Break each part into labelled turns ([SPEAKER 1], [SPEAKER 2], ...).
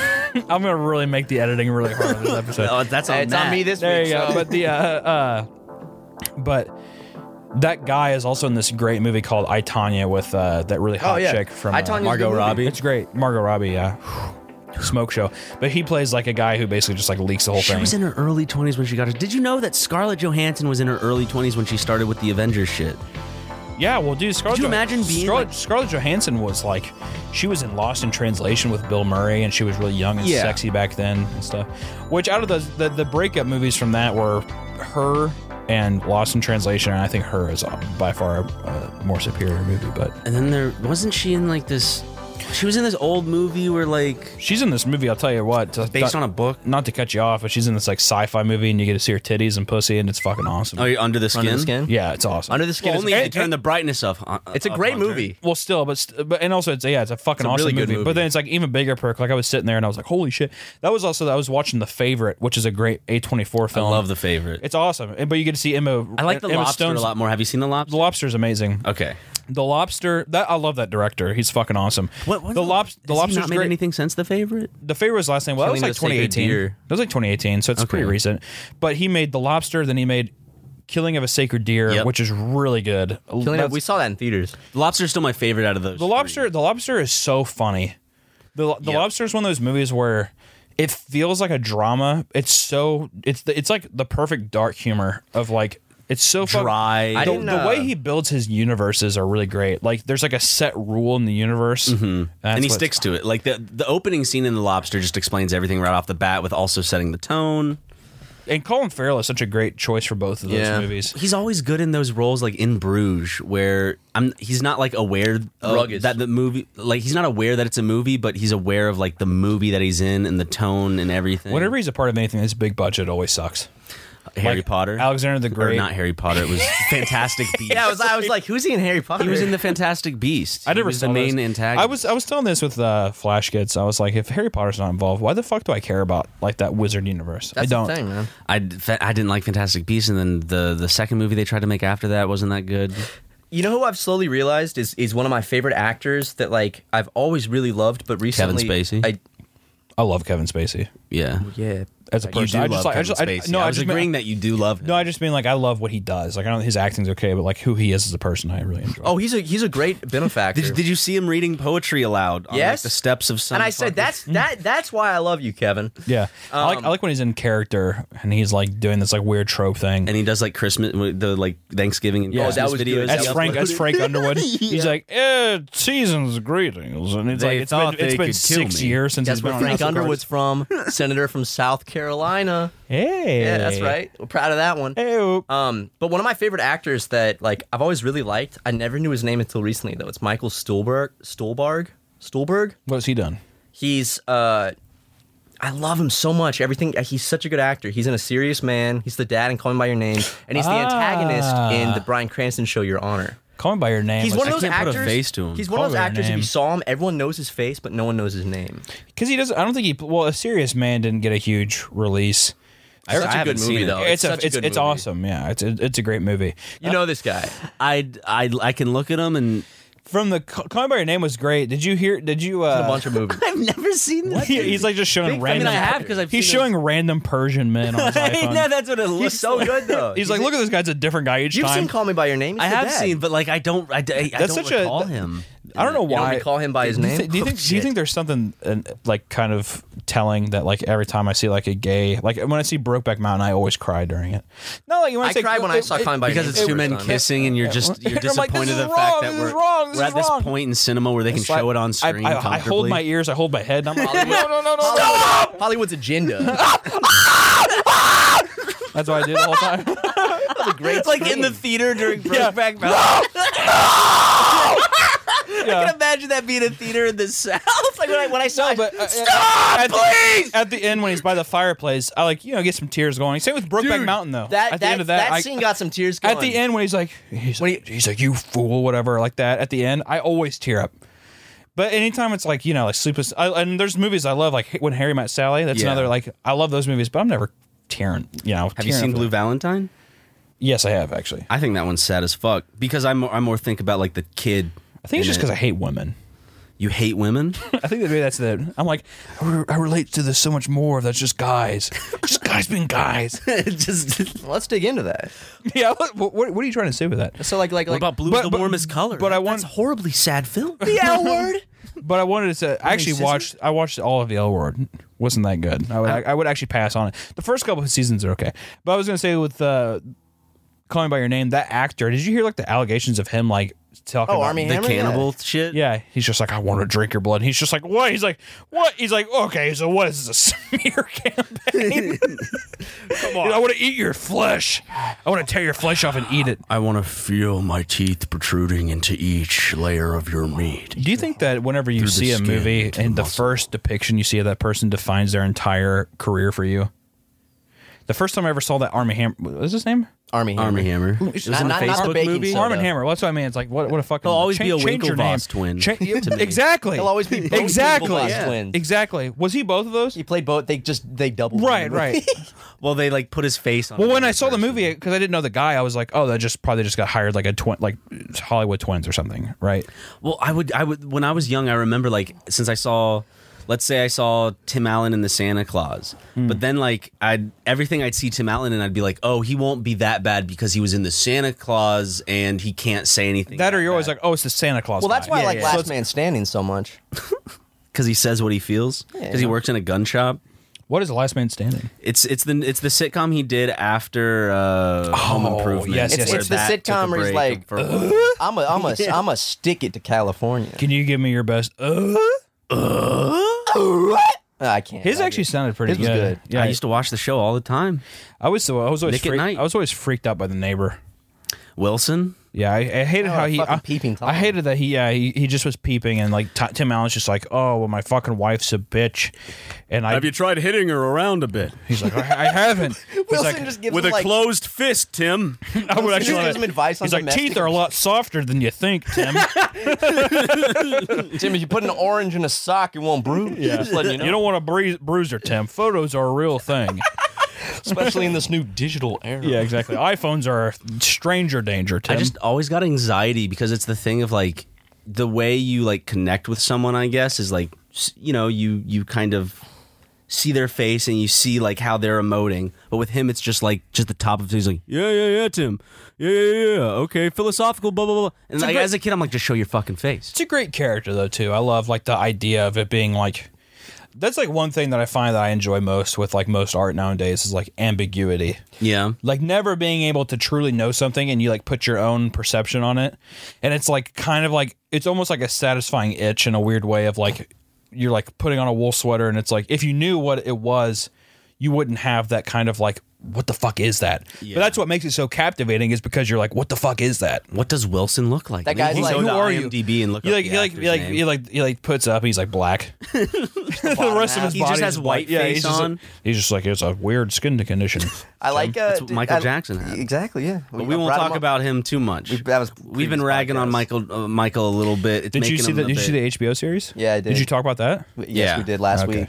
[SPEAKER 1] I'm gonna really make the editing really hard on this episode.
[SPEAKER 2] Oh, that's on
[SPEAKER 3] It's on
[SPEAKER 2] Matt.
[SPEAKER 3] me this
[SPEAKER 1] there
[SPEAKER 3] week.
[SPEAKER 1] you go.
[SPEAKER 3] so-
[SPEAKER 1] But the uh, uh, but that guy is also in this great movie called I Tanya with uh, that really hot
[SPEAKER 3] Oh, yeah.
[SPEAKER 1] chick from
[SPEAKER 3] I,
[SPEAKER 1] uh,
[SPEAKER 3] Tanya's a good
[SPEAKER 2] Margot
[SPEAKER 3] movie.
[SPEAKER 2] Robbie.
[SPEAKER 1] It's great, Margot Robbie. Yeah, smoke show. But he plays like a guy who basically just like leaks the whole
[SPEAKER 2] She
[SPEAKER 1] thing.
[SPEAKER 2] was in her early 20s when she got her. Did you know that Scarlett Johansson was in her early 20s when she started with the Avengers shit?
[SPEAKER 1] yeah, well, dude, Scarlett.
[SPEAKER 2] Could you
[SPEAKER 1] Jo-
[SPEAKER 2] imagine being,
[SPEAKER 1] Scarlett,
[SPEAKER 2] like-
[SPEAKER 1] Scarlett Johansson was like, she was in Lost in Translation with Bill Murray, and she was really young and
[SPEAKER 2] Yeah.
[SPEAKER 1] sexy back then and stuff. Which out of the, the the breakup movies from that were her and Lost in Translation, and I think her is uh, by far a, a more superior movie. But
[SPEAKER 2] And then there wasn't she in like this. She was in this old movie where like
[SPEAKER 1] she's in this movie. I'll tell you what. to-
[SPEAKER 2] based on a book.
[SPEAKER 1] not to cut you off, but she's in this like sci-fi movie, and you get to see her titties and pussy, and it's fucking awesome.
[SPEAKER 2] Oh, you're under the skin.
[SPEAKER 3] Under the skin.
[SPEAKER 1] Yeah, it's awesome.
[SPEAKER 3] Under the skin.
[SPEAKER 2] Well,
[SPEAKER 3] is-
[SPEAKER 2] only if
[SPEAKER 3] it-
[SPEAKER 2] they turn the brightness up. uh,
[SPEAKER 3] it's a
[SPEAKER 1] Oh,
[SPEAKER 2] up
[SPEAKER 3] great
[SPEAKER 2] on her.
[SPEAKER 3] movie.
[SPEAKER 1] Well, still, but st- but and also it's yeah, it's a fucking
[SPEAKER 3] a
[SPEAKER 1] awesome
[SPEAKER 3] really good
[SPEAKER 1] movie. But
[SPEAKER 3] movie.
[SPEAKER 1] then it's like even bigger perk. Like I was sitting there and I was like, holy shit. That was also I was watching The Favorite, which is a great A twenty four
[SPEAKER 2] I
[SPEAKER 1] film.
[SPEAKER 2] love the favorite.
[SPEAKER 1] It's awesome, And- but you get to see Emma.
[SPEAKER 2] I like the
[SPEAKER 1] Emma
[SPEAKER 2] lobster
[SPEAKER 1] Stone's-
[SPEAKER 2] a lot Uh, more. Have you seen the
[SPEAKER 1] The
[SPEAKER 2] lobster?
[SPEAKER 1] Lobster's amazing.
[SPEAKER 2] Okay.
[SPEAKER 1] The Lobster, that I love that director. He's fucking awesome. the Lobster, the
[SPEAKER 2] has he
[SPEAKER 1] Lobster's
[SPEAKER 2] not made
[SPEAKER 1] great.
[SPEAKER 2] anything since the favorite?
[SPEAKER 1] the favorite was last name. Well, that was
[SPEAKER 3] Killing
[SPEAKER 1] like
[SPEAKER 3] the Sacred
[SPEAKER 1] 2018. That
[SPEAKER 3] Deer.
[SPEAKER 1] was like 2018, so it's pretty
[SPEAKER 2] Okay.
[SPEAKER 1] recent. But he made The Lobster, then he made Killing of a Sacred Deer,
[SPEAKER 2] Yep.
[SPEAKER 1] which is really good.
[SPEAKER 3] Killing Eve,
[SPEAKER 1] That's-
[SPEAKER 3] we saw that in theaters.
[SPEAKER 2] The lobster's still my favorite out of those.
[SPEAKER 1] The lobster, the lobster is so funny. The the lobster is one of those movies where it feels like a drama. It's so it's the, it's like the perfect dark humor of like it's so fuck-
[SPEAKER 2] Dry. I
[SPEAKER 1] The,
[SPEAKER 3] didn't,
[SPEAKER 1] the way
[SPEAKER 3] uh,
[SPEAKER 1] he builds his universes are really great. Like there's like a set rule in the universe, and,
[SPEAKER 2] and he
[SPEAKER 1] that's what-
[SPEAKER 2] sticks to it. Like the the opening scene in the lobster just explains everything right off the bat, with also setting the tone.
[SPEAKER 1] And Colin Farrell is such a great choice for both of those
[SPEAKER 3] Yeah.
[SPEAKER 1] movies.
[SPEAKER 2] He's always good in those roles, like in Bruges, where I'm. He's not like aware of
[SPEAKER 3] Rugged.
[SPEAKER 2] that the movie. Like he's not aware that it's a movie, but he's aware of like the movie that he's in and the tone and everything.
[SPEAKER 1] Whenever he's a part of anything that's big budget, it always sucks.
[SPEAKER 2] Harry
[SPEAKER 1] Like,
[SPEAKER 2] Potter,
[SPEAKER 1] Alexander the
[SPEAKER 2] or
[SPEAKER 1] Great.
[SPEAKER 2] not Harry Potter, it was Fantastic Beasts.
[SPEAKER 3] Yeah, I was, I was like, who's he in Harry Potter?
[SPEAKER 2] he was in the Fantastic Beast.
[SPEAKER 1] I never
[SPEAKER 2] he was
[SPEAKER 1] saw
[SPEAKER 2] the main
[SPEAKER 1] those.
[SPEAKER 2] antagonist.
[SPEAKER 1] I was I was telling this with uh, Flash Kids. I was like, if Harry Potter's not involved, why the fuck do I care about like that wizard universe?
[SPEAKER 3] That's
[SPEAKER 1] I don't.
[SPEAKER 3] The thing, man.
[SPEAKER 2] I, d- fa- I didn't like Fantastic Beasts, and then the the second movie they tried to make after that wasn't that good.
[SPEAKER 3] You know who I've slowly realized is is one of my favorite actors that like I've always really loved, but recently
[SPEAKER 2] Spacey?
[SPEAKER 3] I
[SPEAKER 1] I love Kevin Spacey
[SPEAKER 2] Yeah,
[SPEAKER 3] yeah.
[SPEAKER 1] as a person.
[SPEAKER 2] you do
[SPEAKER 1] I
[SPEAKER 2] love
[SPEAKER 1] just like, I just,
[SPEAKER 2] Kevin
[SPEAKER 1] I-
[SPEAKER 2] Spacey.
[SPEAKER 1] no,
[SPEAKER 2] I,
[SPEAKER 1] I,
[SPEAKER 2] was
[SPEAKER 1] just
[SPEAKER 2] agreeing
[SPEAKER 1] mean,
[SPEAKER 2] that you do love him.
[SPEAKER 1] no, I just mean like I love what he does. Like I know his acting's okay, but like who he is as a person, I really enjoy.
[SPEAKER 3] Oh, he's a he's a great benefactor.
[SPEAKER 2] Did, you- did you see him reading poetry aloud on like,
[SPEAKER 3] Yes.
[SPEAKER 2] the steps of some?
[SPEAKER 3] and I
[SPEAKER 2] fucking-
[SPEAKER 3] said that's that that's why I love you, Kevin.
[SPEAKER 1] yeah. I like
[SPEAKER 2] um,
[SPEAKER 1] I like when he's in character and he's like doing this like weird trope thing.
[SPEAKER 2] and he does like Christmas, the like Thanksgiving and
[SPEAKER 3] Yeah. Oh, that
[SPEAKER 2] Christmas
[SPEAKER 3] was
[SPEAKER 2] videos.
[SPEAKER 3] good.
[SPEAKER 2] he
[SPEAKER 1] that's Frank.
[SPEAKER 2] uploaded.
[SPEAKER 1] That's Frank Underwood. He's like, eh, season's greetings, and it's
[SPEAKER 2] They
[SPEAKER 1] like it's
[SPEAKER 2] thought
[SPEAKER 1] been, it's
[SPEAKER 2] they
[SPEAKER 1] been
[SPEAKER 2] could
[SPEAKER 1] six
[SPEAKER 2] kill me.
[SPEAKER 1] years since
[SPEAKER 3] That's
[SPEAKER 1] he's been
[SPEAKER 3] where
[SPEAKER 1] on
[SPEAKER 3] Frank
[SPEAKER 1] House of
[SPEAKER 3] Underwood's from, senator from South
[SPEAKER 1] Cards.
[SPEAKER 3] Carolina.
[SPEAKER 1] Hey,
[SPEAKER 3] Yeah, that's right. We're proud of that one.
[SPEAKER 1] Hey, oh.
[SPEAKER 3] Um, but one of my favorite actors that like I've always really liked, I never knew his name until recently though. It's Michael Stuhlberg. Stuhlbarg. Stuhlberg.
[SPEAKER 1] what's he done?
[SPEAKER 3] He's uh, I love him so much. Everything. uh, He's such a good actor. He's in a serious man. He's the dad in Call Me by Your Name, and he's the antagonist
[SPEAKER 1] Ah.
[SPEAKER 3] in the Brian Cranston show Your Honor.
[SPEAKER 1] Call me by your name.
[SPEAKER 3] He's one of those
[SPEAKER 2] can't put a
[SPEAKER 3] actors.
[SPEAKER 2] face to him.
[SPEAKER 3] He's one
[SPEAKER 1] Call By
[SPEAKER 3] of those
[SPEAKER 1] Your
[SPEAKER 3] actors. If
[SPEAKER 1] Name.
[SPEAKER 3] you saw him, everyone knows his face, but no one knows his name.
[SPEAKER 1] because he doesn't. I don't think he. Well, a serious man didn't get a huge release.
[SPEAKER 3] Such
[SPEAKER 2] I
[SPEAKER 3] a
[SPEAKER 2] haven't
[SPEAKER 3] good
[SPEAKER 2] seen
[SPEAKER 3] movie
[SPEAKER 2] it.
[SPEAKER 3] though.
[SPEAKER 1] it's a,
[SPEAKER 3] such
[SPEAKER 1] it's,
[SPEAKER 3] good
[SPEAKER 1] it's
[SPEAKER 3] movie.
[SPEAKER 1] awesome. Yeah, it's it, it's a great movie. Uh,
[SPEAKER 3] You know this guy.
[SPEAKER 2] I, I I can look at him and
[SPEAKER 1] From the Call Call me by your name was great. Did you hear? Did you? Uh,
[SPEAKER 3] A bunch of movies.
[SPEAKER 2] I've never seen this.
[SPEAKER 1] he- he's like just showing
[SPEAKER 3] Big- I mean,
[SPEAKER 1] random.
[SPEAKER 3] I have, 'cause I've
[SPEAKER 1] he's
[SPEAKER 3] seen
[SPEAKER 1] showing random Persian men on his iPhone.
[SPEAKER 2] no, that's what it looks.
[SPEAKER 3] He's so good though.
[SPEAKER 1] he's like, look at this guy's a different guy each
[SPEAKER 3] You've
[SPEAKER 1] time.
[SPEAKER 3] seen Call Me by Your Name. He's
[SPEAKER 2] I
[SPEAKER 3] the
[SPEAKER 2] have
[SPEAKER 3] dad.
[SPEAKER 2] seen, but like I don't. I, I, I
[SPEAKER 1] that's
[SPEAKER 2] don't
[SPEAKER 1] such a
[SPEAKER 2] recall
[SPEAKER 1] that-
[SPEAKER 2] him.
[SPEAKER 1] I don't know
[SPEAKER 3] You don't
[SPEAKER 1] why.
[SPEAKER 3] recall him by his
[SPEAKER 1] do you
[SPEAKER 3] name?
[SPEAKER 1] thi- do you
[SPEAKER 3] Oh,
[SPEAKER 1] think? do you
[SPEAKER 3] shit.
[SPEAKER 1] think there's something uh, like kind of telling that like every time I see like a gay like when I see Brokeback Mountain I always cry during it. No, like you want
[SPEAKER 3] I
[SPEAKER 1] to say
[SPEAKER 3] cried when I saw Call Me by Your
[SPEAKER 2] because
[SPEAKER 3] Name
[SPEAKER 2] it's two
[SPEAKER 3] first
[SPEAKER 2] men
[SPEAKER 3] time.
[SPEAKER 2] kissing, and you're just you're
[SPEAKER 1] I'm like,
[SPEAKER 2] disappointed
[SPEAKER 1] this is
[SPEAKER 2] at the fact
[SPEAKER 1] wrong,
[SPEAKER 2] that
[SPEAKER 1] this is
[SPEAKER 2] we're,
[SPEAKER 1] wrong, this
[SPEAKER 2] we're
[SPEAKER 1] is
[SPEAKER 2] at this
[SPEAKER 1] wrong.
[SPEAKER 2] point in cinema where they can
[SPEAKER 1] So I-
[SPEAKER 2] show it
[SPEAKER 1] I-
[SPEAKER 2] on screen.
[SPEAKER 1] I, I hold
[SPEAKER 2] comfortably.
[SPEAKER 1] my ears. I hold my head. And I'm like,
[SPEAKER 3] Hollywood-
[SPEAKER 1] no, no, no, no.
[SPEAKER 3] Hollywood- Hollywood's agenda.
[SPEAKER 1] That's what I do the whole time.
[SPEAKER 3] That's a great.
[SPEAKER 2] It's like
[SPEAKER 3] scene.
[SPEAKER 2] in the theater during
[SPEAKER 1] Yeah.
[SPEAKER 2] Brokeback Mountain. I
[SPEAKER 1] Yeah.
[SPEAKER 2] can imagine that being a theater in the South.
[SPEAKER 3] It's like when I, when I saw.
[SPEAKER 1] No, but uh, stop, at please. The, at the end, when he's by the fireplace, I like you know get some tears going. Same with Brokeback Mountain though.
[SPEAKER 3] That
[SPEAKER 1] at the
[SPEAKER 3] that,
[SPEAKER 1] end of that,
[SPEAKER 3] that,
[SPEAKER 1] I-
[SPEAKER 3] scene got some tears going.
[SPEAKER 1] at the end when he's like, he's,
[SPEAKER 3] When
[SPEAKER 1] like he's like you fool, whatever, like that. At the end, I always tear up. But anytime it's like you know like sleepless, I, and there's movies I love like when Harry met Sally. That's
[SPEAKER 2] Yeah.
[SPEAKER 1] another like I love those movies, but I'm never tearing. You know,
[SPEAKER 2] Have you seen Blue Valentine?
[SPEAKER 1] Yes, I have actually.
[SPEAKER 2] I think that one's sad as fuck because I more, I more think about like the kid.
[SPEAKER 1] I think it's
[SPEAKER 2] in
[SPEAKER 1] just because
[SPEAKER 2] it.
[SPEAKER 1] I hate women.
[SPEAKER 2] you hate women.
[SPEAKER 1] I think that maybe that's the. I'm like, I, re- I relate to this so much more. That's just guys, just guys being guys.
[SPEAKER 2] Just
[SPEAKER 3] Let's dig into that.
[SPEAKER 1] yeah. What, what, what are you trying to say with that?
[SPEAKER 3] So like like
[SPEAKER 2] what
[SPEAKER 3] like
[SPEAKER 2] about blue's
[SPEAKER 1] But-
[SPEAKER 2] the
[SPEAKER 1] but-
[SPEAKER 2] warmest color?
[SPEAKER 1] but I want-
[SPEAKER 2] That's a horribly sad film.
[SPEAKER 3] the L word.
[SPEAKER 1] But I wanted to. Say, I actually
[SPEAKER 2] scissors?
[SPEAKER 1] watched. I watched all of the L Word. wasn't that good. I would. I, would actually pass on it. The first couple of seasons are okay. But I was gonna say with uh, calling by your name, that actor. Did you hear like the allegations of him like talking?
[SPEAKER 3] Oh,
[SPEAKER 1] about
[SPEAKER 3] Army
[SPEAKER 2] the
[SPEAKER 3] Hammer.
[SPEAKER 2] cannibal shit.
[SPEAKER 1] Yeah, he's just like, I want to drink your blood. And he's just like, what? He's like, what? He's like, okay, so what is this a smear campaign? Come on, I want to eat your flesh. I want to tear your flesh off and eat it.
[SPEAKER 2] I want to feel my teeth protruding into each layer of your meat.
[SPEAKER 1] Do you think that whenever you see a
[SPEAKER 2] skin
[SPEAKER 1] movie
[SPEAKER 2] to the
[SPEAKER 1] and the
[SPEAKER 2] muscle.
[SPEAKER 1] first depiction you see of that person defines their entire career for you? The first time I ever saw that Army Hammer, what was his name?
[SPEAKER 3] Yeah. Army Hammer.
[SPEAKER 2] Army Hammer. It was
[SPEAKER 3] Not-
[SPEAKER 2] on a
[SPEAKER 3] not- not the
[SPEAKER 2] Facebook
[SPEAKER 3] baking
[SPEAKER 2] movie.
[SPEAKER 3] soda.
[SPEAKER 1] Arm and Hammer. Well, that's what I mean. It's like what? What a fucking.
[SPEAKER 2] He'll always be a
[SPEAKER 1] change your name.
[SPEAKER 2] Winklevoss twin
[SPEAKER 1] Cha-
[SPEAKER 2] to me.
[SPEAKER 1] exactly.
[SPEAKER 3] He'll always be both
[SPEAKER 1] exactly.
[SPEAKER 3] Winklevoss
[SPEAKER 1] Yeah.
[SPEAKER 3] twins.
[SPEAKER 1] Exactly. Was he both of those?
[SPEAKER 3] He played both. They just they doubled.
[SPEAKER 1] Right.
[SPEAKER 3] him.
[SPEAKER 1] Right.
[SPEAKER 2] Well, they like put his face on.
[SPEAKER 1] Well, when
[SPEAKER 2] another
[SPEAKER 1] I saw the
[SPEAKER 2] person.
[SPEAKER 1] movie, because I didn't know the guy, I was like, "Oh, that just probably just got hired like a twin, like Hollywood twins or something, right?"
[SPEAKER 2] Well, I would, I would, when I was young, I remember like since I saw, let's say I saw Tim Allen in the Santa Claus,
[SPEAKER 1] Hmm.
[SPEAKER 2] but then like I'd everything I'd see Tim Allen and I'd be like, oh, he won't be that bad because he was in the Santa Claus and he can't say anything.
[SPEAKER 1] That or you're always like, "Oh, it's the Santa Claus."
[SPEAKER 3] Well, that's
[SPEAKER 1] guy."
[SPEAKER 3] why I
[SPEAKER 1] Yeah,
[SPEAKER 3] like
[SPEAKER 1] yeah.
[SPEAKER 3] Last
[SPEAKER 1] So it's-
[SPEAKER 3] Man Standing so much.
[SPEAKER 2] because he says what he feels because he
[SPEAKER 3] Yeah.
[SPEAKER 2] works in a gun shop.
[SPEAKER 1] what is Last Man Standing?
[SPEAKER 2] It's it's the it's the sitcom he did after uh, Home
[SPEAKER 3] Oh,
[SPEAKER 2] Improvement.
[SPEAKER 1] yes, yes,
[SPEAKER 2] where
[SPEAKER 1] yes. It's
[SPEAKER 3] the
[SPEAKER 2] that took a
[SPEAKER 3] sitcom where he's
[SPEAKER 2] break
[SPEAKER 3] like,
[SPEAKER 2] for-
[SPEAKER 3] I'm a I'm a am a stick it to California.
[SPEAKER 1] Can you give me your best? Uh,
[SPEAKER 3] I can't.
[SPEAKER 1] his
[SPEAKER 3] I
[SPEAKER 1] actually
[SPEAKER 3] just-
[SPEAKER 1] sounded pretty
[SPEAKER 3] His was good.
[SPEAKER 1] Yeah,
[SPEAKER 2] I used to watch the show all the time.
[SPEAKER 1] I was so I was always
[SPEAKER 2] Nick at
[SPEAKER 1] freaked,
[SPEAKER 2] Night.
[SPEAKER 1] I was always freaked out by the neighbor.
[SPEAKER 2] Wilson.
[SPEAKER 1] Yeah, I, I hated
[SPEAKER 3] Oh,
[SPEAKER 1] how he
[SPEAKER 3] fucking
[SPEAKER 1] I,
[SPEAKER 3] peeping Tom.
[SPEAKER 1] I hated that he yeah he, he just was peeping and like t- Tim Allen's just like, "Oh, well, my fucking wife's a bitch," and I
[SPEAKER 2] tried hitting her around a bit?
[SPEAKER 1] he's like, "I, I haven't." He's
[SPEAKER 3] Wilson
[SPEAKER 1] like,
[SPEAKER 3] just gives
[SPEAKER 2] with
[SPEAKER 3] him
[SPEAKER 2] a
[SPEAKER 3] like,
[SPEAKER 2] closed fist, Tim.
[SPEAKER 1] I would actually
[SPEAKER 3] He
[SPEAKER 1] love it.
[SPEAKER 3] gives him advice on
[SPEAKER 1] He's like,
[SPEAKER 3] domestic
[SPEAKER 1] teeth are a lot softer than you think, Tim.
[SPEAKER 3] Tim, if you put an orange in a sock, it won't bruise. Yeah. Just letting you know.
[SPEAKER 1] You don't want to bruise, bruiser, Tim. Photos are a real thing.
[SPEAKER 3] especially in this new digital era.
[SPEAKER 1] exactly. iPhones are a stranger danger, Tim.
[SPEAKER 2] I just always got anxiety because it's the thing of like the way you like connect with someone. I guess is like s- you know you you kind of see their face and you see like how they're emoting. But with him, it's just like just the top of he's like yeah yeah yeah Tim yeah yeah yeah okay philosophical blah blah blah. And like,
[SPEAKER 1] great-
[SPEAKER 2] as a kid, I'm like just show your fucking face.
[SPEAKER 1] it's a great character though too. I love like the idea of it being like that's like one thing that I find that I enjoy most with like most art nowadays is like ambiguity.
[SPEAKER 2] Yeah.
[SPEAKER 1] Like never being able to truly know something and you like put your own perception on it. And it's like kind of like it's almost like a satisfying itch in a weird way of like you're like putting on a wool sweater and it's like if you knew what it was, you wouldn't have that kind of like what the fuck is that? But that's what makes it so captivating is because you're like what the fuck is that?
[SPEAKER 2] What does Wilson look like?
[SPEAKER 3] That
[SPEAKER 2] I mean,
[SPEAKER 3] guy's
[SPEAKER 2] you
[SPEAKER 3] like,
[SPEAKER 2] can
[SPEAKER 3] "Who
[SPEAKER 2] go to
[SPEAKER 1] are you?"
[SPEAKER 2] IMDb and look
[SPEAKER 1] He
[SPEAKER 2] up
[SPEAKER 1] like
[SPEAKER 2] the
[SPEAKER 1] he like
[SPEAKER 2] actor's
[SPEAKER 1] he like
[SPEAKER 2] name.
[SPEAKER 1] he like he like puts up. He's like black. the rest of his
[SPEAKER 3] half. He
[SPEAKER 1] body
[SPEAKER 2] just has
[SPEAKER 1] is
[SPEAKER 2] white
[SPEAKER 1] black. Yeah, he's
[SPEAKER 2] face
[SPEAKER 1] just like-
[SPEAKER 2] on.
[SPEAKER 1] he's just like it's a weird skin condition.
[SPEAKER 3] I like uh,
[SPEAKER 2] That's what
[SPEAKER 3] did-
[SPEAKER 2] Michael
[SPEAKER 3] I-
[SPEAKER 2] Jackson had.
[SPEAKER 3] Exactly. Yeah.
[SPEAKER 2] But we won't talk about him too much.
[SPEAKER 3] We- that was
[SPEAKER 2] We've been
[SPEAKER 3] previous
[SPEAKER 2] ragging on
[SPEAKER 3] podcast.
[SPEAKER 2] Michael uh, Michael a little bit. It's
[SPEAKER 1] did you
[SPEAKER 2] making
[SPEAKER 1] see
[SPEAKER 2] him
[SPEAKER 1] the
[SPEAKER 2] a
[SPEAKER 1] Did you see
[SPEAKER 2] bit-
[SPEAKER 1] the HBO series?
[SPEAKER 3] Yeah, I
[SPEAKER 1] Did
[SPEAKER 3] did.
[SPEAKER 1] you talk about that?
[SPEAKER 3] Yes,
[SPEAKER 2] Yeah.
[SPEAKER 3] we did last
[SPEAKER 1] Okay.
[SPEAKER 3] week.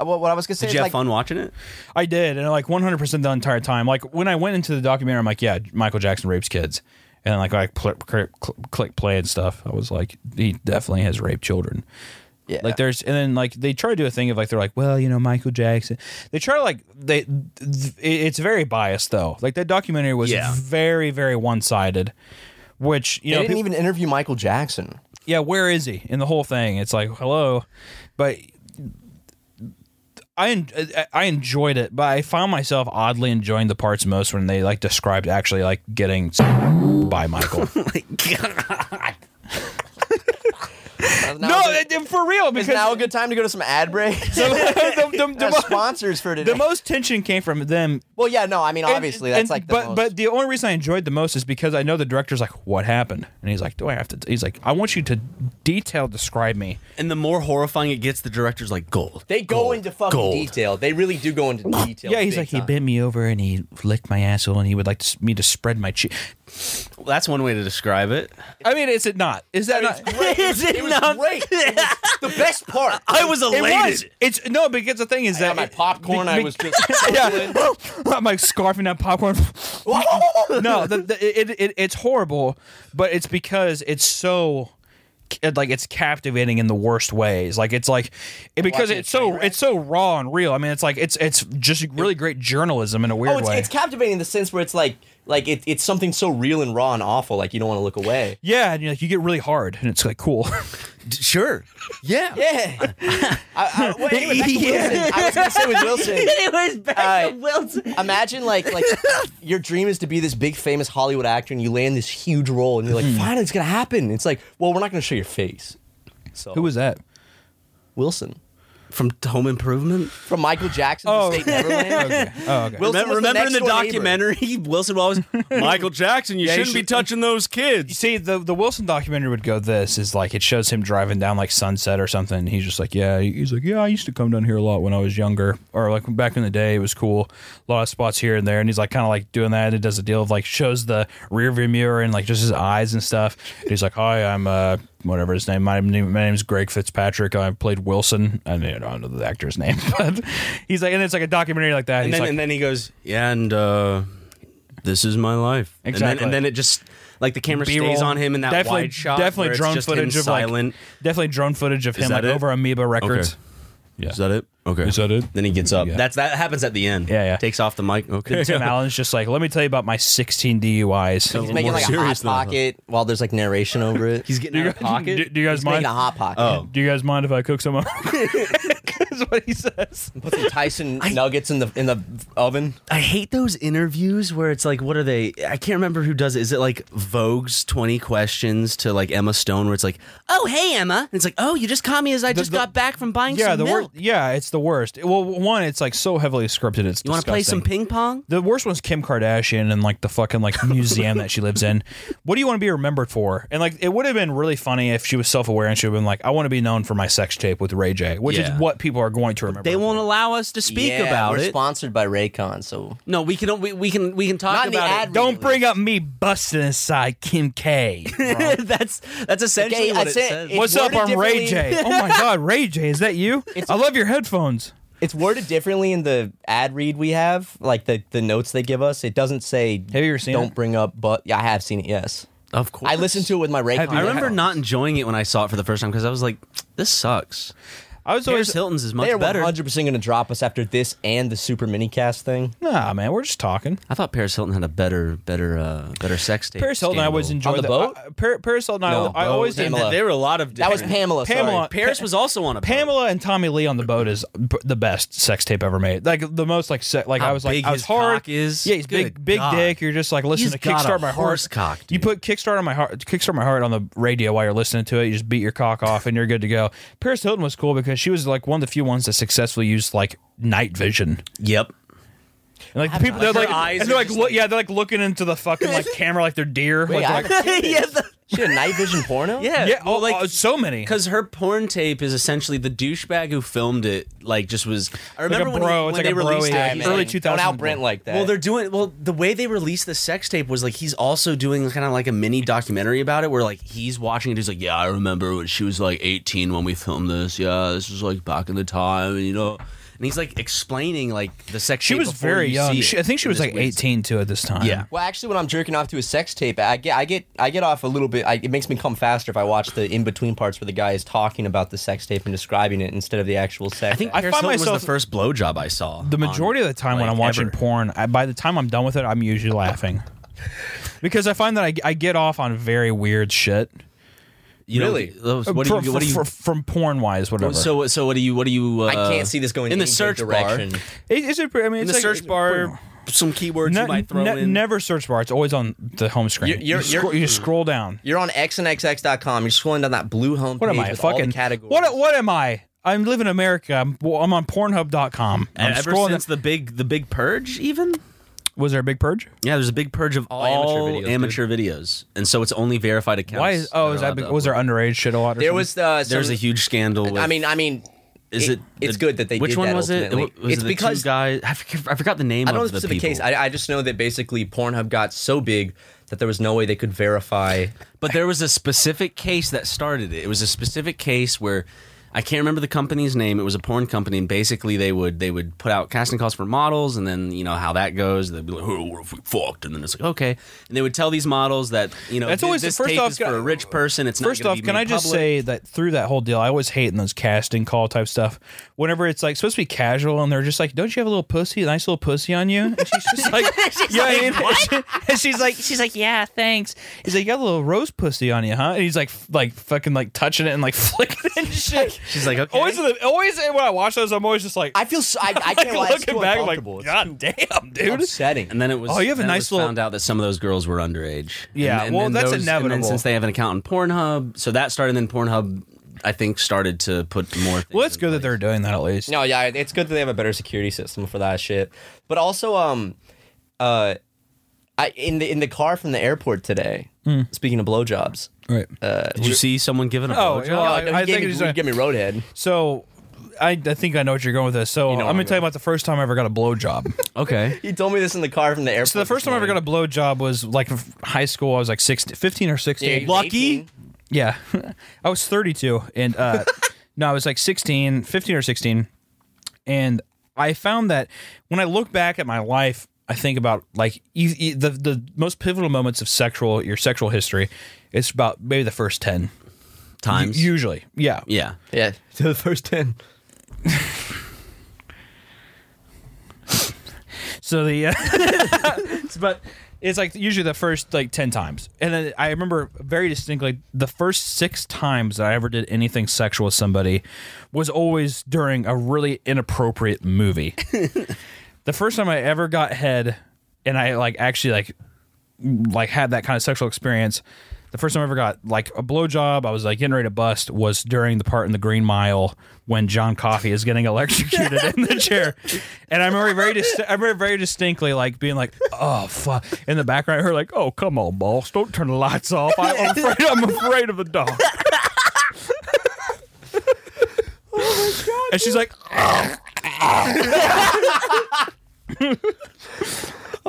[SPEAKER 3] Uh, well, what I was gonna say
[SPEAKER 2] Did
[SPEAKER 3] is
[SPEAKER 2] you have
[SPEAKER 3] like,
[SPEAKER 2] fun watching it?
[SPEAKER 1] I did, and like 100 percent the entire time. Like when I went into the documentary, I'm like, yeah, Michael Jackson rapes kids, and like I click click, click play and stuff. I was like, he definitely has raped children.
[SPEAKER 3] Yeah.
[SPEAKER 1] Like there's and then like they try to do a thing of like they're like well you know Michael Jackson they try to like they th- th- it's very biased though like that documentary was
[SPEAKER 2] Yeah.
[SPEAKER 1] very very one sided which you
[SPEAKER 3] they
[SPEAKER 1] know
[SPEAKER 3] didn't
[SPEAKER 1] peop-
[SPEAKER 3] even interview Michael Jackson.
[SPEAKER 1] yeah, where is he in the whole thing? It's like, hello, but I en- I enjoyed it, but I found myself oddly enjoying the parts most when they like described actually like getting by Michael. no, it- it- for real,
[SPEAKER 3] is
[SPEAKER 1] because
[SPEAKER 3] now a good time to go to some ad breaks?
[SPEAKER 1] the, the- the- the
[SPEAKER 3] Have
[SPEAKER 1] mo-
[SPEAKER 3] sponsors for today.
[SPEAKER 1] the most tension came from them
[SPEAKER 3] well, yeah, no, I mean, obviously,
[SPEAKER 1] And-
[SPEAKER 3] that's like the
[SPEAKER 1] but
[SPEAKER 3] most-
[SPEAKER 1] but the only reason I enjoyed the most is because I know the director's like, what happened, and he's like, do I have to? t-" He's like, I want you to detail describe me.
[SPEAKER 2] And the more horrifying it gets, the director's like gold.
[SPEAKER 3] They go
[SPEAKER 2] gold,
[SPEAKER 3] into fucking
[SPEAKER 2] gold.
[SPEAKER 3] detail. They really do go into detail.
[SPEAKER 1] Yeah, he's
[SPEAKER 3] big
[SPEAKER 1] like he
[SPEAKER 3] time.
[SPEAKER 1] bent me over and he licked my asshole and he would like to, s- me to spread my cheek.
[SPEAKER 2] Well, that's one way to describe it.
[SPEAKER 1] I mean, is it not? Is that
[SPEAKER 3] It's
[SPEAKER 1] not?
[SPEAKER 3] great.
[SPEAKER 2] Is it
[SPEAKER 3] it was
[SPEAKER 2] not-
[SPEAKER 3] great. It was the best part.
[SPEAKER 2] I was
[SPEAKER 1] It
[SPEAKER 2] elated.
[SPEAKER 1] was. It's no because the thing is that
[SPEAKER 3] got my popcorn. I was just
[SPEAKER 1] yeah. I'm like scarfing that popcorn. no, the, the, it, it it's horrible, but it's because it's so it- like it's captivating in the worst ways. Like it's like it, because
[SPEAKER 3] Watching
[SPEAKER 1] it's
[SPEAKER 3] a train
[SPEAKER 1] so it's so raw and real. I mean, it's like it's it's just really great journalism in a weird
[SPEAKER 3] Oh, it's,
[SPEAKER 1] way.
[SPEAKER 3] it's captivating in the sense where it's like like it, it's something so real and raw and awful, like you don't want to look away.
[SPEAKER 1] yeah, and you like you get really hard, and it's like cool.
[SPEAKER 2] sure. Yeah.
[SPEAKER 3] Yeah. I, I, well, anyway, back to Wilson. I was gonna say with Wilson.
[SPEAKER 2] Anyways, back
[SPEAKER 3] Uh,
[SPEAKER 2] to Wilson.
[SPEAKER 3] Imagine like like your dream is to be this big famous Hollywood actor and you land this huge role and you're like,
[SPEAKER 2] Mm-hmm.
[SPEAKER 3] finally it's gonna happen. It's like, well, we're not gonna show your face. So
[SPEAKER 1] Who was that?
[SPEAKER 3] Wilson?
[SPEAKER 2] From Home Improvement.
[SPEAKER 3] From Michael Jackson
[SPEAKER 1] Oh.
[SPEAKER 3] to State Neverland.
[SPEAKER 1] Okay. Oh, okay.
[SPEAKER 3] Wilson
[SPEAKER 2] Remember,
[SPEAKER 3] was the
[SPEAKER 2] remember in the
[SPEAKER 3] next-door neighbor.
[SPEAKER 2] documentary, Wilson Wallace, Michael Jackson, you
[SPEAKER 1] Yeah, you
[SPEAKER 2] shouldn't be
[SPEAKER 1] should-
[SPEAKER 2] touching those
[SPEAKER 1] You
[SPEAKER 2] kids.
[SPEAKER 1] see, the the Wilson documentary would go this is like it shows him driving down like sunset or something. And he's just like, yeah, he's like, yeah, I used to come down here a lot when I was younger, or like back in the day, it was cool. A lot of spots here and there, and he's like kind of like doing that. And it does a deal of like shows the rear view mirror and like just his eyes and stuff. And he's like, hi, I'm uh whatever his name. My name my name's Greg Fitzpatrick. I played Wilson. I mean, I don't know the actor's name, but he's like, and it's like a documentary like that.
[SPEAKER 2] And
[SPEAKER 1] he's
[SPEAKER 2] then,
[SPEAKER 1] like,
[SPEAKER 2] and then he goes, yeah, and uh, this is my life. And
[SPEAKER 1] Exactly.
[SPEAKER 2] then, and then it just, like the camera stays
[SPEAKER 1] B-roll.
[SPEAKER 2] on him in that
[SPEAKER 1] definitely,
[SPEAKER 2] wide shot.
[SPEAKER 1] Definitely
[SPEAKER 2] where it's
[SPEAKER 1] drone
[SPEAKER 2] just him
[SPEAKER 1] footage of
[SPEAKER 2] silent.
[SPEAKER 1] like definitely drone footage of him
[SPEAKER 2] that
[SPEAKER 1] like
[SPEAKER 2] it?
[SPEAKER 1] over Amoeba Records.
[SPEAKER 2] Okay. Is that it? Okay.
[SPEAKER 1] Is that it?
[SPEAKER 2] Then he gets up.
[SPEAKER 1] Yeah.
[SPEAKER 2] That's that happens at the end.
[SPEAKER 1] Yeah, yeah.
[SPEAKER 2] Takes off the mic. Okay.
[SPEAKER 1] Tim Allen's just like, let me tell you about my 16 DUIs.
[SPEAKER 3] He's
[SPEAKER 2] More
[SPEAKER 3] making like a hot
[SPEAKER 2] serious than I thought.
[SPEAKER 3] pocket while there's like narration over it. He's
[SPEAKER 2] getting
[SPEAKER 1] Do you guys- Do, do you guys mind?
[SPEAKER 3] making a hot pocket.
[SPEAKER 2] Oh.
[SPEAKER 1] Do you guys mind if I cook some? That's what he says.
[SPEAKER 3] Put some Tyson nuggets in the in the oven.
[SPEAKER 2] I hate those interviews where it's like, what are they? I can't remember who does it. Is it like Vogue's 20 questions to like Emma Stone, where it's like, oh, hey, Emma. And it's like, oh, you just caught me as I just
[SPEAKER 1] the-
[SPEAKER 2] got back from buying
[SPEAKER 1] Yeah,
[SPEAKER 2] some
[SPEAKER 1] the worst.
[SPEAKER 2] milk.
[SPEAKER 1] Yeah, it's the worst. Well, one, it's like so heavily scripted. It's
[SPEAKER 2] You want to play some ping pong?
[SPEAKER 1] The worst one's Kim Kardashian and like the fucking like museum that she lives in. What do you want to be remembered for? And like it would have been really funny if she was self aware and she would have been like, I want to be known for my sex tape with Ray J, which
[SPEAKER 2] Yeah.
[SPEAKER 1] is what people are going to remember.
[SPEAKER 2] They
[SPEAKER 1] her
[SPEAKER 2] won't allow us to speak
[SPEAKER 3] Yeah,
[SPEAKER 2] about
[SPEAKER 3] we're
[SPEAKER 2] it.
[SPEAKER 3] sponsored by Raycon, so
[SPEAKER 2] no, we can we, we can we can talk
[SPEAKER 3] Not in the
[SPEAKER 2] about
[SPEAKER 1] for.
[SPEAKER 3] ad
[SPEAKER 1] Don't bring up me busting inside Kim K. bro.
[SPEAKER 2] it. that's that's essentially
[SPEAKER 3] Okay,
[SPEAKER 2] what
[SPEAKER 3] I
[SPEAKER 2] it
[SPEAKER 3] said-
[SPEAKER 2] says.
[SPEAKER 3] it-
[SPEAKER 1] What's up?
[SPEAKER 3] worded
[SPEAKER 1] I'm Ray
[SPEAKER 3] differently.
[SPEAKER 1] J. Oh my God, Ray J, is that you? I love your headphones.
[SPEAKER 3] it's worded differently in the ad read we have, like the, the notes they give us. It doesn't say.
[SPEAKER 1] Have you ever seen
[SPEAKER 3] Don't
[SPEAKER 1] it?
[SPEAKER 3] bring up, but yeah, I have seen it. Yes,
[SPEAKER 2] of course.
[SPEAKER 3] I listened to it with my Raycon.
[SPEAKER 1] Have you-
[SPEAKER 2] I remember not enjoying it when I saw it for the first time because I was like, this sucks.
[SPEAKER 1] I was
[SPEAKER 2] Paris
[SPEAKER 1] always
[SPEAKER 2] Hilton's is much
[SPEAKER 3] They are one
[SPEAKER 2] better.
[SPEAKER 3] hundred percent going to drop us after this and the super minicast thing.
[SPEAKER 1] nah, man. We're just talking.
[SPEAKER 2] I thought Paris Hilton had a better, better, uh, better sex tape.
[SPEAKER 1] Paris Hilton, I always
[SPEAKER 2] scandal.
[SPEAKER 1] enjoyed
[SPEAKER 3] the boat?
[SPEAKER 1] uh, Par- Paris Hilton,
[SPEAKER 2] No,
[SPEAKER 1] I, I always
[SPEAKER 3] boat,
[SPEAKER 1] did.
[SPEAKER 3] Oh, Pamela.
[SPEAKER 2] There were a lot of
[SPEAKER 3] That was
[SPEAKER 2] different-
[SPEAKER 3] Pamela. sorry.
[SPEAKER 1] Pamela.
[SPEAKER 2] Paris was also on a boat.
[SPEAKER 1] Pamela and Tommy Lee on the boat is b- the best sex tape ever made. Like the most like se- like
[SPEAKER 2] How
[SPEAKER 1] I was like
[SPEAKER 2] big
[SPEAKER 1] I was
[SPEAKER 2] his
[SPEAKER 1] hard.
[SPEAKER 2] cock is.
[SPEAKER 1] Yeah, he's
[SPEAKER 2] Good
[SPEAKER 1] big big
[SPEAKER 2] God.
[SPEAKER 1] dick. You're just like listen
[SPEAKER 2] He's
[SPEAKER 1] to
[SPEAKER 2] got a
[SPEAKER 1] Kickstart My
[SPEAKER 2] horse
[SPEAKER 1] Heart.
[SPEAKER 2] cock,
[SPEAKER 1] you
[SPEAKER 2] dude.
[SPEAKER 1] put Kickstart on my heart Kickstart My Heart on the radio while you're listening to it. You just beat your cock off and you're good to go. Paris Hilton was cool because she was like one of the few ones that successfully used like night vision.
[SPEAKER 2] Yep.
[SPEAKER 1] And like the people, they're
[SPEAKER 2] Like,
[SPEAKER 1] like,
[SPEAKER 2] her eyes
[SPEAKER 1] and they're
[SPEAKER 2] are
[SPEAKER 1] like,
[SPEAKER 2] just
[SPEAKER 1] look, yeah, they're like looking into the fucking like camera like they're deer.
[SPEAKER 3] Wait, I
[SPEAKER 1] like,
[SPEAKER 3] haven't
[SPEAKER 1] like-
[SPEAKER 3] seen
[SPEAKER 2] Yeah,
[SPEAKER 3] this.
[SPEAKER 2] the-
[SPEAKER 3] she had night vision porno.
[SPEAKER 2] Yeah.
[SPEAKER 1] yeah,
[SPEAKER 2] Well,
[SPEAKER 1] oh,
[SPEAKER 2] like,
[SPEAKER 1] oh, so many.
[SPEAKER 2] because her porn tape is essentially the douchebag who filmed it. Like, just was. I
[SPEAKER 1] Like
[SPEAKER 2] remember
[SPEAKER 1] a bro,
[SPEAKER 2] when,
[SPEAKER 1] it's like a
[SPEAKER 2] he, when they
[SPEAKER 1] bro
[SPEAKER 2] released
[SPEAKER 1] age.
[SPEAKER 2] it. he's
[SPEAKER 1] Early
[SPEAKER 2] like-
[SPEAKER 3] two thousand. Don't out
[SPEAKER 1] 2000.
[SPEAKER 3] Brent like that.
[SPEAKER 2] Well, they're doing well. The way they released the sex tape was like he's also doing kind of like a mini documentary about it, where like he's watching it. He's like, "Yeah, I remember when she was like 18 when we filmed this. Yeah, this was like back in the time, and you know." And he's like explaining like the sex.
[SPEAKER 1] she
[SPEAKER 2] tape
[SPEAKER 1] was
[SPEAKER 2] before
[SPEAKER 1] very
[SPEAKER 2] you
[SPEAKER 1] young.
[SPEAKER 2] see it
[SPEAKER 1] She, I think she
[SPEAKER 2] in
[SPEAKER 1] was
[SPEAKER 2] this
[SPEAKER 1] like
[SPEAKER 2] weird-
[SPEAKER 1] 18 too at this time.
[SPEAKER 2] Yeah.
[SPEAKER 3] Well, actually, when I'm jerking off to a sex tape, I get, I get, I get off a little bit. I, it makes me come faster if I watch the in between parts where the guy is talking about the sex tape and describing it instead of the actual sex.
[SPEAKER 2] I think
[SPEAKER 1] I
[SPEAKER 2] Paris
[SPEAKER 1] find
[SPEAKER 2] Hilton was
[SPEAKER 1] myself-
[SPEAKER 2] the first blowjob I saw.
[SPEAKER 1] The majority of the time when I'm watching porn, I, by the time I'm done with it, I'm usually laughing because I find that I, I get off on very weird shit.
[SPEAKER 2] you
[SPEAKER 3] Really?
[SPEAKER 2] Know, what do
[SPEAKER 1] from,
[SPEAKER 2] you? What do you?
[SPEAKER 1] from- from porn wise, whatever.
[SPEAKER 2] so so what do you? What do you? Uh,
[SPEAKER 3] I can't see this going
[SPEAKER 2] in the
[SPEAKER 3] any good
[SPEAKER 2] search
[SPEAKER 3] direction.
[SPEAKER 2] bar.
[SPEAKER 1] It- it's a, pre- I mean,
[SPEAKER 2] In
[SPEAKER 1] it's
[SPEAKER 2] the
[SPEAKER 1] like-
[SPEAKER 2] search bar, some keywords
[SPEAKER 1] Ne-
[SPEAKER 2] you might throw
[SPEAKER 1] ne-
[SPEAKER 2] in.
[SPEAKER 1] Never search bar. It's always on the home screen.
[SPEAKER 3] You're-
[SPEAKER 1] you,
[SPEAKER 3] you're-
[SPEAKER 1] scroll, you scroll down.
[SPEAKER 3] You're on xnxx.com. You're scrolling down that blue homepage
[SPEAKER 1] What am I?
[SPEAKER 3] with all
[SPEAKER 1] Fucking
[SPEAKER 3] the categories.
[SPEAKER 1] What? What am I? I'm living in America. I'm, well, I'm on Pornhub.com. I'm
[SPEAKER 2] And ever
[SPEAKER 1] scrolling.
[SPEAKER 2] since the big the big purge, even
[SPEAKER 1] was there a big purge?
[SPEAKER 2] Yeah, there's a big purge of all, amateur,
[SPEAKER 3] amateur videos,
[SPEAKER 2] videos, and so it's only verified accounts.
[SPEAKER 1] Why? Is, oh,
[SPEAKER 2] that uh,
[SPEAKER 1] is
[SPEAKER 2] are
[SPEAKER 1] that
[SPEAKER 2] allowed
[SPEAKER 1] big,
[SPEAKER 2] to
[SPEAKER 1] was there
[SPEAKER 2] upload.
[SPEAKER 1] underage shit a lot? Or
[SPEAKER 3] There
[SPEAKER 1] something?
[SPEAKER 3] was uh, some,
[SPEAKER 2] There's a huge scandal. With,
[SPEAKER 3] I mean, I mean,
[SPEAKER 2] is it?
[SPEAKER 3] It's
[SPEAKER 2] the-
[SPEAKER 3] good that they.
[SPEAKER 2] Which
[SPEAKER 3] did
[SPEAKER 2] one
[SPEAKER 3] that
[SPEAKER 2] was it?
[SPEAKER 3] ultimately.
[SPEAKER 2] Was
[SPEAKER 3] it's
[SPEAKER 2] it the
[SPEAKER 3] because
[SPEAKER 2] two guys. I forget, I forgot the name.
[SPEAKER 3] I don't know
[SPEAKER 2] of
[SPEAKER 3] the specific
[SPEAKER 2] people.
[SPEAKER 3] case. I, I just know that basically Pornhub got so big that there was no way they could verify.
[SPEAKER 2] But there was a specific case that started it. It was a specific case where I can't remember the company's name. It was a porn company, and basically they would they would put out casting calls for models, and then you know how that goes. They'd be like, "Oh, what if we fucked?" And then it's like, "Okay." And they would tell these models that you know
[SPEAKER 1] That's
[SPEAKER 2] thi-
[SPEAKER 1] always-
[SPEAKER 2] this
[SPEAKER 1] first
[SPEAKER 2] tape
[SPEAKER 1] off,
[SPEAKER 2] is for
[SPEAKER 1] can I-
[SPEAKER 2] a rich person. It's
[SPEAKER 1] First
[SPEAKER 2] not gonna
[SPEAKER 1] off,
[SPEAKER 2] be
[SPEAKER 1] can
[SPEAKER 2] made
[SPEAKER 1] I just
[SPEAKER 2] public.
[SPEAKER 1] say that through that whole deal, I always hate in those casting call type stuff. Whenever it's like supposed to be casual and they're just like, "Don't you have a little pussy, a nice little pussy on you?" And she's just like, "Yeah," and, and she's like, "She's like, yeah, thanks." He's like, "You got a little rose pussy on you, huh?" And he's like, f- like fucking like touching it and like flicking it and shit.
[SPEAKER 2] She's like, okay.
[SPEAKER 1] Always, the- always when I watch those, I'm always just like,
[SPEAKER 3] I feel so, I, I
[SPEAKER 1] like
[SPEAKER 3] can't lie. It's
[SPEAKER 1] looking
[SPEAKER 3] too
[SPEAKER 1] back, I'm like,
[SPEAKER 3] uncomfortable. It's
[SPEAKER 1] "God damn, dude."
[SPEAKER 3] upsetting.
[SPEAKER 2] And then it was.
[SPEAKER 1] Oh, you have a
[SPEAKER 2] then it
[SPEAKER 1] nice
[SPEAKER 2] was
[SPEAKER 1] little-
[SPEAKER 2] Found out that some of those girls were underage.
[SPEAKER 1] Yeah,
[SPEAKER 2] And- and
[SPEAKER 1] well,
[SPEAKER 2] then
[SPEAKER 1] that's
[SPEAKER 2] those- And
[SPEAKER 1] inevitable.
[SPEAKER 2] then since they have an account in Pornhub, so that started. And then Pornhub, I think, started to put more.
[SPEAKER 1] Well,
[SPEAKER 2] things
[SPEAKER 1] it's
[SPEAKER 2] in
[SPEAKER 1] good that
[SPEAKER 2] place.
[SPEAKER 1] they're doing that at least.
[SPEAKER 3] No, yeah, it's good that they have a better security system for that shit. But also, um, uh, I in the in the car from the airport today. Speaking of blowjobs,
[SPEAKER 1] Right.
[SPEAKER 3] uh,
[SPEAKER 2] Did you see someone giving a
[SPEAKER 1] Oh,
[SPEAKER 2] blowjob?
[SPEAKER 1] yeah, I,
[SPEAKER 3] no, he
[SPEAKER 1] I
[SPEAKER 3] gave
[SPEAKER 1] think
[SPEAKER 3] me,
[SPEAKER 1] it's
[SPEAKER 3] he gave me roadhead.
[SPEAKER 1] So I, I think I know what you're going with this. So
[SPEAKER 3] know
[SPEAKER 1] I'm
[SPEAKER 3] where
[SPEAKER 1] gonna
[SPEAKER 3] I'm
[SPEAKER 1] tell you about the first time I ever got a blowjob.
[SPEAKER 2] Okay.
[SPEAKER 3] He told me this in the car from the airport.
[SPEAKER 1] so the first time I ever got a blowjob was like in high school. I was like 16, 15 or 16.
[SPEAKER 2] you- Lucky?
[SPEAKER 1] Yeah. I was 32 and uh no, I was like 16, 15 or 16. And I found that when I look back at my life, I think about like you, you- the the most pivotal moments of sexual your sexual history. It's about maybe the first 10
[SPEAKER 2] Times.
[SPEAKER 1] usually. Yeah.
[SPEAKER 2] yeah.
[SPEAKER 3] Yeah, to the first ten.
[SPEAKER 1] So the uh, it's but it's like usually the first like ten times, and then I remember very distinctly the first six times that I ever did anything sexual with somebody was always during a really inappropriate movie. the first time I ever got head, and I like actually like like had that kind of sexual experience. The first time I ever got like a blowjob, I was like getting ready to bust was during the part in the Green Mile when John Coffey is getting electrocuted in the chair, and I remember very, dis- I remember very distinctly like being like, "Oh fuck!" In the background, her like, "Oh come on, boss, don't turn the lights off. I, I'm afraid, I'm afraid of the dog." oh my god! And she's like,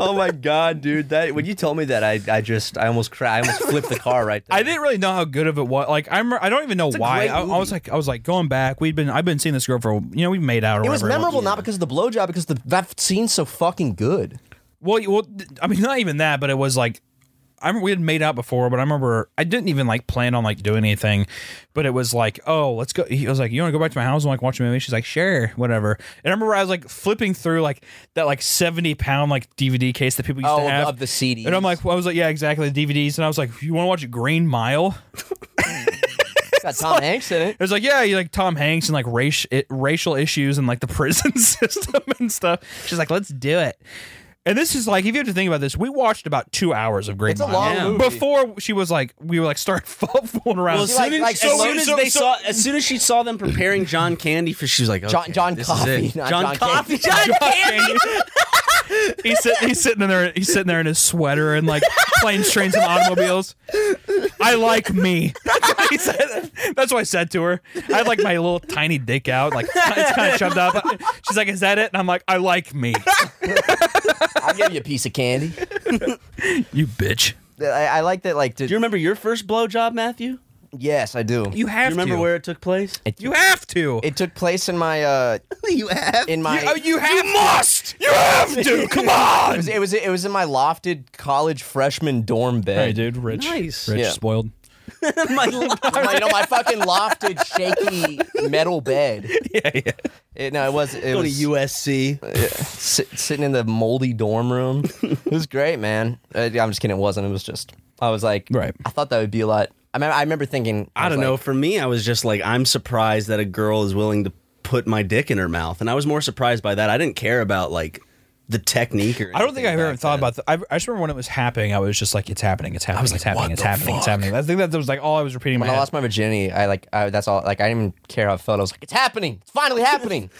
[SPEAKER 3] Oh my god, dude! That when you told me that, I, I just I almost cried. I almost flipped the car right there.
[SPEAKER 1] I didn't really know how good of it was. Like I'm, I don't even know
[SPEAKER 3] a
[SPEAKER 1] why.
[SPEAKER 3] great
[SPEAKER 1] I, I was
[SPEAKER 3] movie.
[SPEAKER 1] like, I was like going back. We'd been, I've been seeing this girl for, you know, we made out. Or
[SPEAKER 3] It was
[SPEAKER 1] whatever.
[SPEAKER 3] memorable not because of the blowjob, because the that scene's so fucking good.
[SPEAKER 1] Well, you- well, th- I mean, not even that, but it was like, I remember we had made out before, but I remember I didn't even like plan on like doing anything, but it was like, oh, let's go. He was like, you want to go back to my house and like watch a movie? She's like, sure, whatever. And I remember I was like flipping through like that like seventy pound like DVD case that people used
[SPEAKER 3] Oh,
[SPEAKER 1] to
[SPEAKER 3] of-
[SPEAKER 1] have
[SPEAKER 3] of the CDs.
[SPEAKER 1] And I'm like, well, I was like, yeah, exactly, the DVDs. And I was like, you want to watch Green Mile?
[SPEAKER 3] It's got Tom Hanks in it.
[SPEAKER 1] It was like, yeah, you like Tom Hanks and like race, it, racial issues and like the prison system and stuff. She's like, let's do it. And this is like, if you have to think about this, we watched about two hours of Green
[SPEAKER 3] It's a
[SPEAKER 1] Mile.
[SPEAKER 3] long
[SPEAKER 2] Yeah.
[SPEAKER 3] movie.
[SPEAKER 1] Before she was like, we were like start fooling around.
[SPEAKER 2] Well, as soon as,
[SPEAKER 3] like-
[SPEAKER 2] as,
[SPEAKER 3] so-
[SPEAKER 2] soon as
[SPEAKER 1] so-
[SPEAKER 2] they
[SPEAKER 1] so-
[SPEAKER 2] saw, as soon as she saw them preparing John Candy for, she was like, okay,
[SPEAKER 3] John- John
[SPEAKER 2] this
[SPEAKER 3] Coffey,
[SPEAKER 2] is it.
[SPEAKER 3] not
[SPEAKER 2] John,
[SPEAKER 3] John
[SPEAKER 2] Coffey,
[SPEAKER 3] Candy.
[SPEAKER 2] John Candy.
[SPEAKER 1] he's, sit, he's sitting in there. He's sitting there in his sweater and like playing trains and automobiles. I like me. That's what, he said. That's what I said to her. I had like my little tiny dick out, like it's kind of shoved up. She's like, "Is that it?" And I'm like, "I like me,
[SPEAKER 3] I'll give you a piece of candy.
[SPEAKER 1] you bitch."
[SPEAKER 3] I, I like that. Like,
[SPEAKER 2] Do you remember your first blowjob, Matthew?
[SPEAKER 3] yes, I do.
[SPEAKER 1] You
[SPEAKER 2] Do
[SPEAKER 1] have
[SPEAKER 2] you remember
[SPEAKER 1] to.
[SPEAKER 2] where it took place?
[SPEAKER 1] you have to.
[SPEAKER 3] It took place in my uh
[SPEAKER 2] you have.
[SPEAKER 3] in my
[SPEAKER 1] you, you have must. You have to. Come on.
[SPEAKER 3] it was it was it was in my lofted college freshman dorm bed.
[SPEAKER 1] Hey, dude, rich,
[SPEAKER 2] Nice.
[SPEAKER 1] rich,
[SPEAKER 3] Yeah.
[SPEAKER 1] spoiled.
[SPEAKER 3] My, you know my fucking lofted shaky metal bed. Yeah, yeah. It, no, it was it
[SPEAKER 2] Go
[SPEAKER 3] was
[SPEAKER 2] to USC.
[SPEAKER 3] sit, sitting in the moldy dorm room. it was great, man. Uh, I'm just kidding. It wasn't. It was just I was like,
[SPEAKER 1] Right.
[SPEAKER 3] I thought that would be a lot. I mean, I remember thinking,
[SPEAKER 2] I
[SPEAKER 3] was
[SPEAKER 2] don't
[SPEAKER 3] like,
[SPEAKER 2] know. For me, I was just like, I'm surprised that a girl is willing to put my dick in her mouth, and I was more surprised by that. I didn't care about like the technique or.
[SPEAKER 1] I don't think I've
[SPEAKER 2] anything
[SPEAKER 1] ever
[SPEAKER 2] back
[SPEAKER 1] thought
[SPEAKER 2] then.
[SPEAKER 1] about that. I, I just remember when it was happening, I was just like, it's happening, it's happening, it's happening, it's happening, it's happening. I think that was like all I was repeating in my
[SPEAKER 3] When I
[SPEAKER 1] head.
[SPEAKER 3] lost my virginity, I like I, that's all. Like I didn't even care how it felt. I was like, it's happening. It's finally happening.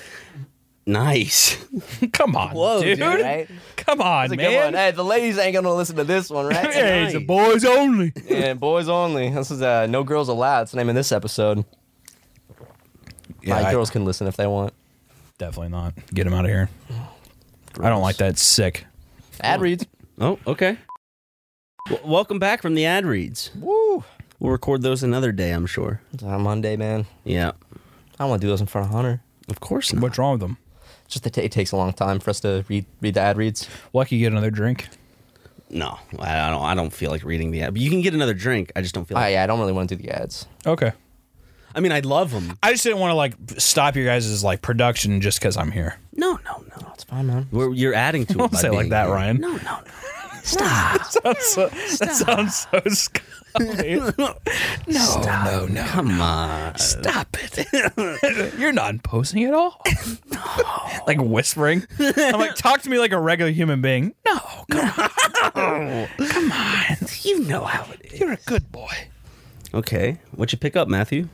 [SPEAKER 2] Nice.
[SPEAKER 1] Come on,
[SPEAKER 3] Whoa,
[SPEAKER 1] dude.
[SPEAKER 3] dude, right?
[SPEAKER 1] Come on,
[SPEAKER 3] It's like,
[SPEAKER 1] man.
[SPEAKER 3] come on, hey, the ladies ain't gonna listen to this one, right?
[SPEAKER 1] Hey, it's a boys only.
[SPEAKER 3] Yeah, boys only. This is uh, no girls allowed. It's the name of this episode.
[SPEAKER 1] Yeah,
[SPEAKER 3] My
[SPEAKER 1] I-
[SPEAKER 3] girls can listen if they want.
[SPEAKER 1] definitely not. Get him out of here. I don't like that. It's sick.
[SPEAKER 3] Ad reads.
[SPEAKER 2] Oh, okay. W- welcome back from the ad reads.
[SPEAKER 3] Woo!
[SPEAKER 2] We'll record those another day, I'm sure.
[SPEAKER 3] It's on Monday, man.
[SPEAKER 2] Yeah.
[SPEAKER 3] I don't want to do those in front of Hunter.
[SPEAKER 2] Of course not.
[SPEAKER 1] What's wrong with them?
[SPEAKER 3] It's just that it takes a long time for us to read read the ad reads.
[SPEAKER 1] Lucky you get another drink.
[SPEAKER 2] No, I I don't. I don't feel like reading the ad. But you can get another drink. I just don't feel.
[SPEAKER 3] I
[SPEAKER 2] Like,
[SPEAKER 3] yeah, I don't really want to do the ads.
[SPEAKER 1] Okay.
[SPEAKER 2] I mean, I love them.
[SPEAKER 1] I just didn't want to like stop your guys' like production just because I'm here.
[SPEAKER 2] No, no, no.
[SPEAKER 3] It's fine, man.
[SPEAKER 2] We're, you're adding to it.
[SPEAKER 1] Don't
[SPEAKER 2] by
[SPEAKER 1] say it like
[SPEAKER 2] being
[SPEAKER 1] that,
[SPEAKER 2] here.
[SPEAKER 1] Ryan.
[SPEAKER 2] No, no, no. Stop.
[SPEAKER 1] So, that sounds so scummy. no, no, Oh, no.
[SPEAKER 2] Come on.
[SPEAKER 1] Stop it. You're not imposing at all. like whispering. I'm like, talk to me like a regular human being. No, come on. Come on.
[SPEAKER 2] You know how it is.
[SPEAKER 1] You're a good boy.
[SPEAKER 2] Okay. What you pick up, Matthew?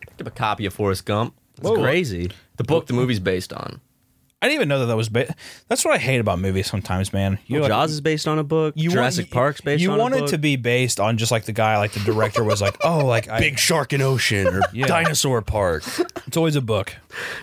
[SPEAKER 3] Picked up a copy of Forrest Gump,
[SPEAKER 2] It's crazy.
[SPEAKER 3] the book the movie's based on.
[SPEAKER 1] I didn't even know that that was. Ba- That's what I hate about movies sometimes, man. You're like,
[SPEAKER 2] Jaws is based on a book.
[SPEAKER 1] you want-
[SPEAKER 2] Jurassic Park's based
[SPEAKER 1] You
[SPEAKER 2] on
[SPEAKER 1] want
[SPEAKER 2] a
[SPEAKER 1] it
[SPEAKER 2] book.
[SPEAKER 1] to be based on just like the guy, like the director was like, oh, like I,
[SPEAKER 4] Big Shark and Ocean or Dinosaur Park.
[SPEAKER 1] It's always a book.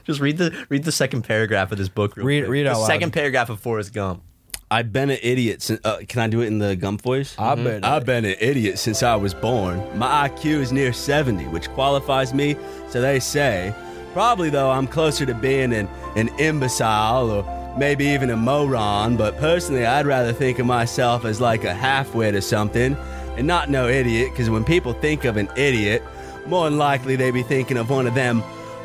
[SPEAKER 3] Just read the read the second paragraph of this book. Real
[SPEAKER 1] Read-
[SPEAKER 3] quick.
[SPEAKER 1] read
[SPEAKER 3] the
[SPEAKER 1] out loud.
[SPEAKER 3] second paragraph of Forrest Gump.
[SPEAKER 2] I've been an idiot since. Uh, can I do it in the Gump voice? Mm-hmm.
[SPEAKER 1] I bet.
[SPEAKER 2] I've been an idiot since I was born. My IQ is near 70, which qualifies me, so they say. Probably, though, I'm closer to being an, an imbecile or maybe even a moron, but personally, I'd rather think of myself as like a halfwit or something and not no idiot, because when people think of an idiot, more than likely they be thinking of one of them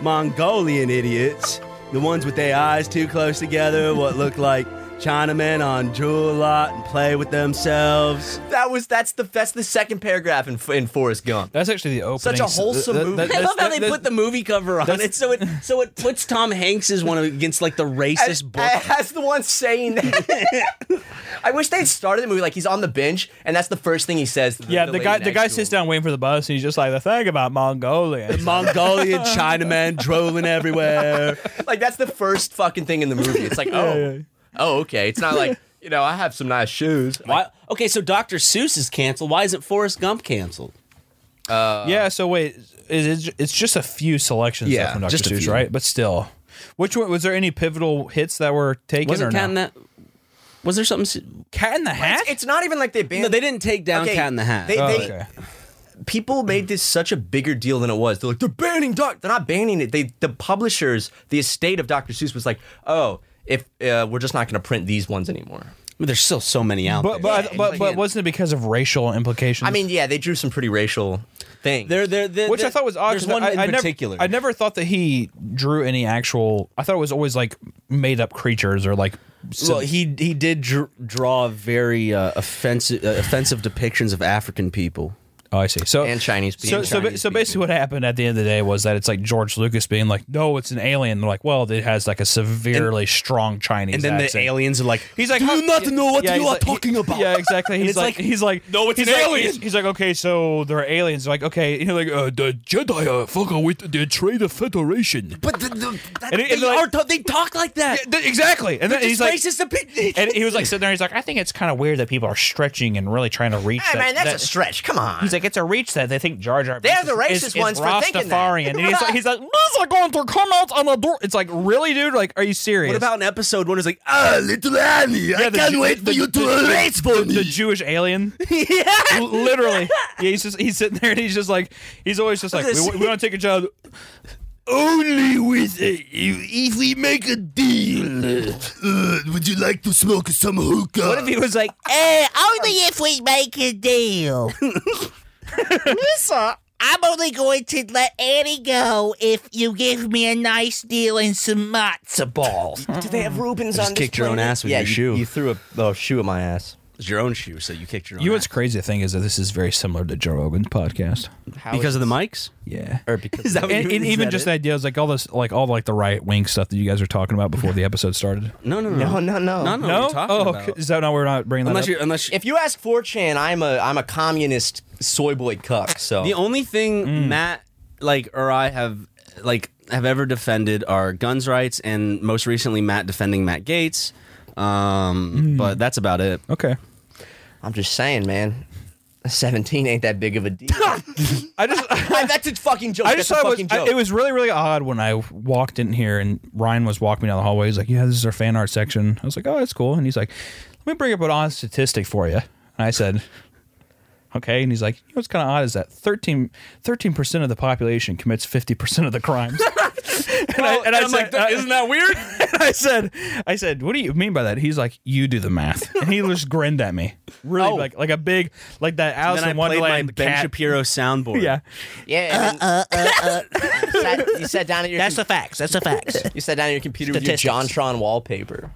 [SPEAKER 2] Mongolian idiots. The ones with their eyes too close together, what look like Chinamen on Jewel Lot and play with themselves.
[SPEAKER 3] That was that's the that's the second paragraph in in Forrest Gump.
[SPEAKER 1] That's actually the opening.
[SPEAKER 3] Such a wholesome
[SPEAKER 1] That- that-
[SPEAKER 3] movie.
[SPEAKER 1] that-
[SPEAKER 2] I
[SPEAKER 1] that's-
[SPEAKER 2] love how they
[SPEAKER 1] that-
[SPEAKER 2] put the movie cover on it, so it so it puts Tom Hanks's one against like the
[SPEAKER 3] As,
[SPEAKER 2] racist book.
[SPEAKER 3] as the one saying that. I wish they'd started the movie like he's on the bench and that's the first thing he says. To the,
[SPEAKER 1] Yeah, the
[SPEAKER 3] lady
[SPEAKER 1] guy the
[SPEAKER 3] next
[SPEAKER 1] guy
[SPEAKER 3] to
[SPEAKER 1] sits
[SPEAKER 3] him.
[SPEAKER 1] down waiting for the bus, and he's just like the thing about Mongolia.
[SPEAKER 2] Mongolian Chinaman drooling everywhere.
[SPEAKER 3] Like that's the first fucking thing in the movie. It's like oh oh okay. It's not like you know I have some nice shoes.
[SPEAKER 2] Why? Okay, so Dr. Seuss is canceled. Why isn't Forrest Gump canceled?
[SPEAKER 1] yeah. So wait, is it, it's just a few selections
[SPEAKER 2] Um, Yeah,
[SPEAKER 1] left from Dr.
[SPEAKER 2] just a
[SPEAKER 1] Seuss,
[SPEAKER 2] few.
[SPEAKER 1] right? But still, which one was there? Any pivotal hits that were taken? or
[SPEAKER 2] Wasn't Cat
[SPEAKER 1] no?
[SPEAKER 2] in that? Was there something? se-
[SPEAKER 1] Cat in the Hat?
[SPEAKER 3] It's not even like they banned.
[SPEAKER 2] No, they didn't take down
[SPEAKER 3] Okay,
[SPEAKER 2] Cat in the Hat.
[SPEAKER 3] they-
[SPEAKER 1] Oh,
[SPEAKER 3] they-
[SPEAKER 1] okay.
[SPEAKER 3] people made this such a bigger deal than it was. They're like, they're banning Doc. They're not banning it. They, the publishers, the estate of Dr. Seuss was like, oh, if uh, we're just not going to print these ones anymore.
[SPEAKER 2] But there's still so many out
[SPEAKER 1] But
[SPEAKER 2] there.
[SPEAKER 1] but
[SPEAKER 3] Yeah,
[SPEAKER 1] but,
[SPEAKER 3] like
[SPEAKER 1] but
[SPEAKER 3] it-
[SPEAKER 1] wasn't it because of racial implications?
[SPEAKER 3] I mean, yeah, they drew some pretty racial things.
[SPEAKER 2] There, there, there-
[SPEAKER 1] which I
[SPEAKER 2] there-
[SPEAKER 1] thought was odd.
[SPEAKER 2] There's
[SPEAKER 1] 'cause
[SPEAKER 2] one
[SPEAKER 1] I,
[SPEAKER 2] in
[SPEAKER 1] I never-
[SPEAKER 2] particular.
[SPEAKER 1] I never thought that he drew any actual. I thought it was always like made up creatures or like.
[SPEAKER 2] well, he he did dr- draw very uh, offensive uh, offensive depictions of African people.
[SPEAKER 1] Oh, I see. So
[SPEAKER 3] And Chinese
[SPEAKER 1] So
[SPEAKER 3] people.
[SPEAKER 1] so, ba-
[SPEAKER 3] Chinese
[SPEAKER 1] so basically, what happened at the end of the day was that it's like George Lucas being like, "No, it's an alien." They're like, "Well, it has like a severely strong Chinese."
[SPEAKER 2] And then the
[SPEAKER 1] accent."
[SPEAKER 2] aliens are like,
[SPEAKER 1] He's like,
[SPEAKER 2] "Do
[SPEAKER 1] "Huh?"
[SPEAKER 2] you not know what
[SPEAKER 1] Yeah,
[SPEAKER 2] you
[SPEAKER 1] he's
[SPEAKER 2] are
[SPEAKER 1] like- he-
[SPEAKER 2] talking about?"
[SPEAKER 1] Yeah, exactly. He's
[SPEAKER 2] it's
[SPEAKER 1] like,
[SPEAKER 2] like,
[SPEAKER 1] he's like,
[SPEAKER 4] "No, it's
[SPEAKER 1] he's
[SPEAKER 4] an
[SPEAKER 1] like-
[SPEAKER 4] alien."
[SPEAKER 1] He's, he's like, okay, so they're aliens. Like, okay, and you're like, uh, the Jedi are fucking with the Trade Federation.
[SPEAKER 2] But the, the, that,
[SPEAKER 1] And it-
[SPEAKER 2] they
[SPEAKER 1] and like-
[SPEAKER 2] are ta- they talk like that.
[SPEAKER 1] Th- Exactly, and then he's
[SPEAKER 2] It's
[SPEAKER 1] like,
[SPEAKER 2] racist opinion.
[SPEAKER 1] and he was like sitting there. He's like, I think it's kind of weird that people are stretching and really trying to reach. that,
[SPEAKER 3] Hey, man, that's
[SPEAKER 1] that-
[SPEAKER 3] a stretch. Come on.
[SPEAKER 1] He's like, it's a reach that they think Jar Jar.
[SPEAKER 3] They're
[SPEAKER 1] Binks
[SPEAKER 3] the
[SPEAKER 1] is-
[SPEAKER 3] racist
[SPEAKER 1] is- is
[SPEAKER 3] ones for thinking that.
[SPEAKER 1] Rastafarian. And he's like, he's like, these are going to come out on the door. It's like, really, dude? Like, are you serious?
[SPEAKER 2] what about an episode one? Is like, ah, little Annie, I
[SPEAKER 1] the
[SPEAKER 2] can't
[SPEAKER 1] Ju-
[SPEAKER 2] wait for
[SPEAKER 1] the-
[SPEAKER 2] you to erase for me.
[SPEAKER 1] the Jewish alien? L- Literally, yeah. He's just he's sitting there and he's just like he's always just like we,
[SPEAKER 2] this.
[SPEAKER 1] we want to take a job.
[SPEAKER 4] Only
[SPEAKER 2] uh,
[SPEAKER 4] with a, if we make a deal. Uh, would you like to smoke some hookah?
[SPEAKER 1] What if he was like,
[SPEAKER 2] Eh!
[SPEAKER 5] Uh, only if we make a deal. Lisa, I'm only going to let Annie go if you give me a nice deal and some matzo balls.
[SPEAKER 3] do they have Rubens
[SPEAKER 2] just on this kicked your own planet? ass with
[SPEAKER 3] yeah,
[SPEAKER 2] your
[SPEAKER 3] you,
[SPEAKER 2] shoe.
[SPEAKER 3] You threw a oh, shoe at my ass.
[SPEAKER 2] It's your own shoe, so you kicked your own.
[SPEAKER 1] you know what's crazy? The thing is that this is very similar to Joe Rogan's podcast.
[SPEAKER 2] because of the mics?
[SPEAKER 1] Yeah,
[SPEAKER 3] Or because
[SPEAKER 2] Is that what
[SPEAKER 1] and,
[SPEAKER 2] you-
[SPEAKER 1] and
[SPEAKER 2] Oh, is
[SPEAKER 1] even
[SPEAKER 2] that
[SPEAKER 1] just the
[SPEAKER 2] it?
[SPEAKER 1] ideas like all this like all like the right wing stuff that you guys were talking about before the episode started.
[SPEAKER 2] No, no, no,
[SPEAKER 3] Oh, No, no, no.
[SPEAKER 2] no, no.
[SPEAKER 1] No,
[SPEAKER 2] You're talking
[SPEAKER 1] oh,
[SPEAKER 2] about.
[SPEAKER 1] okay. is that not we're not bringing that
[SPEAKER 2] Unless
[SPEAKER 1] up?
[SPEAKER 2] you, unless you,
[SPEAKER 3] If you ask 4chan, I'm a I'm a communist soy boy cuck. So
[SPEAKER 1] Oh.
[SPEAKER 2] the only thing
[SPEAKER 1] Mm.
[SPEAKER 2] Matt, like, or I have, like, have ever defended are guns rights, and most recently Matt defending Matt Gates.
[SPEAKER 1] Mm.
[SPEAKER 2] Um, but that's about it.
[SPEAKER 1] okay,
[SPEAKER 3] I'm just saying, man, 17 ain't that big of a deal.
[SPEAKER 1] I just.
[SPEAKER 3] I- that's a fucking joke.
[SPEAKER 1] I just
[SPEAKER 3] that's
[SPEAKER 1] thought
[SPEAKER 3] a
[SPEAKER 1] it was,
[SPEAKER 3] fucking
[SPEAKER 1] I-
[SPEAKER 3] joke.
[SPEAKER 1] it was really, really odd when I walked in here and Ryan was walking me down the hallway. He's like, Yeah, this is our fan art section. I was like, Oh, that's cool. And he's like, Let me bring up an odd statistic for you. And I said, Okay. And he's like, You know what's kind of odd is that 13, percent of the population commits 50% of the crimes. And, I, and I
[SPEAKER 3] I'm like,
[SPEAKER 1] said, uh, I-
[SPEAKER 3] isn't that weird?
[SPEAKER 1] I said, I said, what do you mean by that? He's like, you do the math, and he just grinned at me, really like like a big like that Alice
[SPEAKER 2] then I
[SPEAKER 1] in
[SPEAKER 2] played my
[SPEAKER 1] Wonderland
[SPEAKER 2] Ben
[SPEAKER 1] cat.
[SPEAKER 2] Shapiro soundboard.
[SPEAKER 1] Yeah,
[SPEAKER 3] Yeah. and
[SPEAKER 5] Uh, uh, uh,
[SPEAKER 3] then you sat- you sat down at your
[SPEAKER 5] that's the facts. That's the facts.
[SPEAKER 3] you sat down at your computer with your
[SPEAKER 5] Statistics.
[SPEAKER 3] JonTron wallpaper.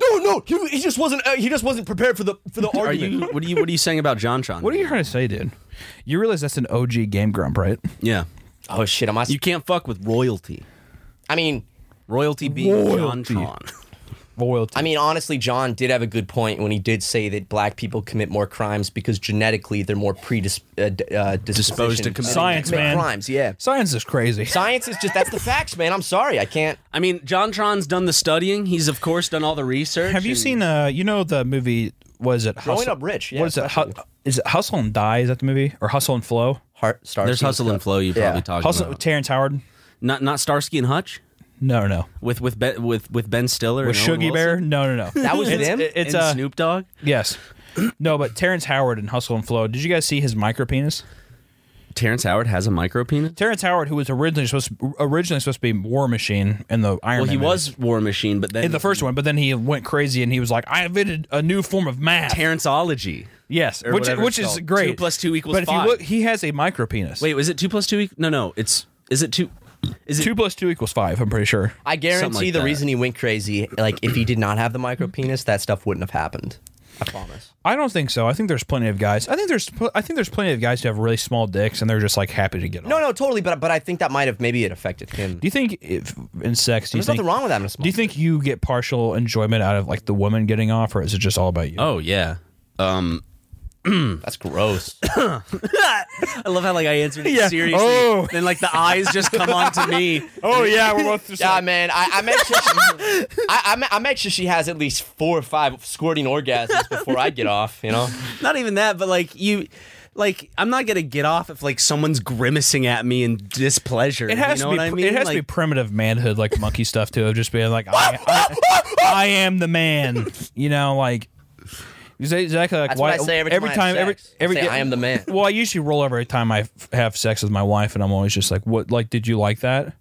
[SPEAKER 6] No, no, he, he just wasn't. Uh, he just wasn't prepared for the for the
[SPEAKER 2] Are
[SPEAKER 6] argument.
[SPEAKER 2] you? What are you? What are you saying about JonTron?
[SPEAKER 1] what are you trying to say, dude? You realize that's an OG Game Grump, right?
[SPEAKER 2] Yeah.
[SPEAKER 3] Oh shit! Am I?
[SPEAKER 2] You can't fuck with royalty.
[SPEAKER 3] I mean,
[SPEAKER 2] Royalty being
[SPEAKER 1] Royalty.
[SPEAKER 2] JonTron.
[SPEAKER 1] Loyalty.
[SPEAKER 3] I mean, honestly, John did have a good point when he did say that black people commit more crimes because genetically they're more predisposed uh, d- uh, disposition
[SPEAKER 2] to commit-
[SPEAKER 1] Science,
[SPEAKER 3] commit
[SPEAKER 1] man.
[SPEAKER 3] crimes. Yeah,
[SPEAKER 1] Science is crazy.
[SPEAKER 3] science is just that's the facts, man. I'm sorry, I can't.
[SPEAKER 2] I mean, JonTron's done the studying. He's of course done all the research.
[SPEAKER 1] Have you
[SPEAKER 2] and-
[SPEAKER 1] seen uh you know the movie was it Hustle?
[SPEAKER 3] Up Rich, yeah,
[SPEAKER 1] what is it? Hu- is it Hustle and Die? Is that the movie or Hustle and Flow?
[SPEAKER 3] Heart start.
[SPEAKER 2] There's Hustle and Flow. You probably
[SPEAKER 3] Yeah.
[SPEAKER 2] talking
[SPEAKER 1] Hustle
[SPEAKER 2] about.
[SPEAKER 1] Terrence Howard?
[SPEAKER 2] not not Starsky and Hutch
[SPEAKER 1] No, no.
[SPEAKER 2] with with Be- with with Ben Stiller
[SPEAKER 1] With
[SPEAKER 2] and Owen
[SPEAKER 1] Shuggy Bear?
[SPEAKER 2] Wilson?
[SPEAKER 1] No, no, no.
[SPEAKER 3] That was
[SPEAKER 1] it's,
[SPEAKER 3] them?
[SPEAKER 1] it- it's
[SPEAKER 2] and
[SPEAKER 1] uh,
[SPEAKER 2] Snoop Dogg.
[SPEAKER 1] yes. No, but Terrence Howard in Hustle and Flow. Did you guys see his micro penis?
[SPEAKER 2] Terrence Howard has a micro penis.
[SPEAKER 1] Terrence Howard, who was originally supposed to, originally supposed to be War Machine in the Iron
[SPEAKER 2] Well,
[SPEAKER 1] Man
[SPEAKER 2] he
[SPEAKER 1] movie.
[SPEAKER 2] was War Machine, but then
[SPEAKER 1] in the first one, but then he went crazy and he was like, "I invented a new form of math."
[SPEAKER 2] Terrenceology.
[SPEAKER 1] yes,
[SPEAKER 2] or
[SPEAKER 1] which
[SPEAKER 2] whatever
[SPEAKER 1] which
[SPEAKER 2] it's
[SPEAKER 1] is
[SPEAKER 2] called.
[SPEAKER 1] great.
[SPEAKER 2] Two plus two equals
[SPEAKER 1] But if
[SPEAKER 2] five.
[SPEAKER 1] you look, he has a micro penis.
[SPEAKER 2] Wait, was it two plus two? E- no, no. It's is it two? Is it
[SPEAKER 1] two plus two equals five. I'm pretty sure.
[SPEAKER 3] I guarantee
[SPEAKER 2] like
[SPEAKER 3] the
[SPEAKER 2] that.
[SPEAKER 3] reason he went crazy, like if he did not have the micro penis, that stuff wouldn't have happened. I promise.
[SPEAKER 1] I don't think so. I think there's plenty of guys. I think there's pl- I think there's plenty of guys who have really small dicks and they're just like happy to get off.
[SPEAKER 3] No, no, totally. But but I think that might have maybe it affected him.
[SPEAKER 1] Do you think if in sex? Do you
[SPEAKER 3] There's
[SPEAKER 1] think,
[SPEAKER 3] nothing wrong with having a small
[SPEAKER 1] Do you think you get partial enjoyment out of like the woman getting off, or is it just all about you?
[SPEAKER 2] Oh yeah. Um,
[SPEAKER 3] That's gross.
[SPEAKER 2] I love how like I answered it
[SPEAKER 1] Yeah.
[SPEAKER 2] seriously,
[SPEAKER 1] Oh.
[SPEAKER 2] then like the eyes just come on to me.
[SPEAKER 1] oh yeah, we're both just
[SPEAKER 3] Yeah, man. I, I make sure she, I, I, ma- I make sure she has at least four or five squirting orgasms before I get off. You know,
[SPEAKER 2] Not even that, but like you, like I'm not gonna get off if like someone's grimacing at me in displeasure.
[SPEAKER 1] It has
[SPEAKER 2] you know
[SPEAKER 1] to be.
[SPEAKER 2] what I mean?
[SPEAKER 1] It has to be
[SPEAKER 2] like,
[SPEAKER 1] primitive manhood, like monkey stuff too, of just being like, I, I, I am the man. You know, like exactly like
[SPEAKER 3] that's
[SPEAKER 1] why
[SPEAKER 3] what I say every time.
[SPEAKER 1] time
[SPEAKER 3] I have
[SPEAKER 1] every
[SPEAKER 3] sex.
[SPEAKER 1] every
[SPEAKER 3] I, say, I am the man.
[SPEAKER 1] Well, I usually roll over every time I f- have sex with my wife, and I'm always just like, "What? Like, did you like that?"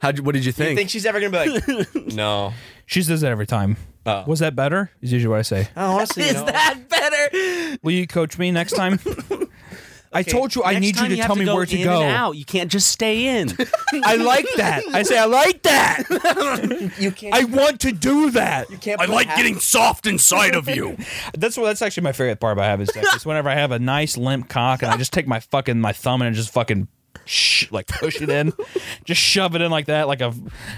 [SPEAKER 2] How? What did you think?
[SPEAKER 3] Think she's ever gonna be like, no.
[SPEAKER 1] She says that every time.
[SPEAKER 3] Oh.
[SPEAKER 1] Was that better? Is usually what I say.
[SPEAKER 2] Oh,
[SPEAKER 3] Honestly,
[SPEAKER 2] is that better?
[SPEAKER 1] Will you coach me next time? I told you I need you to tell me where to go.
[SPEAKER 2] You can't just stay in.
[SPEAKER 1] I like that. I say I like that.
[SPEAKER 3] you can't.
[SPEAKER 1] I want to do that.
[SPEAKER 3] can't
[SPEAKER 7] I
[SPEAKER 3] put
[SPEAKER 7] like
[SPEAKER 3] half-
[SPEAKER 7] getting soft inside of you.
[SPEAKER 1] That's what. That's actually my favorite part about having sex. is whenever I have a nice limp cock and I just take my fucking my thumb and I just fucking sh- like push it in, just shove it in like that, like a,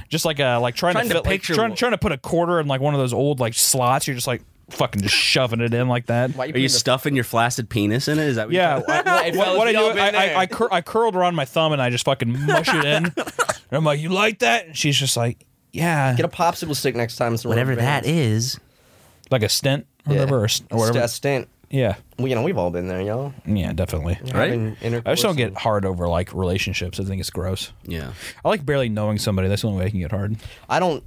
[SPEAKER 1] just like a like trying,
[SPEAKER 2] Trying to
[SPEAKER 1] fit, like,
[SPEAKER 2] picture
[SPEAKER 1] trying,
[SPEAKER 2] what-
[SPEAKER 1] trying to put a quarter in like one of those old like slots. You're just like fucking just shoving it in like that.
[SPEAKER 3] Why
[SPEAKER 2] Are you stuffing your flaccid penis in it? Is that what you're
[SPEAKER 1] Yeah.
[SPEAKER 2] talking-
[SPEAKER 1] I- what-
[SPEAKER 3] fellas,
[SPEAKER 1] what I
[SPEAKER 3] we all
[SPEAKER 1] do?
[SPEAKER 3] been
[SPEAKER 1] I,
[SPEAKER 3] there.
[SPEAKER 1] I, I, cur- I curled around my thumb and I just fucking mush it in. and I'm like, you like that? And she's just like, yeah,
[SPEAKER 3] Get a popsicle stick next time. It's
[SPEAKER 2] Whatever that is.
[SPEAKER 1] like a stint or whatever, or, s- or whatever.
[SPEAKER 3] A stint.
[SPEAKER 1] yeah,
[SPEAKER 3] Well, you know, we've all been there, y'all.
[SPEAKER 1] yeah, definitely.
[SPEAKER 2] Right?
[SPEAKER 3] Having
[SPEAKER 1] I just don't
[SPEAKER 3] intercourse
[SPEAKER 1] get
[SPEAKER 3] and-
[SPEAKER 1] hard over like relationships. I think it's gross.
[SPEAKER 2] Yeah.
[SPEAKER 1] I like barely knowing somebody. That's the only way I can get hard.
[SPEAKER 3] I don't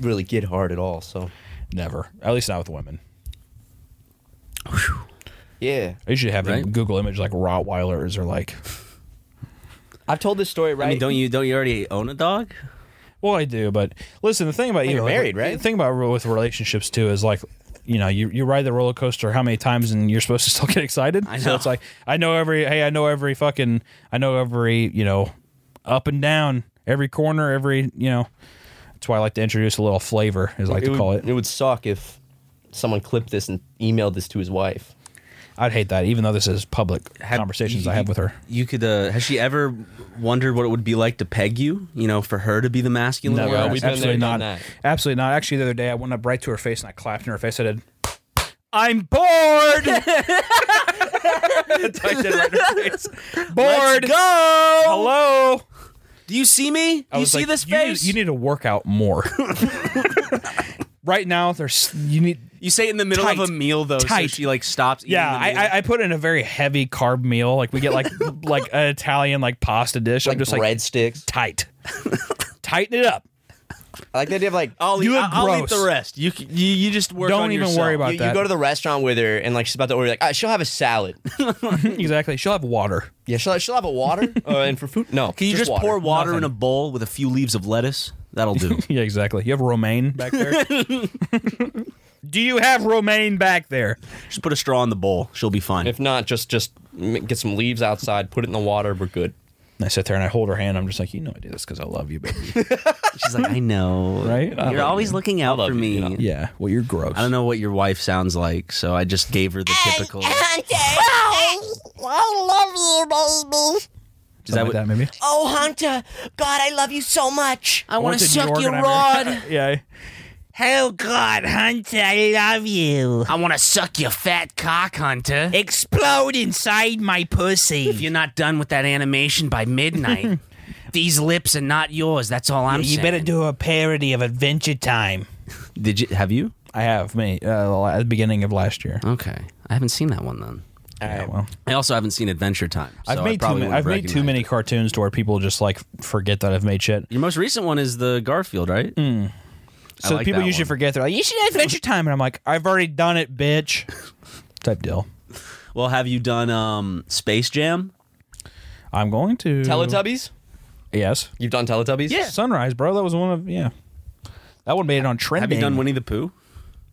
[SPEAKER 3] really get hard at all. So
[SPEAKER 1] Never. At least not with women.
[SPEAKER 3] yeah,
[SPEAKER 1] I usually have a
[SPEAKER 2] Right.
[SPEAKER 1] Google image like Rottweilers or like.
[SPEAKER 3] I've told this story right.
[SPEAKER 2] I mean, don't you don't you already own a dog?
[SPEAKER 1] Well, I do, but listen. The thing about you
[SPEAKER 3] you're
[SPEAKER 1] like,
[SPEAKER 3] married, right?
[SPEAKER 1] The thing about with relationships too is like, you know, you, you ride the roller coaster how many times and you're supposed to still get excited. I So
[SPEAKER 2] know.
[SPEAKER 1] it's like I know every hey, I know every fucking, I know every you know, up and down, every corner, every you know. That's why I like to introduce a little flavor, as I like
[SPEAKER 3] it
[SPEAKER 1] to
[SPEAKER 3] would,
[SPEAKER 1] call it.
[SPEAKER 3] would suck if someone clipped this and emailed this to his wife.
[SPEAKER 1] I'd hate that, even though this is public conversations
[SPEAKER 2] you-
[SPEAKER 1] I have with her.
[SPEAKER 2] You could. Uh, has she ever wondered what it would be like to peg you? You know, for her to be the masculine.
[SPEAKER 1] No,
[SPEAKER 2] one?
[SPEAKER 3] we've been
[SPEAKER 1] absolutely
[SPEAKER 3] there,
[SPEAKER 1] not.
[SPEAKER 3] done that.
[SPEAKER 1] Absolutely not. Actually, the other day I went up right to her face and I clapped in her face. I did. I'm bored. That's what I did right in her face. Bored.
[SPEAKER 2] Let's go.
[SPEAKER 1] Hello.
[SPEAKER 2] Do you see me?
[SPEAKER 1] I
[SPEAKER 2] you
[SPEAKER 1] was
[SPEAKER 2] see
[SPEAKER 1] like,
[SPEAKER 2] this
[SPEAKER 1] you need-
[SPEAKER 2] face?
[SPEAKER 1] You need to work out more. right now, there's you need.
[SPEAKER 2] You say it in the middle
[SPEAKER 1] Tight.
[SPEAKER 2] of a meal though, so
[SPEAKER 1] Tight.
[SPEAKER 2] she like stops.
[SPEAKER 1] Yeah,
[SPEAKER 2] eating the
[SPEAKER 1] I,
[SPEAKER 2] meal.
[SPEAKER 1] I I put in a very heavy carb meal. Like we get like like an Italian like pasta dish.
[SPEAKER 3] Like
[SPEAKER 1] I'm just like
[SPEAKER 3] breadsticks.
[SPEAKER 1] tight. Tighten it up.
[SPEAKER 3] I like the idea of like
[SPEAKER 2] I'll,
[SPEAKER 1] You
[SPEAKER 2] eat,
[SPEAKER 1] look
[SPEAKER 2] I'll eat
[SPEAKER 1] gross.
[SPEAKER 2] the rest. You, c- you you just work.
[SPEAKER 1] Don't
[SPEAKER 2] on
[SPEAKER 1] even
[SPEAKER 2] yourself.
[SPEAKER 1] worry about
[SPEAKER 3] you,
[SPEAKER 1] that.
[SPEAKER 3] you go to the restaurant with her and like she's about to order like "Ah, she'll have a salad.
[SPEAKER 1] exactly. She'll have water.
[SPEAKER 3] yeah, she'll, she'll have a water uh, and for food. No,
[SPEAKER 2] Can you just,
[SPEAKER 3] water.
[SPEAKER 2] pour water in a bowl with a few leaves of lettuce? That'll do.
[SPEAKER 1] Yeah, exactly. You have romaine back there. Do you have romaine back there?
[SPEAKER 2] just put a straw in the bowl. She'll be fine.
[SPEAKER 3] If not, just just m- get some leaves outside, put it in the water. We're good.
[SPEAKER 1] And I sit there and I hold her hand. I'm just like, you know, I do this because I love you, baby.
[SPEAKER 2] She's like, I know,
[SPEAKER 1] Right? I
[SPEAKER 2] You're
[SPEAKER 1] love
[SPEAKER 2] always looking out for me.
[SPEAKER 1] yeah. Well, you're gross.
[SPEAKER 2] I don't know what your wife sounds like, so I just gave her the typical. Is
[SPEAKER 5] Hunter, I, I love you, baby.
[SPEAKER 1] Something like that maybe.
[SPEAKER 5] Oh, Hunter, God, I love you so much.
[SPEAKER 1] I want to suck your rod. yeah.
[SPEAKER 5] Oh, God, Hunter, I love you.
[SPEAKER 2] I want to suck your fat cock, Hunter.
[SPEAKER 5] Explode inside my
[SPEAKER 8] If
[SPEAKER 5] pussy.
[SPEAKER 8] you're not done with that animation by midnight, these lips are not yours. That's all I'm saying.
[SPEAKER 5] do a parody of Adventure Time.
[SPEAKER 2] Did you have you?
[SPEAKER 1] I have me uh, at the beginning of last year.
[SPEAKER 2] Okay, I haven't seen that one then.
[SPEAKER 1] Yeah, well,
[SPEAKER 2] I also haven't seen Adventure Time. so I
[SPEAKER 1] I've made too
[SPEAKER 2] probably
[SPEAKER 1] many.
[SPEAKER 2] wouldn't
[SPEAKER 1] I've made too
[SPEAKER 2] recognize
[SPEAKER 1] many
[SPEAKER 2] it.
[SPEAKER 1] cartoons to where people just like forget that I've made shit.
[SPEAKER 2] Your most recent one is the Garfield, right?
[SPEAKER 1] Mm.
[SPEAKER 2] I
[SPEAKER 1] So
[SPEAKER 2] like
[SPEAKER 1] people
[SPEAKER 2] that
[SPEAKER 1] usually
[SPEAKER 2] one.
[SPEAKER 1] forget. They're like, "You should have Adventure Time," and I'm like, "I've already done it, bitch." Type deal.
[SPEAKER 2] Well, have you done um, Space Jam?
[SPEAKER 1] I'm going to
[SPEAKER 3] Teletubbies?
[SPEAKER 1] Yes,
[SPEAKER 3] You've done Teletubbies? Yeah.
[SPEAKER 1] Sunrise, bro. That was one of yeah. That one made it on trending.
[SPEAKER 2] Have you done Winnie the Pooh?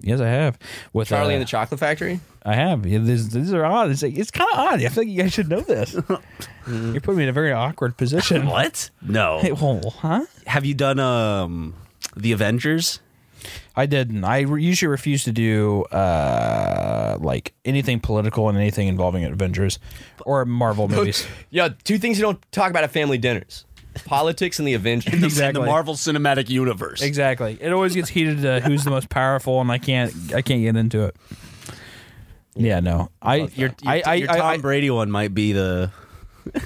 [SPEAKER 1] Yes, I have. With
[SPEAKER 3] Charlie
[SPEAKER 1] uh,
[SPEAKER 3] and the Chocolate Factory.
[SPEAKER 1] I have. Yeah, these, these are odd. It's, like, it's kind of odd. I feel like you guys should know this. You're putting me in a very awkward position.
[SPEAKER 2] What? No.
[SPEAKER 1] Hey, well, huh?
[SPEAKER 2] Have you done um, the Avengers?
[SPEAKER 1] I didn't. I re- usually refuse to do uh, like anything political and anything involving Avengers or Marvel movies.
[SPEAKER 3] Yeah, two things you don't talk about at family dinners: politics and the Avengers.
[SPEAKER 1] exactly.
[SPEAKER 2] The Marvel Cinematic Universe.
[SPEAKER 1] exactly. It always gets heated to who's the most powerful, and I can't. I can't get into it. Yeah, no. I. You're. I. I.
[SPEAKER 2] Your Tom
[SPEAKER 1] I.
[SPEAKER 2] Brady one might be the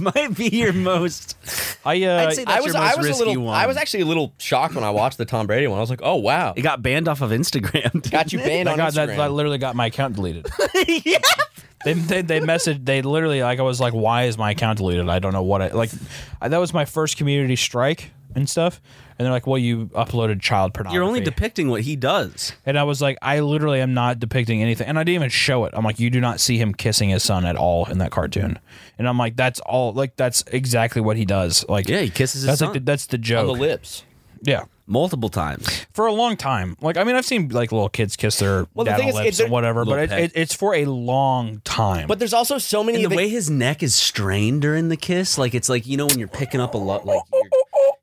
[SPEAKER 2] might be your most.
[SPEAKER 1] I, uh,
[SPEAKER 2] I'd say that-
[SPEAKER 3] I
[SPEAKER 2] That's
[SPEAKER 3] was
[SPEAKER 2] your
[SPEAKER 3] I
[SPEAKER 2] most
[SPEAKER 3] was a
[SPEAKER 2] risky
[SPEAKER 3] little
[SPEAKER 2] one.
[SPEAKER 3] I was actually a little shocked when I watched the Tom Brady one. I was like, oh wow,
[SPEAKER 2] It got banned off of Instagram. didn't
[SPEAKER 3] got you
[SPEAKER 2] it?
[SPEAKER 3] banned
[SPEAKER 1] I
[SPEAKER 3] on
[SPEAKER 1] got that,
[SPEAKER 3] Instagram.
[SPEAKER 1] that literally got my account deleted. They, they they messaged they literally like I was like why is my account deleted I don't know what I like I, that was my first community strike and stuff and they're like well you uploaded child pornography
[SPEAKER 2] You're only depicting what he does.
[SPEAKER 1] and I was like I literally am not depicting anything and I didn't even show it I'm like you do not see him kissing his son at all in that cartoon and I'm like that's all like that's exactly what he does like
[SPEAKER 2] Yeah, he kisses his
[SPEAKER 1] that's
[SPEAKER 2] son.
[SPEAKER 1] like the, that's the joke
[SPEAKER 3] on the lips.
[SPEAKER 1] yeah
[SPEAKER 2] Multiple times.
[SPEAKER 1] for a long time. Like I mean, I've seen like little kids kiss their
[SPEAKER 3] the
[SPEAKER 1] dad
[SPEAKER 3] thing
[SPEAKER 1] on
[SPEAKER 3] is,
[SPEAKER 1] lips
[SPEAKER 3] it-
[SPEAKER 1] and whatever, but
[SPEAKER 2] Little
[SPEAKER 1] it,
[SPEAKER 2] peck.
[SPEAKER 1] it, it's for a long time.
[SPEAKER 3] But there's also so many
[SPEAKER 2] And
[SPEAKER 3] of
[SPEAKER 2] the way his neck is strained during the kiss, like it's like you know when you're picking up a lot, like your,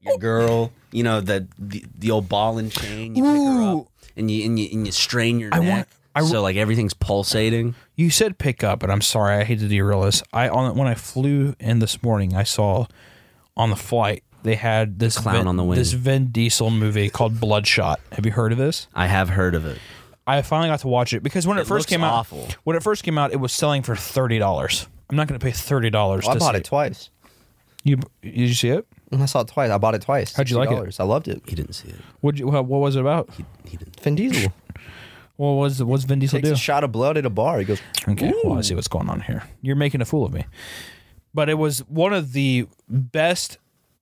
[SPEAKER 2] your girl, you know the, the the old ball and chain, you pick her up, and you and you, and you strain your
[SPEAKER 1] want-
[SPEAKER 2] neck,
[SPEAKER 1] I-
[SPEAKER 2] so like everything's pulsating.
[SPEAKER 1] you said pick up, and I'm sorry, I hate to derail this. I on when I flew in this morning, I saw on the flight they had this
[SPEAKER 2] Clown
[SPEAKER 1] Vin,
[SPEAKER 2] on the wing.
[SPEAKER 1] this Vin Diesel movie called Bloodshot. Have you heard of this?
[SPEAKER 2] I have heard of it.
[SPEAKER 1] I finally got to watch it because when it, first
[SPEAKER 2] looks
[SPEAKER 1] came
[SPEAKER 2] awful.
[SPEAKER 1] out, when it first came out, it was selling for thirty dollars. I'm not going to pay thirty dollars.
[SPEAKER 3] Oh, I bought it twice. Mm,
[SPEAKER 1] You did you see it?
[SPEAKER 3] I saw it twice. I bought it twice.
[SPEAKER 1] How'd you like it?
[SPEAKER 3] $60. I loved it.
[SPEAKER 2] He didn't see it.
[SPEAKER 1] What you what what was it about?
[SPEAKER 2] He didn't.
[SPEAKER 3] Vin Diesel
[SPEAKER 1] What was what's Vin Diesel
[SPEAKER 3] takes
[SPEAKER 1] do?
[SPEAKER 3] a shot of blood at a bar. He goes,
[SPEAKER 1] Okay, well, I see what's going on here. You're making a fool of me. But it was one of the best.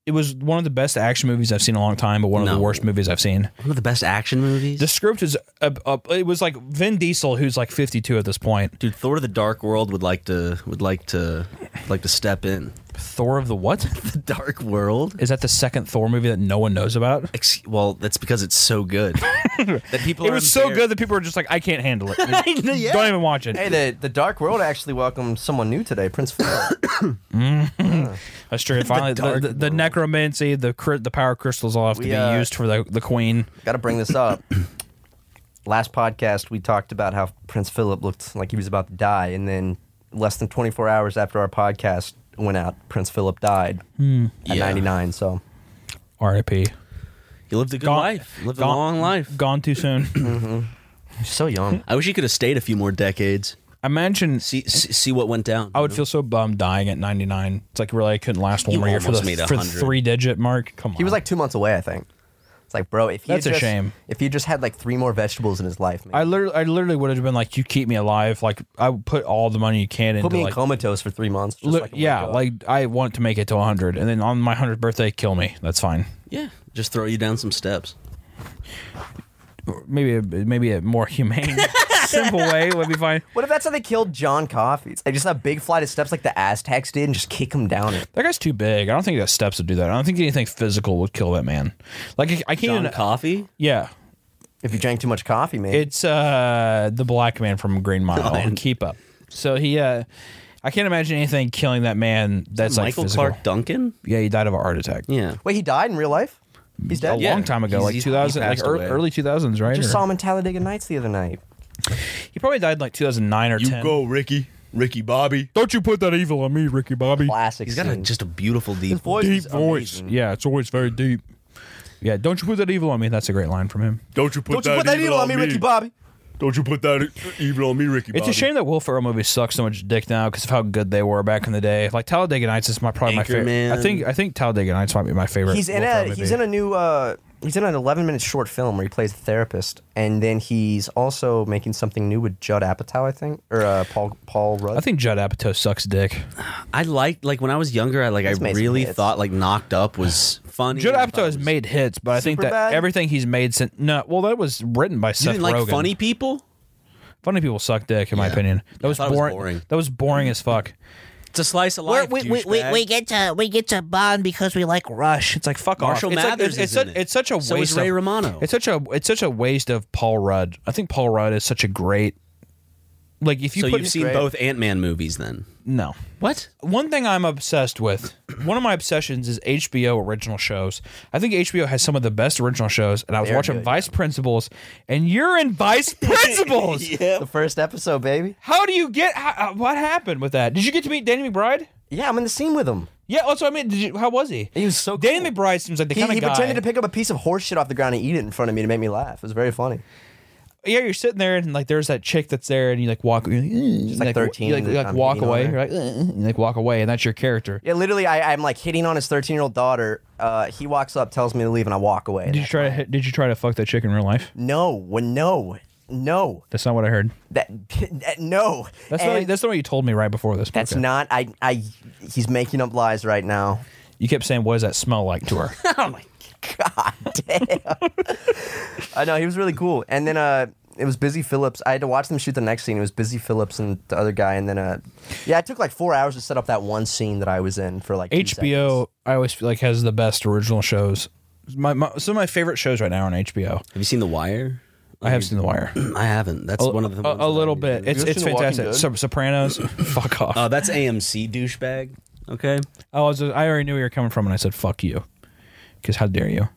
[SPEAKER 1] It was one of the best action movies I've seen in a long time, but one of
[SPEAKER 2] No.
[SPEAKER 1] the worst movies I've seen.
[SPEAKER 2] One of the best action movies.
[SPEAKER 1] The script is, uh, uh, it was like Vin Diesel, who's like 52 at this point.
[SPEAKER 2] Dude, Thor: The Dark World would like to would like to like to step in.
[SPEAKER 1] Thor of the what?
[SPEAKER 2] The Dark World.
[SPEAKER 1] Is that the second Thor movie that no one knows about?
[SPEAKER 2] Ex- well, that's because it's so good that people.
[SPEAKER 1] It
[SPEAKER 2] are
[SPEAKER 1] was so
[SPEAKER 2] embarrassed.
[SPEAKER 1] good that people were just like, I can't handle it. Don't even watch it.
[SPEAKER 3] "Hey, the, the Dark World actually welcomed someone new today, Prince Philip."
[SPEAKER 1] That's true. Finally, the,
[SPEAKER 2] dark
[SPEAKER 1] the, the necromancy, the cr- the power crystals all have to
[SPEAKER 3] We,
[SPEAKER 1] be
[SPEAKER 3] uh,
[SPEAKER 1] used for the, the queen.
[SPEAKER 3] Got to bring this up. Last podcast, we talked about how Prince Philip looked like he was about to die, and then less than 24 hours after our podcast went out, Prince Philip died at
[SPEAKER 1] Hmm.
[SPEAKER 2] Yeah.
[SPEAKER 3] 99. So
[SPEAKER 1] R.I.P.
[SPEAKER 2] You lived a good
[SPEAKER 1] Gone-
[SPEAKER 2] life. Lived
[SPEAKER 1] gone-
[SPEAKER 2] a long life.
[SPEAKER 1] Gone too soon.
[SPEAKER 3] so young.
[SPEAKER 2] I wish you could have stayed a few more decades.
[SPEAKER 1] Imagine
[SPEAKER 2] See see, see what went down.
[SPEAKER 1] I would feel so bummed dying at 99. It's like really I couldn't last one
[SPEAKER 2] You
[SPEAKER 1] more year for
[SPEAKER 2] almost
[SPEAKER 1] the,
[SPEAKER 2] made a
[SPEAKER 1] for the
[SPEAKER 2] hundred.
[SPEAKER 1] three digit mark. Come on.
[SPEAKER 3] He was like two months away, I think. It's like, bro, if you
[SPEAKER 1] That's a
[SPEAKER 3] just,
[SPEAKER 1] shame.
[SPEAKER 3] If you just had like three more vegetables in his life, man,
[SPEAKER 1] I literally, I literally would have been like, you keep me alive. Like I would put all the money you can into
[SPEAKER 3] put me in
[SPEAKER 1] like,
[SPEAKER 3] comatose for three months. Just
[SPEAKER 1] li-
[SPEAKER 3] so I can wake
[SPEAKER 1] yeah,
[SPEAKER 3] up.
[SPEAKER 1] like I want to make it to 100, and then on my 100th birthday, kill me. That's fine.
[SPEAKER 2] yeah, Just throw you down some steps.
[SPEAKER 1] Maybe a, maybe a more humane, simple way would be fine.
[SPEAKER 3] What if that's how they killed John Coffey? It's like just a big flight of steps like the Aztecs did and just kick him down it.
[SPEAKER 1] That guy's too big. I don't think that steps would do that. I don't think anything physical would kill that man. Like I, I can't.
[SPEAKER 2] John
[SPEAKER 1] even-
[SPEAKER 2] Coffee?
[SPEAKER 1] yeah,
[SPEAKER 3] If you drank too much coffee, man.
[SPEAKER 1] it's uh the black man from Green Mile. Keep up. So he, uh I can't imagine anything killing that man. That's like
[SPEAKER 2] Michael
[SPEAKER 1] physical.
[SPEAKER 2] Clark Duncan?
[SPEAKER 1] Yeah, he died of a heart attack.
[SPEAKER 2] Yeah.
[SPEAKER 3] Wait, he died in real life? Oh, He's
[SPEAKER 1] a
[SPEAKER 3] dead?
[SPEAKER 1] long time ago,
[SPEAKER 2] He's-
[SPEAKER 1] like
[SPEAKER 2] he's-
[SPEAKER 1] two thousand,
[SPEAKER 2] he
[SPEAKER 1] like
[SPEAKER 2] passed
[SPEAKER 1] ear-
[SPEAKER 2] away.
[SPEAKER 1] early two thousands, right?
[SPEAKER 3] Just
[SPEAKER 1] Or-
[SPEAKER 3] saw him in Talladega Nights the other night.
[SPEAKER 1] he probably died in like two thousand nine or ten.
[SPEAKER 4] Ricky. Ricky Bobby.
[SPEAKER 1] Don't you put that evil on me, Ricky Bobby?
[SPEAKER 3] Classic.
[SPEAKER 2] He's got a,
[SPEAKER 3] scene.
[SPEAKER 2] just a beautiful deep voice.
[SPEAKER 3] voice
[SPEAKER 1] Deep
[SPEAKER 3] is
[SPEAKER 1] voice.
[SPEAKER 3] amazing.
[SPEAKER 1] Yeah, it's always very deep. Yeah, don't you put that evil on me. That's a great line from him.
[SPEAKER 4] Don't you put,
[SPEAKER 3] Don't you put that evil on me, Ricky Bobby.
[SPEAKER 4] Don't you put that evil on me, Ricky Bobby.
[SPEAKER 1] It's a shame that Will Ferrell movies suck so much dick now because of how good they were back in the day. Like Talladega Nights is my probably my favorite.
[SPEAKER 2] Anchorman.
[SPEAKER 1] I think I think Talladega Nights might be my favorite.
[SPEAKER 3] He's in
[SPEAKER 1] Will Ferrell
[SPEAKER 3] a
[SPEAKER 1] movie.
[SPEAKER 3] he's in a new uh he's in an 11 minute short film where he plays a therapist and then he's also making something new with Judd Apatow I think or uh, Paul Paul Rudd.
[SPEAKER 1] I think Judd Apatow sucks dick.
[SPEAKER 2] I liked like when I was younger, I like I
[SPEAKER 3] That's amazing.
[SPEAKER 2] really
[SPEAKER 3] It's-
[SPEAKER 2] thought like knocked up was funny.
[SPEAKER 1] Judd
[SPEAKER 2] I thought
[SPEAKER 1] Apatow has
[SPEAKER 2] it was-
[SPEAKER 1] made hits, but I think that
[SPEAKER 3] Superbad?
[SPEAKER 1] everything he's made since no, well that was written by
[SPEAKER 2] You
[SPEAKER 1] Seth
[SPEAKER 2] didn't like
[SPEAKER 1] Rogen.
[SPEAKER 2] funny people?
[SPEAKER 1] funny people suck dick in my opinion. That was
[SPEAKER 2] thought it was
[SPEAKER 1] boring.
[SPEAKER 2] boring.
[SPEAKER 1] That was boring as fuck.
[SPEAKER 2] It's a slice of
[SPEAKER 5] We're,
[SPEAKER 2] life.
[SPEAKER 5] we, we, we,
[SPEAKER 2] douchebag.
[SPEAKER 5] we get to we get to bond because we like Rush.
[SPEAKER 1] It's like fuck
[SPEAKER 2] Marshall
[SPEAKER 1] off. It's like-
[SPEAKER 2] Mathers
[SPEAKER 1] it's, it's,
[SPEAKER 2] is
[SPEAKER 1] such-
[SPEAKER 2] in it.
[SPEAKER 1] it's such a
[SPEAKER 2] So is
[SPEAKER 1] waste.
[SPEAKER 2] Ray
[SPEAKER 1] of,
[SPEAKER 2] Romano.
[SPEAKER 1] It's such a it's such a waste of Paul Rudd. I think Paul Rudd is such a great. Like if you
[SPEAKER 2] so
[SPEAKER 1] put
[SPEAKER 2] you've seen both Ant Man movies then.
[SPEAKER 1] no
[SPEAKER 2] What?
[SPEAKER 1] one thing I'm obsessed with, one of my obsessions is HBO original shows. I think HBO has some of the best original shows, and I was watching Vice Principals, and you're in Vice Principals.
[SPEAKER 3] the first episode, baby.
[SPEAKER 1] How do you get? How, uh, what happened with that? Did you get to meet Danny McBride?
[SPEAKER 3] Yeah, I'm in the scene with him.
[SPEAKER 1] Yeah, that's what I mean. Did you, how was he?
[SPEAKER 3] He was so
[SPEAKER 1] Danny
[SPEAKER 3] cool.
[SPEAKER 1] McBride seems like the
[SPEAKER 3] He,
[SPEAKER 1] kind of
[SPEAKER 3] he
[SPEAKER 1] guy.
[SPEAKER 3] pretended to pick up a piece of horse shit off the ground and eat it in front of me to make me laugh. It was very funny.
[SPEAKER 1] yeah, you're sitting there and like there's that chick that's there, and you like walk, you're like, She's
[SPEAKER 3] like 13
[SPEAKER 1] you like,
[SPEAKER 3] that
[SPEAKER 1] like,
[SPEAKER 3] I'm
[SPEAKER 1] walk
[SPEAKER 3] hitting on
[SPEAKER 1] away,
[SPEAKER 3] her.
[SPEAKER 1] you're like, "Ugh," you like walk away, and that's your character.
[SPEAKER 3] Yeah, literally, I, I'm like hitting on his 13 year old daughter. Uh, he walks up, tells me to leave, and I walk away.
[SPEAKER 1] Did you try to hit- did you try to fuck that chick in real life?
[SPEAKER 3] No, well, no, no,
[SPEAKER 1] That's not what I heard.
[SPEAKER 3] that, that- no.
[SPEAKER 1] That's
[SPEAKER 3] And
[SPEAKER 1] not, that's not what you told me right before this.
[SPEAKER 3] that's
[SPEAKER 1] podcast.
[SPEAKER 3] not. I, I, he's making up lies right now.
[SPEAKER 1] You kept saying, "What does that smell like?" to her.
[SPEAKER 3] I know Uh, he was really cool. And then uh, it was Busy Phillips. I had to watch them shoot the next scene. It was Busy Phillips and the other guy. And then uh, yeah, it took like four hours to set up that one scene that I was in for like two seconds.
[SPEAKER 1] HBO, I always feel like has the best original shows. My, my some of my favorite shows right now are on HBO.
[SPEAKER 2] Have you seen The Wire?
[SPEAKER 1] I have seen The Wire
[SPEAKER 2] I haven't. That's one of the ones
[SPEAKER 1] a, a
[SPEAKER 2] that I
[SPEAKER 1] little
[SPEAKER 2] need.
[SPEAKER 1] bit. It's
[SPEAKER 3] ever
[SPEAKER 1] it's
[SPEAKER 3] seen The Walking
[SPEAKER 1] fantastic.
[SPEAKER 3] Dead?
[SPEAKER 1] Sop- Sopranos, fuck off. Oh,
[SPEAKER 2] Uh, that's AMC douchebag. Okay.
[SPEAKER 1] I was I already knew where you were coming from, and I said fuck you, because how dare you?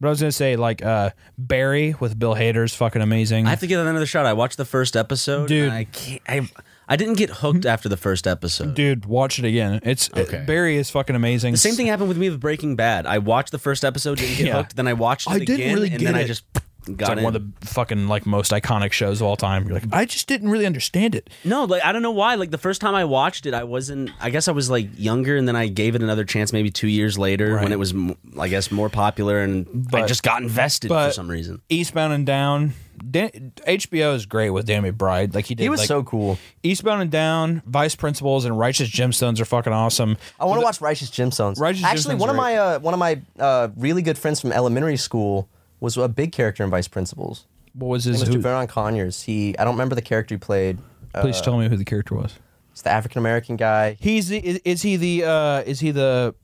[SPEAKER 1] But I was gonna say like uh, Barry with Bill Hader's fucking amazing.
[SPEAKER 2] I have to give that another shot. I watched the first episode.
[SPEAKER 1] Dude.
[SPEAKER 2] and I can't. I, I didn't get hooked after the first episode.
[SPEAKER 1] Dude, watch it again. It's
[SPEAKER 2] Okay.
[SPEAKER 1] Barry is fucking amazing.
[SPEAKER 2] The same thing happened with me with Breaking Bad. I watched the first episode, didn't get
[SPEAKER 1] Yeah.
[SPEAKER 2] hooked. Then I watched it
[SPEAKER 1] I didn't
[SPEAKER 2] again,
[SPEAKER 1] really
[SPEAKER 2] and
[SPEAKER 1] get
[SPEAKER 2] then I
[SPEAKER 1] it.
[SPEAKER 2] just
[SPEAKER 1] It's
[SPEAKER 2] got
[SPEAKER 1] like
[SPEAKER 2] in.
[SPEAKER 1] one of the fucking like most iconic shows of all time. You're like, I just didn't really understand it.
[SPEAKER 2] No, like I don't know why. Like the first time I watched it, I wasn't. I guess I was like younger, and then I gave it another chance maybe two years later
[SPEAKER 1] Right.
[SPEAKER 2] when it was, m- I guess, more popular, and I
[SPEAKER 1] But-
[SPEAKER 2] just got invested for
[SPEAKER 1] but-
[SPEAKER 2] some reason.
[SPEAKER 1] Eastbound and Down. Dan- HBO is great with Danny McBride. Like he did.
[SPEAKER 3] He was
[SPEAKER 1] like,
[SPEAKER 3] so cool.
[SPEAKER 1] Eastbound and Down, Vice Principals, and Righteous Gemstones are fucking awesome.
[SPEAKER 2] Oh,
[SPEAKER 3] I want to watch Righteous Gemstones.
[SPEAKER 1] Righteous
[SPEAKER 3] Actually,
[SPEAKER 1] Gemstones
[SPEAKER 3] one of
[SPEAKER 1] are
[SPEAKER 3] my uh, one of my uh, really good friends from elementary school was a big character in Vice Principals.
[SPEAKER 1] What was
[SPEAKER 3] It
[SPEAKER 1] his?
[SPEAKER 3] was
[SPEAKER 1] Who,
[SPEAKER 3] Javeron Conyers. He I don't remember the character he played. Uh,
[SPEAKER 1] please tell me who the character was.
[SPEAKER 3] it's the African American guy.
[SPEAKER 1] He's the, is, is he the uh, is he the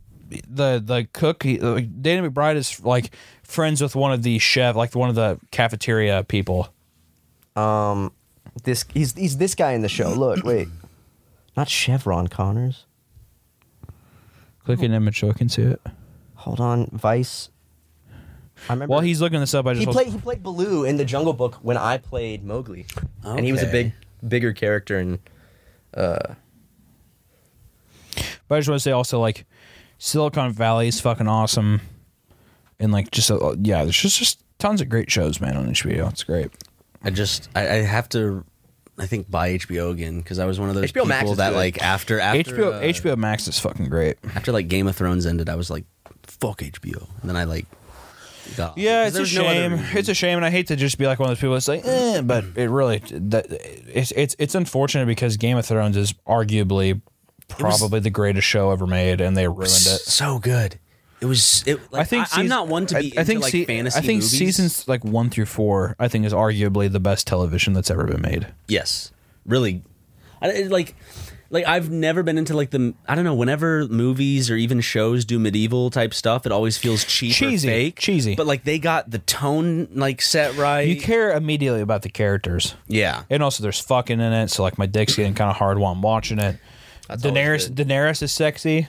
[SPEAKER 1] the the cook? He, like, Danny McBride is like friends with one of the chef, like one of the cafeteria people.
[SPEAKER 3] This he's he's this guy in the show. Look, wait, not Chevron Connors.
[SPEAKER 1] Click an image so I can see it.
[SPEAKER 3] Hold on, Vice. I remember.
[SPEAKER 1] While he's looking this up, I just
[SPEAKER 3] he played he played Baloo in the Jungle Book when I played Mowgli, and he was a big
[SPEAKER 2] Okay.
[SPEAKER 3] bigger character in
[SPEAKER 1] But I just want to say also like Silicon Valley is fucking awesome, and like just uh, yeah, there's just just tons of great shows, man, on HBO. It's great.
[SPEAKER 2] I just, I, I have to, I think, buy HBO again because I was one of those
[SPEAKER 3] HBO
[SPEAKER 2] people
[SPEAKER 3] Max is
[SPEAKER 2] that
[SPEAKER 3] good.
[SPEAKER 2] like after after
[SPEAKER 1] HBO
[SPEAKER 2] uh,
[SPEAKER 1] HBO Max is fucking great.
[SPEAKER 2] after like Game of Thrones ended, I was like, fuck HBO, and then I like, got
[SPEAKER 1] Yeah,
[SPEAKER 2] 'cause
[SPEAKER 1] it's a
[SPEAKER 2] there's no other
[SPEAKER 1] shame.
[SPEAKER 2] reason.
[SPEAKER 1] it's a shame, and I hate to just be like one of those people that's like, eh, but it really that it's it's it's unfortunate because Game of Thrones is arguably probably the greatest show ever made, and they ruined it.
[SPEAKER 2] so good. It It was. It, like, I think I, am
[SPEAKER 1] seas-
[SPEAKER 2] not one to be.
[SPEAKER 1] I, I
[SPEAKER 2] into,
[SPEAKER 1] think
[SPEAKER 2] like
[SPEAKER 1] se-
[SPEAKER 2] fantasy.
[SPEAKER 1] I think
[SPEAKER 2] movies.
[SPEAKER 1] seasons like one through four. I think is arguably the best television that's ever been made.
[SPEAKER 2] Yes, really. I, it, like, like I've never been into like the. I don't know. Whenever movies or even shows do medieval type stuff, it always feels cheap, or
[SPEAKER 1] Cheesy,
[SPEAKER 2] fake,
[SPEAKER 1] cheesy.
[SPEAKER 2] But like they got the tone like set right.
[SPEAKER 1] You care immediately about the characters.
[SPEAKER 2] yeah.
[SPEAKER 1] And also, there's fucking in it, so like my dick's getting kind of hard while I'm watching it. Daenerys, Daenerys is sexy,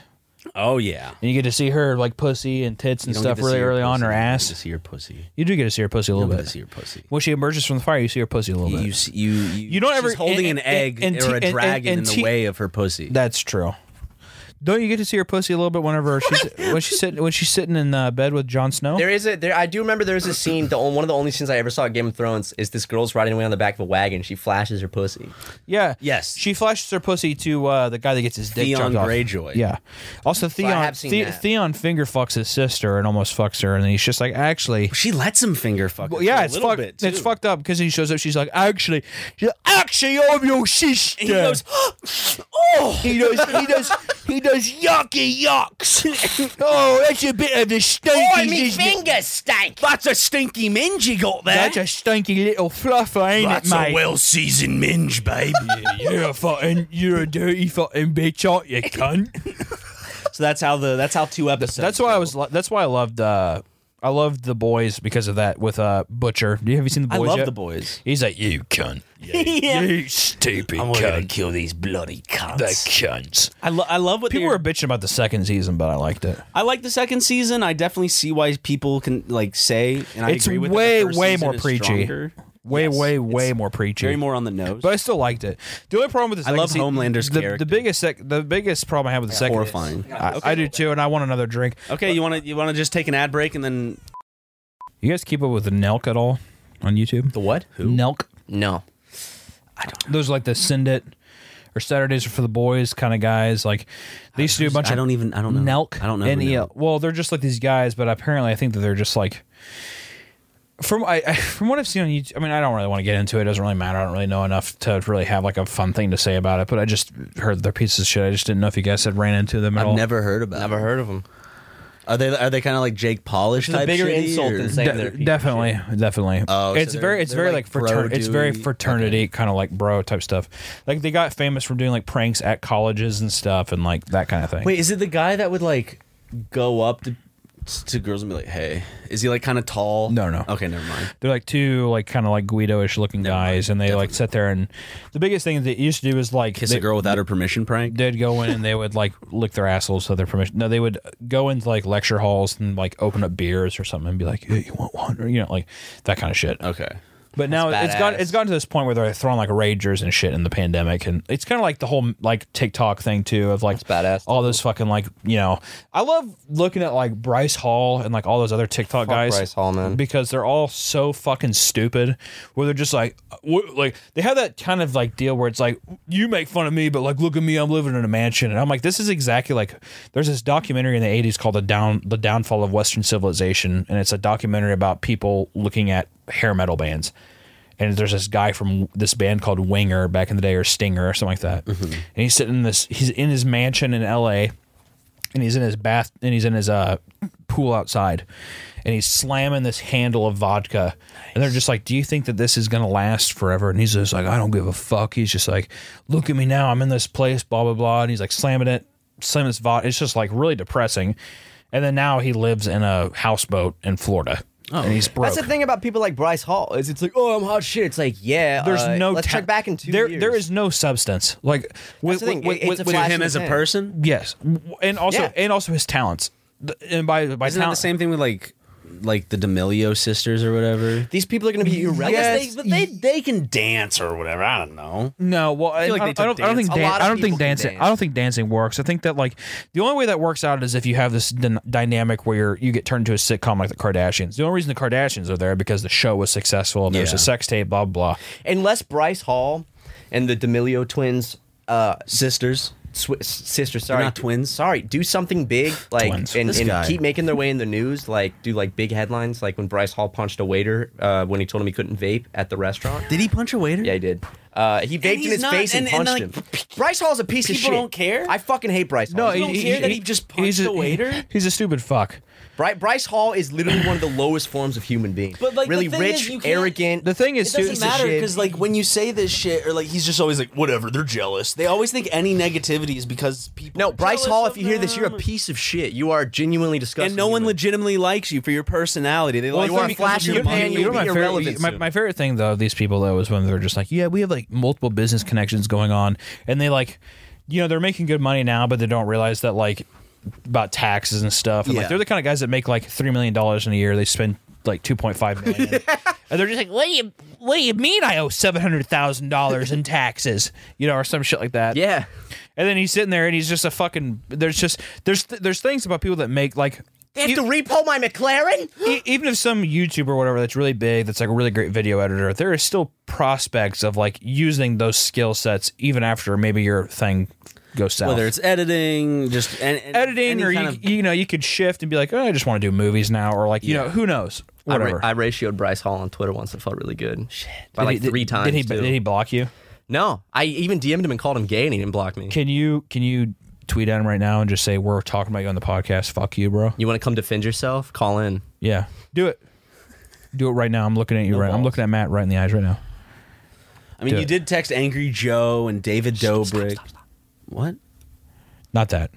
[SPEAKER 2] oh yeah.
[SPEAKER 1] and you get to see her like pussy and tits and
[SPEAKER 2] You don't
[SPEAKER 1] stuff
[SPEAKER 2] get to see
[SPEAKER 1] really
[SPEAKER 2] your
[SPEAKER 1] early on,
[SPEAKER 2] pussy.
[SPEAKER 1] her
[SPEAKER 2] You don't get
[SPEAKER 1] ass.
[SPEAKER 2] to see your pussy.
[SPEAKER 1] You do get to see her pussy a
[SPEAKER 2] You
[SPEAKER 1] little
[SPEAKER 2] don't get
[SPEAKER 1] bit.
[SPEAKER 2] to see your pussy.
[SPEAKER 1] When she emerges from the fire, you see her pussy a little
[SPEAKER 2] You
[SPEAKER 1] bit.
[SPEAKER 2] see, you you,
[SPEAKER 1] You don't ever-
[SPEAKER 2] she's holding
[SPEAKER 1] and-
[SPEAKER 2] an egg
[SPEAKER 1] and- and
[SPEAKER 2] or
[SPEAKER 1] t-
[SPEAKER 2] a
[SPEAKER 1] and- and-
[SPEAKER 2] dragon
[SPEAKER 1] and
[SPEAKER 2] in the
[SPEAKER 1] t-
[SPEAKER 2] way of her pussy.
[SPEAKER 1] That's true. Don't you get to see her pussy a little bit whenever she's when she's sitting when she's sitting in uh, bed with Jon Snow?
[SPEAKER 3] There is a there. I do remember there is a scene. The on- one of the only scenes I ever saw at Game of Thrones is this girl's riding away on the back of a wagon. She flashes her pussy.
[SPEAKER 1] yeah.
[SPEAKER 2] Yes.
[SPEAKER 1] She flashes her pussy to uh, the guy that gets his dick
[SPEAKER 2] Theon
[SPEAKER 1] chopped off.
[SPEAKER 2] Greyjoy.
[SPEAKER 1] Yeah. Also, Theon
[SPEAKER 3] have seen
[SPEAKER 1] The-
[SPEAKER 3] that.
[SPEAKER 1] Theon finger fucks his sister and almost fucks her, and then he's just like, actually,
[SPEAKER 2] She lets him finger fuck.
[SPEAKER 1] Well,
[SPEAKER 2] her for
[SPEAKER 1] yeah,
[SPEAKER 2] a
[SPEAKER 1] it's
[SPEAKER 2] little
[SPEAKER 1] fucked.
[SPEAKER 2] bit,
[SPEAKER 1] It's
[SPEAKER 2] too.
[SPEAKER 1] fucked up because he shows up. She's like, actually, she's like, actually, I'm your sister.
[SPEAKER 2] And he goes, oh,
[SPEAKER 1] he does, he does, he does yucky yucks. oh, that's a bit of a stinky.
[SPEAKER 5] Oh, me
[SPEAKER 1] isn't it?
[SPEAKER 5] finger stank.
[SPEAKER 2] That's a stinky minge you got there.
[SPEAKER 1] That's a stinky little fluffer, ain't
[SPEAKER 4] That's
[SPEAKER 1] it, mate?
[SPEAKER 4] a well seasoned minge, babe.
[SPEAKER 1] you're a fucking, you're a dirty fucking bitch, aren't you, cunt?
[SPEAKER 2] so that's how the that's how two episodes.
[SPEAKER 1] That's why I was. lo- That's why I loved. uh I loved the boys because of that with uh Butcher. Do you have you seen the
[SPEAKER 2] I
[SPEAKER 1] boys?
[SPEAKER 2] love
[SPEAKER 1] yet?
[SPEAKER 2] the boys.
[SPEAKER 1] He's like you cunt. You stupid
[SPEAKER 4] I'm
[SPEAKER 1] cunt.
[SPEAKER 4] gonna kill these bloody cunts.
[SPEAKER 1] That cunts.
[SPEAKER 2] I, lo- I love what
[SPEAKER 1] People
[SPEAKER 2] they
[SPEAKER 1] were bitching about the second season, but I liked it.
[SPEAKER 2] I like the second season. I definitely see why people can like say, and I
[SPEAKER 1] it's
[SPEAKER 2] agree with. that
[SPEAKER 1] way,
[SPEAKER 2] the first
[SPEAKER 1] way
[SPEAKER 2] season
[SPEAKER 1] more
[SPEAKER 2] is
[SPEAKER 1] preachy.
[SPEAKER 2] stronger.
[SPEAKER 1] Way,
[SPEAKER 2] Yes.
[SPEAKER 1] way,
[SPEAKER 2] It's
[SPEAKER 1] way more preachy.
[SPEAKER 2] very more on the nose.
[SPEAKER 1] but I still liked it. The only problem with the second
[SPEAKER 2] love
[SPEAKER 1] sea-
[SPEAKER 2] Homelander's
[SPEAKER 1] the,
[SPEAKER 2] character.
[SPEAKER 1] The biggest, sec- the biggest problem I have with the second
[SPEAKER 2] horrifying.
[SPEAKER 1] I, I do too, and I want another drink.
[SPEAKER 2] okay, you want to you want to just take an ad break and then
[SPEAKER 1] You guys keep up with the Nelk at all on YouTube?
[SPEAKER 3] The what?
[SPEAKER 1] Nelk.
[SPEAKER 3] No.
[SPEAKER 1] Those are like the Send It or Saturdays are for the boys kind of guys. Like they used to do a bunch
[SPEAKER 2] I
[SPEAKER 1] of
[SPEAKER 2] don't even I don't know
[SPEAKER 1] Nelk.
[SPEAKER 2] I don't know. who
[SPEAKER 1] N E
[SPEAKER 2] Nelk-
[SPEAKER 1] L. Well, they're just like these guys, but apparently I think that they're just like from I, I from what I've seen on YouTube. I mean, I don't really want to get into it. It doesn't really matter. I don't really know enough to really have like a fun thing to say about it. But I just heard their pieces of shit. I just didn't know if you guys had ran into them at
[SPEAKER 2] I've
[SPEAKER 1] all.
[SPEAKER 2] never heard about.
[SPEAKER 3] Never heard of him.
[SPEAKER 2] Are they are they kind of like Jake Polish
[SPEAKER 3] a
[SPEAKER 2] type?
[SPEAKER 3] bigger
[SPEAKER 2] shitty,
[SPEAKER 3] insult
[SPEAKER 2] or-
[SPEAKER 3] than
[SPEAKER 1] De-
[SPEAKER 3] saying they're people.
[SPEAKER 1] definitely, definitely.
[SPEAKER 2] Oh, so
[SPEAKER 1] it's
[SPEAKER 2] they're-
[SPEAKER 1] very, it's
[SPEAKER 2] they're
[SPEAKER 1] very
[SPEAKER 2] like
[SPEAKER 1] like,
[SPEAKER 2] bro
[SPEAKER 1] fraternity. It's very
[SPEAKER 2] dude.
[SPEAKER 1] fraternity kind of like bro type stuff. Like they got famous from doing like pranks at colleges and stuff, and like that kind of thing.
[SPEAKER 2] Wait, is it the guy that would like go up to to girls and be like, "Hey," is he like kind of tall?
[SPEAKER 1] No, no.
[SPEAKER 2] Okay, never mind.
[SPEAKER 1] They're like two like kind of like Guido-ish looking guys, and they like sit there and the biggest thing that they used to do is like
[SPEAKER 2] Kiss
[SPEAKER 1] they,
[SPEAKER 2] a girl without her permission prank.
[SPEAKER 1] They'd go in and they would like lick their assholes with their permission. No, they would go into like lecture halls and like open up beers or something and be like, "Hey, you want one?" Or you know, like that kind of shit.
[SPEAKER 2] Okay.
[SPEAKER 1] But now it's
[SPEAKER 3] badass.
[SPEAKER 1] got it's gotten to this point where they're throwing like ragers and shit in the pandemic, and it's kind of like the whole like TikTok thing too of like
[SPEAKER 3] badass.
[SPEAKER 1] all those fucking like you know I love looking at like Bryce Hall and like all those other TikTok guys
[SPEAKER 3] Bryce Hall, man.
[SPEAKER 1] because they're all so fucking stupid where they're just like wh- like they have that kind of like deal where it's like you make fun of me but like look at me I'm living in a mansion and I'm like this is exactly like there's this documentary in the 80s called the down the downfall of western civilization and it's a documentary about people looking at hair metal bands and there's this guy from this band called Winger back in the day or Stinger or something like that.
[SPEAKER 3] Mm-hmm.
[SPEAKER 1] And he's sitting in this he's in his mansion in LA and he's in his bath and he's in his uh pool outside and he's slamming this handle of vodka and they're just like do you think that this is gonna last forever and he's just like i don't give a fuck he's just like look at me now i'm in this place blah blah blah and he's like slamming it slamming this vodka it's just like really depressing and then now he lives in a houseboat in florida and he's broke
[SPEAKER 9] Oh, That's the thing about people like Bryce Hall is it's like, oh, I'm hot shit. It's like, yeah,
[SPEAKER 1] there's
[SPEAKER 9] uh,
[SPEAKER 1] no
[SPEAKER 9] Let's
[SPEAKER 1] ta-
[SPEAKER 9] check back in two
[SPEAKER 1] there,
[SPEAKER 9] years.
[SPEAKER 1] There is no substance. Like with,
[SPEAKER 9] the thing.
[SPEAKER 1] with-
[SPEAKER 9] It- it's
[SPEAKER 1] with-
[SPEAKER 9] a
[SPEAKER 1] with-
[SPEAKER 9] flash
[SPEAKER 2] Him
[SPEAKER 9] in
[SPEAKER 2] as
[SPEAKER 9] his
[SPEAKER 2] a
[SPEAKER 9] pan.
[SPEAKER 2] person.
[SPEAKER 1] yes, and also
[SPEAKER 9] Yeah.
[SPEAKER 1] and also his talents. The- And by by
[SPEAKER 2] Isn't that the
[SPEAKER 1] talent,
[SPEAKER 2] same thing with like like the D'Amelio sisters or whatever?
[SPEAKER 9] These people are going to be irrelevant.
[SPEAKER 2] but they they can dance or whatever. I don't know.
[SPEAKER 1] no. Well, I,
[SPEAKER 2] like
[SPEAKER 1] I
[SPEAKER 2] they
[SPEAKER 1] don't, I
[SPEAKER 2] took
[SPEAKER 1] don't, I don't think
[SPEAKER 9] dance. A
[SPEAKER 1] dan-
[SPEAKER 9] lot
[SPEAKER 1] I
[SPEAKER 9] of
[SPEAKER 1] don't think
[SPEAKER 9] people can
[SPEAKER 1] dancing.
[SPEAKER 9] dance.
[SPEAKER 1] I don't think dancing works. I think that like the only way that works out is if you have this dyn- dynamic where you're, you get turned into a sitcom like the Kardashians. The only reason the Kardashians are there because the show was successful and there was
[SPEAKER 2] Yeah.
[SPEAKER 1] a sex tape, blah blah.
[SPEAKER 9] Unless Bryce Hall and the D'Amelio twins, uh,
[SPEAKER 2] Sisters.
[SPEAKER 9] sw- sister, sorry,
[SPEAKER 2] not twins.
[SPEAKER 9] Sorry, do something big, like,
[SPEAKER 1] Twins.
[SPEAKER 9] and,
[SPEAKER 2] This
[SPEAKER 9] and
[SPEAKER 2] guy.
[SPEAKER 9] keep making their way in the news. Like, do like big headlines, like when Bryce Hall punched a waiter uh, when he told him he couldn't vape at the restaurant.
[SPEAKER 2] Did he punch a waiter?
[SPEAKER 9] Yeah, he did. Uh, he vaped in
[SPEAKER 2] he's
[SPEAKER 9] his
[SPEAKER 2] not-
[SPEAKER 9] face and,
[SPEAKER 2] and- and,
[SPEAKER 9] punched him. Bryce Hall's a piece of shit.
[SPEAKER 2] people don't care?
[SPEAKER 9] I fucking hate Bryce Hall.
[SPEAKER 1] No,
[SPEAKER 9] He's
[SPEAKER 1] he,
[SPEAKER 2] don't
[SPEAKER 1] he-
[SPEAKER 2] care that
[SPEAKER 1] he-
[SPEAKER 2] he just
[SPEAKER 1] he's
[SPEAKER 2] punched a waiter?
[SPEAKER 1] He's a stupid fuck.
[SPEAKER 3] Bry- Bryce Hall is literally one of the lowest forms of human being.
[SPEAKER 2] But, like, the
[SPEAKER 3] really
[SPEAKER 2] thing is,
[SPEAKER 3] rich,
[SPEAKER 2] you can't-
[SPEAKER 3] arrogant.
[SPEAKER 1] The thing is,
[SPEAKER 2] It
[SPEAKER 1] too,
[SPEAKER 2] doesn't matter
[SPEAKER 9] shit.
[SPEAKER 2] because like when you say this shit, or like he's just always like, whatever, they're jealous. They always think any negativity is because people.
[SPEAKER 3] no,
[SPEAKER 2] are
[SPEAKER 3] Bryce
[SPEAKER 2] jealous
[SPEAKER 3] Hall.
[SPEAKER 2] of
[SPEAKER 3] If you hear this, you're a
[SPEAKER 2] them.
[SPEAKER 3] piece of shit. You are genuinely disgusting.
[SPEAKER 2] and no one
[SPEAKER 3] human.
[SPEAKER 2] legitimately likes you for your personality. They like
[SPEAKER 3] you are
[SPEAKER 2] you because of your
[SPEAKER 3] flashing your
[SPEAKER 2] money.
[SPEAKER 3] pan, you'll
[SPEAKER 1] my
[SPEAKER 3] be
[SPEAKER 1] favorite,
[SPEAKER 3] irrelevant
[SPEAKER 1] my,
[SPEAKER 3] soon.
[SPEAKER 1] my favorite thing though, these people though, is when they're just like, yeah, we have like multiple business connections going on, and they like, you know, they're making good money now, but they don't realize that like about taxes and stuff. And,
[SPEAKER 2] Yeah.
[SPEAKER 1] Like they're the kind of guys that make like three million dollars in a year. They spend like two point five million. And they're just like, what do you, what do you mean? I owe seven hundred thousand dollars in taxes, you know, or some shit like that.
[SPEAKER 3] Yeah.
[SPEAKER 1] And then he's sitting there, and he's just a fucking. There's just there's there's things about people that make like
[SPEAKER 3] They have to repo my McLaren.
[SPEAKER 1] E- even if some YouTuber or whatever that's really big, that's like a really great video editor, there is still prospects of like using those skill sets even after maybe your thing goes south.
[SPEAKER 2] Whether it's editing, just and, and
[SPEAKER 1] editing
[SPEAKER 2] any
[SPEAKER 1] or you,
[SPEAKER 2] kind of-
[SPEAKER 1] you know you could shift and be like, oh, I just want to do movies now, or like you know who knows
[SPEAKER 3] I, ra-
[SPEAKER 1] whatever.
[SPEAKER 3] I ratioed Bryce Hall on Twitter once. It felt really good. Shit. By
[SPEAKER 1] Did
[SPEAKER 3] like
[SPEAKER 1] he- did-
[SPEAKER 3] three times.
[SPEAKER 1] Did he,
[SPEAKER 3] too.
[SPEAKER 1] did he block you?
[SPEAKER 3] No, I even DM'd him and called him gay, and he didn't block me.
[SPEAKER 1] Can you can you tweet at him right now and just say we're talking about you on the podcast? Fuck you, bro.
[SPEAKER 3] You want to come defend yourself? Call in.
[SPEAKER 1] Yeah, do it. Do it right now. I'm looking at you right. I'm
[SPEAKER 2] balls.
[SPEAKER 1] looking at Matt right in the eyes right now.
[SPEAKER 2] I mean, you did text Angry Joe and David Dobrik. What?
[SPEAKER 1] Not that.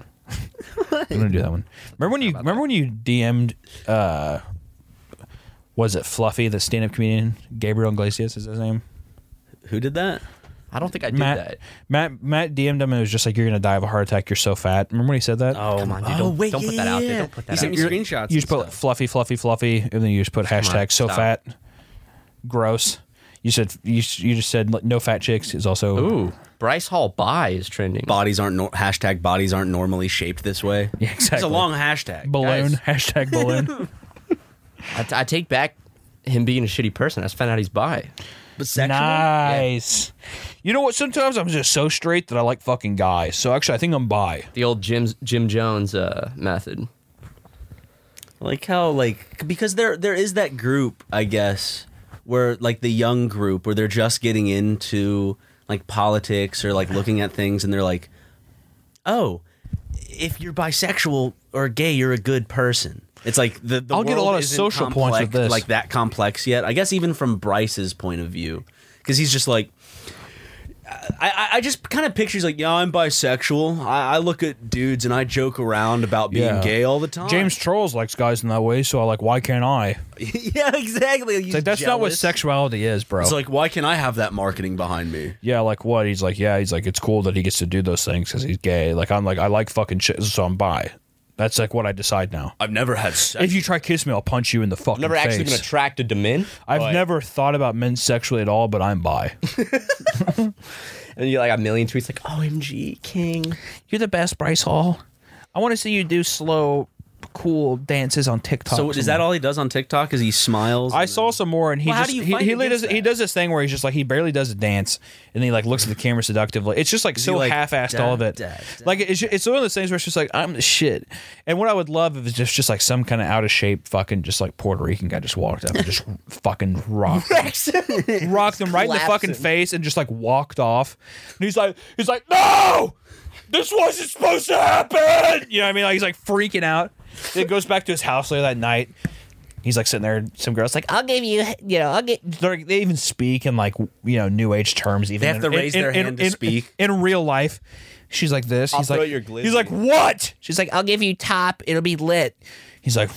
[SPEAKER 1] I'm gonna do that one. Remember when you remember when you DM'd uh was it Fluffy, the stand up comedian? Gabriel Iglesias is his name?
[SPEAKER 2] Who did that?
[SPEAKER 3] I don't think I did
[SPEAKER 1] Matt
[SPEAKER 3] that.
[SPEAKER 1] Matt Matt DM'd him and it was just like you're gonna die of a heart attack, you're so fat. Remember when he said that?
[SPEAKER 3] Come on, dude. Don't,
[SPEAKER 2] wait,
[SPEAKER 3] don't put
[SPEAKER 2] yeah,
[SPEAKER 3] that out
[SPEAKER 2] yeah.
[SPEAKER 3] there. Don't put
[SPEAKER 2] He
[SPEAKER 3] that out
[SPEAKER 2] sent me
[SPEAKER 3] there.
[SPEAKER 2] screenshots.
[SPEAKER 1] you just
[SPEAKER 2] and
[SPEAKER 1] put
[SPEAKER 2] stuff.
[SPEAKER 1] fluffy, fluffy, fluffy, and then you just put hashtag so
[SPEAKER 3] stop.
[SPEAKER 1] fat. Gross. You said you you just said like, no fat chicks is also
[SPEAKER 3] Ooh, Bryce Hall bi is trending.
[SPEAKER 2] bodies aren't nor- hashtag bodies aren't normally shaped this way. Yeah,
[SPEAKER 1] exactly.
[SPEAKER 2] It's a long hashtag.
[SPEAKER 1] balloon
[SPEAKER 2] Guys,
[SPEAKER 1] hashtag balloon.
[SPEAKER 3] I, I take back him being a shitty person. I just found out he's bi.
[SPEAKER 2] but sexual.
[SPEAKER 1] Nice. You know what? Sometimes I'm just so straight that I like fucking guys. So actually, I think I'm bi.
[SPEAKER 3] The old Jim Jim Jones uh, method.
[SPEAKER 2] Like how like because there there is that group, I guess, where like the young group where they're just getting into like politics or like looking at things and they're like, "Oh, if you're bisexual or gay, you're a good person." It's like the, the
[SPEAKER 1] I'll get a
[SPEAKER 2] world
[SPEAKER 1] lot of
[SPEAKER 2] isn't
[SPEAKER 1] social points
[SPEAKER 2] complex-
[SPEAKER 1] with this.
[SPEAKER 2] like that complex yet. I guess even from Bryce's point of view, because he's just like, I, I- I just kind of pictures like, yeah, I'm bisexual. I, I look at dudes and I joke around about being
[SPEAKER 1] Yeah.
[SPEAKER 2] gay all the time.
[SPEAKER 1] James Trolls likes guys in that way, so I like, why can't I?
[SPEAKER 2] yeah, exactly. He's
[SPEAKER 1] It's like that's not what
[SPEAKER 2] jealous.
[SPEAKER 1] sexuality is, bro.
[SPEAKER 2] It's like, why can I have that marketing behind me?
[SPEAKER 1] yeah, like what? He's like, yeah, he's like, it's cool that he gets to do those things because he's gay. Like I'm like, I like fucking shit, so I'm bi. That's like what I decide now.
[SPEAKER 2] I've never had sex.
[SPEAKER 1] If you try to kiss me, I'll punch you in the fucking
[SPEAKER 3] Never actually
[SPEAKER 1] face.
[SPEAKER 3] been attracted to men.
[SPEAKER 1] I've
[SPEAKER 3] but-
[SPEAKER 1] never thought about men sexually at all, but I'm bi.
[SPEAKER 3] And you're like a million tweets like, OMG, King.
[SPEAKER 1] You're the best, Bryce Hall. I want to see you do slow, cool dances on TikTok.
[SPEAKER 2] so is that all he does on TikTok? Is he smiles?
[SPEAKER 1] I
[SPEAKER 2] and
[SPEAKER 1] saw some more, and he
[SPEAKER 2] Well, how
[SPEAKER 1] just
[SPEAKER 2] do you
[SPEAKER 1] he,
[SPEAKER 2] fight
[SPEAKER 1] he really
[SPEAKER 2] against
[SPEAKER 1] does he
[SPEAKER 2] that?
[SPEAKER 1] does this thing where he's just like he barely does a dance, and then he like looks at the camera seductively. It's just like so
[SPEAKER 2] like,
[SPEAKER 1] half-assed
[SPEAKER 2] da,
[SPEAKER 1] all of it.
[SPEAKER 2] da, da.
[SPEAKER 1] Like it's it's one of those things where it's just like I'm the shit. And what I would love if it's just just like some kind of out of shape fucking just like Puerto Rican guy just walked up and just fucking rocked them, rocked them right in the fucking face and just like walked off. And he's like he's like no. This wasn't supposed to happen. You know what I mean? Like he's like freaking out. It goes back to his house later that night. He's like sitting there. and Some girls like,
[SPEAKER 5] I'll give you, you know, I'll get.
[SPEAKER 1] they're, they even speak in like you know new age terms. Even
[SPEAKER 2] They have
[SPEAKER 1] in-
[SPEAKER 2] to raise
[SPEAKER 1] in,
[SPEAKER 2] their
[SPEAKER 1] in,
[SPEAKER 2] hand
[SPEAKER 1] in,
[SPEAKER 2] to
[SPEAKER 1] in-
[SPEAKER 2] speak.
[SPEAKER 1] in, real life. She's like this. he's
[SPEAKER 3] throw
[SPEAKER 1] like
[SPEAKER 3] your glizzy.
[SPEAKER 1] he's like what?
[SPEAKER 5] She's like, I'll give you top. It'll be lit.
[SPEAKER 1] He's like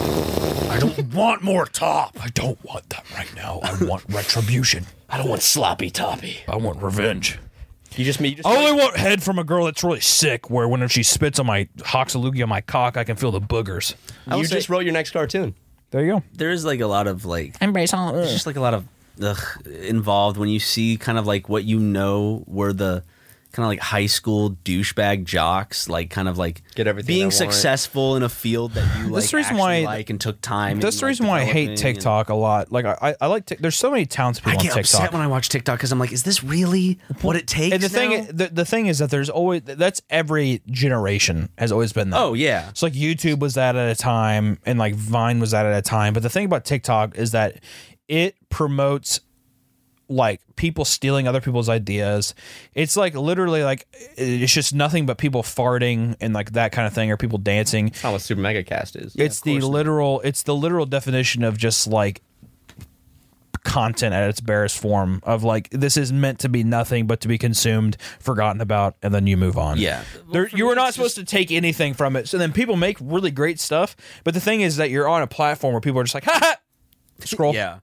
[SPEAKER 1] I don't want more top. I don't want that right now. I want retribution.
[SPEAKER 4] I don't want sloppy toppy.
[SPEAKER 1] I want revenge.
[SPEAKER 3] You just meet.
[SPEAKER 1] I only want head from a girl that's really sick. Where whenever she spits on my hoxalugi on my cock, I can feel the boogers.
[SPEAKER 3] You just wrote your next cartoon.
[SPEAKER 1] There you go.
[SPEAKER 2] there is like a lot of like
[SPEAKER 5] I'm Bryce Hall.
[SPEAKER 2] there's just like a lot of ugh, involved when you see kind of like what you know were the kind of like high school douchebag jocks, like kind of like
[SPEAKER 3] Get everything they
[SPEAKER 2] being
[SPEAKER 3] want.
[SPEAKER 2] successful in a field that you like
[SPEAKER 1] That's the reason why-
[SPEAKER 2] actually like and took time.
[SPEAKER 1] That's
[SPEAKER 2] and,
[SPEAKER 1] the
[SPEAKER 2] like,
[SPEAKER 1] reason why I hate
[SPEAKER 2] developing and-
[SPEAKER 1] TikTok a lot. Like I, I- I like Tik there's so many townspeople
[SPEAKER 2] I
[SPEAKER 1] on
[SPEAKER 2] get
[SPEAKER 1] TikTok.
[SPEAKER 2] upset when I watch TikTok because I'm like, is this really what it takes?
[SPEAKER 1] and the
[SPEAKER 2] now?
[SPEAKER 1] thing, the, the thing is that there's always that's every generation has always been that.
[SPEAKER 2] Oh, yeah.
[SPEAKER 1] it's like YouTube was that at a time, and like Vine was that at a time. But the thing about TikTok is that it promotes like people stealing other people's ideas. It's like literally like it's just nothing but people farting and like that kind of thing or people dancing.
[SPEAKER 3] That's not what Super Mega Cast is.
[SPEAKER 1] it's the literal it's the literal definition of just like content at its barest form of like this is meant to be nothing but to be consumed, forgotten about, and then you move on.
[SPEAKER 2] Yeah.
[SPEAKER 1] There, you were not supposed to take anything from it. So then people make really great stuff, but the thing is that you're on a platform where people are just like, ha ha, scroll.
[SPEAKER 2] Yeah.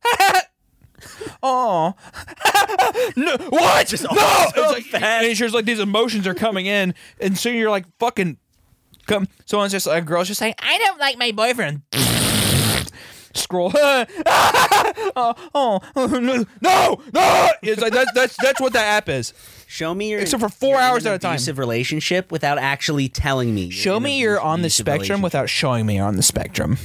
[SPEAKER 1] Oh, no! What? Just no! it's like, and it's just like these emotions are coming in, and soon you're like, fucking. Come. Someone's just a girl's just saying, "I don't like my boyfriend." Scroll. oh, oh, no, no, no! It's like that's that's that's what that app is.
[SPEAKER 2] Show me your.
[SPEAKER 1] Except for four
[SPEAKER 2] you're in
[SPEAKER 1] hours
[SPEAKER 2] an
[SPEAKER 1] at a time.
[SPEAKER 2] Abusive relationship without actually telling me.
[SPEAKER 1] Show me you're on the spectrum without showing me you're on the spectrum.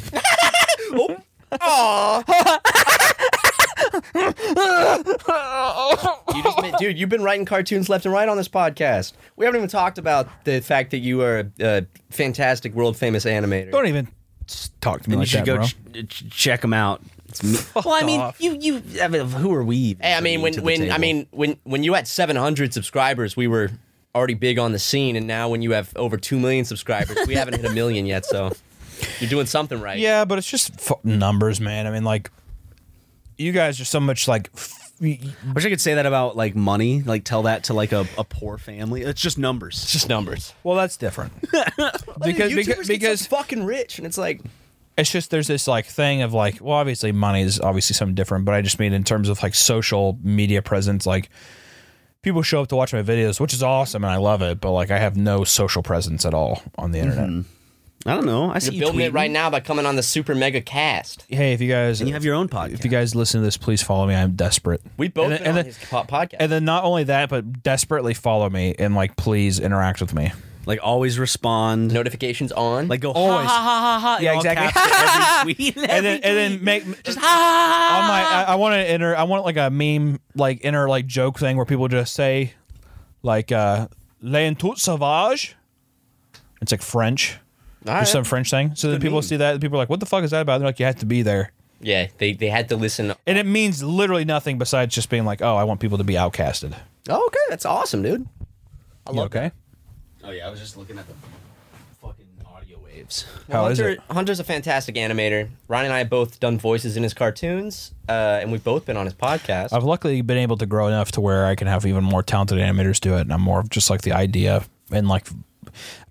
[SPEAKER 3] You just made- dude, you've been writing cartoons left and right on this podcast. We haven't even talked about the fact that you are a, a fantastic, world famous animator.
[SPEAKER 1] Don't even s- talk to me
[SPEAKER 2] You
[SPEAKER 1] like
[SPEAKER 2] should
[SPEAKER 1] that,
[SPEAKER 2] go
[SPEAKER 1] bro.
[SPEAKER 2] ch- ch- check them out. It's me- well, I mean,
[SPEAKER 1] off.
[SPEAKER 2] you you. I mean, who are we?
[SPEAKER 3] Hey, I mean, when
[SPEAKER 2] to the
[SPEAKER 3] when I
[SPEAKER 2] table?
[SPEAKER 3] mean when when you had 700 subscribers, we were already big on the scene, and now when you have over two million subscribers, we haven't hit a million yet. So you're doing something right.
[SPEAKER 1] Yeah, but it's just f- numbers, man. I mean, like, you guys are so much like. F- y-
[SPEAKER 2] I wish I could say that about like money. Like tell that to like a, a poor family. It's just numbers.
[SPEAKER 3] just numbers.
[SPEAKER 1] well, that's different because because, because
[SPEAKER 3] fucking rich, and it's like
[SPEAKER 1] it's just there's this like thing of like well obviously money is obviously something different but i just mean in terms of like social media presence like people show up to watch my videos which is awesome and i love it but like i have no social presence at all on the internet
[SPEAKER 2] Mm-hmm. I don't know. I see you
[SPEAKER 3] building it
[SPEAKER 2] tweeting.
[SPEAKER 3] right now by coming on the super mega cast.
[SPEAKER 1] hey if you guys
[SPEAKER 2] You have your own podcast.
[SPEAKER 1] if you guys listen to this please follow me i'm desperate
[SPEAKER 3] We both
[SPEAKER 1] and then,
[SPEAKER 3] been
[SPEAKER 1] and
[SPEAKER 3] on
[SPEAKER 1] then-
[SPEAKER 3] his po- podcast.
[SPEAKER 1] and then not only that but desperately follow me and like please interact with me
[SPEAKER 2] like always respond.
[SPEAKER 3] Notifications on.
[SPEAKER 2] Like go
[SPEAKER 1] Always.
[SPEAKER 2] Ha ha ha ha. in
[SPEAKER 1] Yeah,
[SPEAKER 2] all
[SPEAKER 1] exactly.
[SPEAKER 2] caps every tweet.
[SPEAKER 1] and then and then make just on my I, I want to enter I want like a meme like inner like joke thing where people just say like uh l'entour sauvage. It's like French.
[SPEAKER 3] All
[SPEAKER 1] There's
[SPEAKER 3] right.
[SPEAKER 1] some French thing. So then people see that and people are like, what the fuck is that about? They're like, you have to be there.
[SPEAKER 3] yeah, they they had to listen.
[SPEAKER 1] And it means literally nothing besides just being like, oh, I want people to be outcasted.
[SPEAKER 3] Oh, okay, that's awesome, dude.
[SPEAKER 1] I love okay.
[SPEAKER 2] Oh yeah, I was just looking at the fucking audio waves.
[SPEAKER 1] How is
[SPEAKER 3] Hunter,
[SPEAKER 1] it?
[SPEAKER 3] Hunter's a fantastic animator. Ryan and I have both done voices in his cartoons, uh, and we've both been on his podcast.
[SPEAKER 1] I've luckily been able to grow enough to where I can have even more talented animators do it, and I'm more of just like the idea and like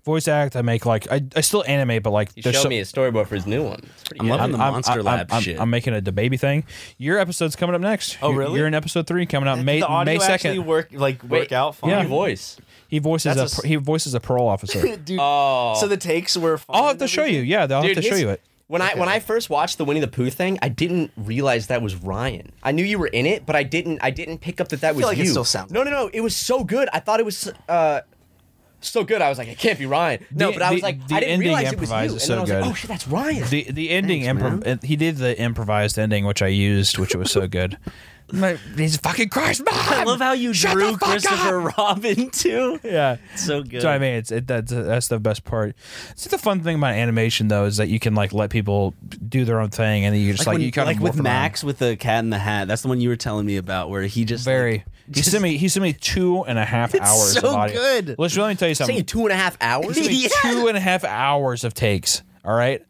[SPEAKER 1] voice act. I make like I, I still animate, but like
[SPEAKER 3] he
[SPEAKER 1] there's
[SPEAKER 3] showed
[SPEAKER 1] so-
[SPEAKER 3] me his storyboard for his new one. It's pretty
[SPEAKER 2] I'm
[SPEAKER 3] good.
[SPEAKER 2] loving the Monster Lab
[SPEAKER 1] I'm,
[SPEAKER 2] shit.
[SPEAKER 1] I'm making a DeBaby thing. Your episode's coming up next. Oh,
[SPEAKER 2] really?
[SPEAKER 1] You're in episode three coming out May
[SPEAKER 10] the audio
[SPEAKER 1] May
[SPEAKER 10] actually
[SPEAKER 1] second.
[SPEAKER 10] work like work
[SPEAKER 3] Wait,
[SPEAKER 10] out fine.
[SPEAKER 1] Yeah.
[SPEAKER 3] Your voice.
[SPEAKER 1] he voices a,
[SPEAKER 10] That's a
[SPEAKER 1] he voices a parole officer.
[SPEAKER 10] Dude,
[SPEAKER 3] Oh,
[SPEAKER 10] so the takes were. Fine
[SPEAKER 1] I'll have
[SPEAKER 10] and
[SPEAKER 1] to show you.
[SPEAKER 10] everything?
[SPEAKER 1] Yeah, I'll have to show
[SPEAKER 3] his-
[SPEAKER 1] you it.
[SPEAKER 3] When I when I first watched the Winnie the Pooh thing, I didn't realize that was Ryan. I knew you were in it, but I didn't I didn't pick up that that was
[SPEAKER 10] like
[SPEAKER 3] you.
[SPEAKER 10] it still sounds-
[SPEAKER 3] no, no, no. It was so good. I thought it was uh, so good. I was like, it can't be Ryan. No,
[SPEAKER 1] The-
[SPEAKER 3] but I was
[SPEAKER 1] the-
[SPEAKER 3] like,
[SPEAKER 1] the
[SPEAKER 3] I didn't
[SPEAKER 1] ending
[SPEAKER 3] realize it was you.
[SPEAKER 1] improvise
[SPEAKER 3] And
[SPEAKER 1] is
[SPEAKER 3] then
[SPEAKER 1] so
[SPEAKER 3] I was
[SPEAKER 1] good.
[SPEAKER 3] like, oh shit, that's Ryan.
[SPEAKER 1] The the ending improv uh, he did the improvised ending which I used, which was so good. My- He's fucking crushed.
[SPEAKER 2] I love how you drew Christopher Robin too.
[SPEAKER 1] Yeah.
[SPEAKER 2] So good.
[SPEAKER 1] So I mean, it's it, that's that's the best part. See, the fun thing about animation though is that you can like let people do their own thing, and then you just like,
[SPEAKER 2] when-
[SPEAKER 1] you kind
[SPEAKER 2] like
[SPEAKER 1] of
[SPEAKER 2] with Max with the Cat in the Hat. That's the one you were telling me about, where he just
[SPEAKER 1] Very.
[SPEAKER 2] like,
[SPEAKER 1] he sent me. He sent me two and a half hours.
[SPEAKER 2] so
[SPEAKER 1] of audio.
[SPEAKER 2] good.
[SPEAKER 1] Listen, let me tell you something.
[SPEAKER 3] Taking two and a half hours.
[SPEAKER 1] It took me two and a half hours of takes. All right.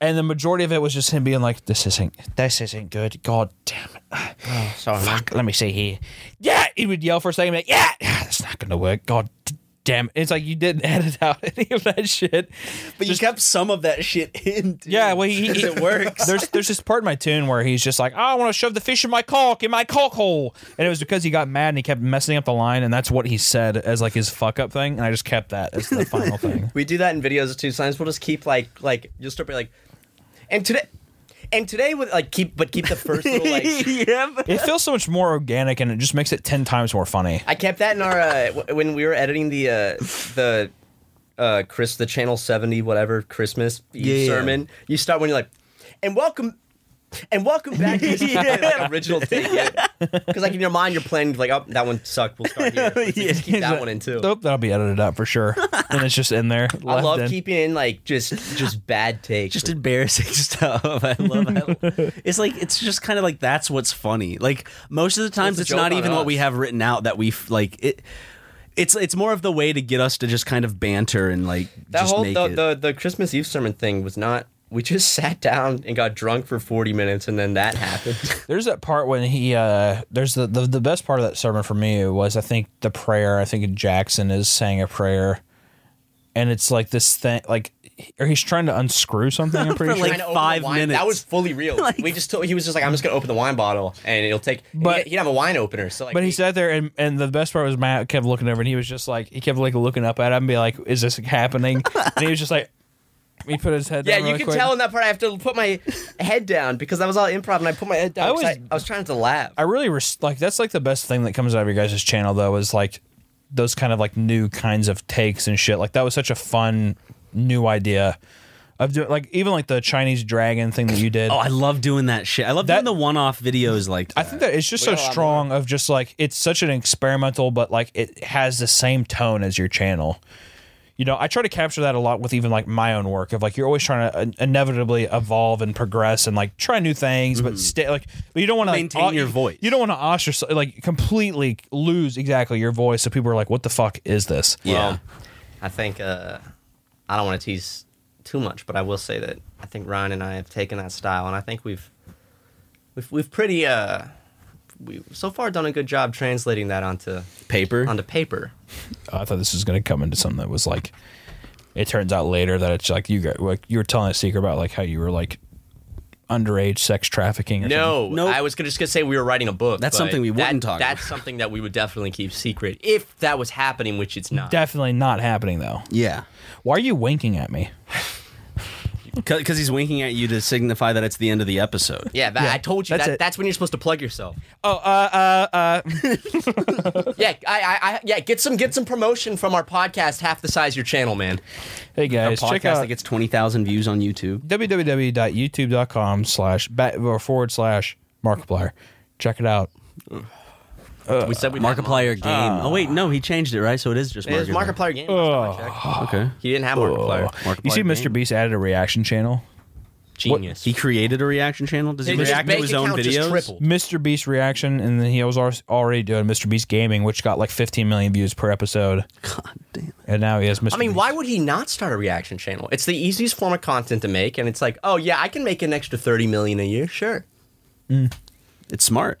[SPEAKER 1] And the majority of it was just him being like, "This isn't, this isn't good. God damn it!
[SPEAKER 2] Oh,
[SPEAKER 3] Sorry, man.
[SPEAKER 1] Fuck. Let me see here. Yeah, he would yell for a second. Like, yeah, that's not gonna work. God d- damn it! It's like you didn't edit out any of that shit.
[SPEAKER 2] but you kept some of that shit in. Dude.
[SPEAKER 1] Yeah, well, he, he
[SPEAKER 2] it works.
[SPEAKER 1] There's there's this part in my tune where he's just like, "Oh, I want to shove the fish in my caulk in my caulk hole," and it was because he got mad and he kept messing up the line, and that's what he said as like his fuck up thing, and I just kept that as the final thing.
[SPEAKER 3] We do that in videos too. Sometimes we'll just keep like like you'll start being like, and today, and today with like keep but keep the first little like.
[SPEAKER 1] It feels so much more organic, and it just makes it ten times more funny.
[SPEAKER 3] I kept that in our uh, w- when we were editing the uh, the uh, Chris the Channel Seventy whatever Christmas Eve
[SPEAKER 2] Yeah, yeah.
[SPEAKER 3] sermon. You start when you're like, and welcome And welcome back to this like, original take. Because like in your mind, you're planning like, oh, that one sucked. We'll start here. Let's just keep that one in too.
[SPEAKER 1] Nope, that'll be edited out for sure. and it's just in there.
[SPEAKER 3] I
[SPEAKER 1] left
[SPEAKER 3] love
[SPEAKER 1] in.
[SPEAKER 3] keeping in like just just bad takes.
[SPEAKER 2] just embarrassing stuff. I love it. It's like it's just kind of like that's what's funny. Like most of the times,
[SPEAKER 3] a
[SPEAKER 2] it's
[SPEAKER 3] joke
[SPEAKER 2] not
[SPEAKER 3] on
[SPEAKER 2] even
[SPEAKER 3] us.
[SPEAKER 2] what we have written out that we f- like it. It's it's more of the way to get us to just kind of banter and like
[SPEAKER 3] that
[SPEAKER 2] just
[SPEAKER 3] whole
[SPEAKER 2] make
[SPEAKER 3] the,
[SPEAKER 2] it.
[SPEAKER 3] the the Christmas Eve sermon thing was not. We just sat down and got drunk for 40 minutes, and then that happened.
[SPEAKER 1] There's that part when he uh there's the, the the best part of that sermon for me was I think the prayer, I think Jackson is saying a prayer and it's like this thing like or he's trying to unscrew something, I'm pretty
[SPEAKER 2] For,
[SPEAKER 1] sure.
[SPEAKER 2] like,
[SPEAKER 3] Trying to open
[SPEAKER 2] five
[SPEAKER 3] the wine- That
[SPEAKER 2] minutes.
[SPEAKER 3] was fully real. we just told, he was just like, I'm just gonna open the wine bottle, and it'll take. But
[SPEAKER 1] But-
[SPEAKER 3] he, he didn't have a wine opener, so like.
[SPEAKER 1] but he
[SPEAKER 3] we-
[SPEAKER 1] sat there and, and the best part was Matt kept looking over and he was just like he kept like looking up at him and be like, Is this happening? and he was just like he put his head
[SPEAKER 3] Yeah,
[SPEAKER 1] down
[SPEAKER 3] you
[SPEAKER 1] really
[SPEAKER 3] can
[SPEAKER 1] quick.
[SPEAKER 3] tell in that part I have to put my head down because that was all improv, and I put my head down.
[SPEAKER 1] I
[SPEAKER 3] 'cause I,
[SPEAKER 1] was-
[SPEAKER 3] I was trying to laugh.
[SPEAKER 1] I really res- like that's like the best thing that comes out of your guys' channel though is like those kind of like new kinds of takes and shit. Like that was such a fun new idea of doing like even like the Chinese dragon thing that you did.
[SPEAKER 2] oh, I love doing that shit. I love
[SPEAKER 1] That-
[SPEAKER 2] doing the one-off videos like
[SPEAKER 1] I think that it's just so strong of just like it's such an experimental, but like it has the same tone as your channel. You know, I try to capture that a lot with even like my own work of like you're always trying to in- inevitably evolve and progress and like try new things, but stay like but you don't want to
[SPEAKER 2] Mm-hmm. Maintain your voice.
[SPEAKER 1] You don't want to ostracize like completely lose exactly your voice, so people are like, "What the fuck is this?"
[SPEAKER 2] yeah.
[SPEAKER 3] Well, Um, I think uh, I don't want to tease too much, but I will say that I think Ryan and I have taken that style, and I think we've we've we've pretty uh, we so far done a good job translating that onto
[SPEAKER 2] paper.
[SPEAKER 3] onto paper.
[SPEAKER 1] Uh, I thought this was going to come into something that was like. It turns out later that it's like you got like you were telling a secret about like how you were like underage sex trafficking. Or something.
[SPEAKER 3] No,
[SPEAKER 2] Nope.
[SPEAKER 3] I was gonna, just going to say we were writing a book.
[SPEAKER 2] That's
[SPEAKER 3] but
[SPEAKER 2] something we wouldn't
[SPEAKER 3] that-
[SPEAKER 2] talk
[SPEAKER 3] That's
[SPEAKER 2] about.
[SPEAKER 3] something that we would definitely keep secret if that was happening, which it's not.
[SPEAKER 1] Definitely not happening though.
[SPEAKER 2] yeah,
[SPEAKER 1] Why are you winking at me?
[SPEAKER 2] because he's winking at you to signify that it's the end of the episode.
[SPEAKER 3] yeah, that, I told you
[SPEAKER 1] that's
[SPEAKER 3] that,
[SPEAKER 1] it.
[SPEAKER 3] that's when you're supposed to plug yourself.
[SPEAKER 1] Oh, uh, uh, uh.
[SPEAKER 3] yeah, I, I, I, yeah, get some get some promotion from our podcast, half the size of your channel, man.
[SPEAKER 1] Hey guys,
[SPEAKER 2] Podcast
[SPEAKER 1] check out
[SPEAKER 2] that gets twenty thousand views on YouTube.
[SPEAKER 1] www.youtube.com slash back or forward slash Markiplier. Check it out. Uh,
[SPEAKER 3] we said we
[SPEAKER 2] Markiplier game. oh
[SPEAKER 1] Ah.
[SPEAKER 2] wait, no, he changed it right, so it is just
[SPEAKER 3] It was
[SPEAKER 2] Markiplier.
[SPEAKER 3] Markiplier game. last time I checked.
[SPEAKER 2] Okay,
[SPEAKER 3] He didn't have Markiplier.
[SPEAKER 1] you see,
[SPEAKER 2] Markiplier
[SPEAKER 1] Mr.
[SPEAKER 2] game.
[SPEAKER 1] Beast added a reaction channel.
[SPEAKER 3] Genius.
[SPEAKER 2] He created a reaction channel. Does he
[SPEAKER 3] His
[SPEAKER 2] react to
[SPEAKER 3] bank
[SPEAKER 2] his own
[SPEAKER 3] account just
[SPEAKER 2] videos?
[SPEAKER 3] tripled.
[SPEAKER 1] Mr. Beast reaction, and then he was al- already doing Mr. Beast gaming, which got like 15 million views per episode.
[SPEAKER 2] God damn it!
[SPEAKER 1] And now he has Mr.
[SPEAKER 3] I mean,
[SPEAKER 1] Beast.
[SPEAKER 3] why would he not start a reaction channel? It's the easiest form of content to make, and it's like, oh yeah, I can make an extra thirty million a year. Sure.
[SPEAKER 2] It's smart.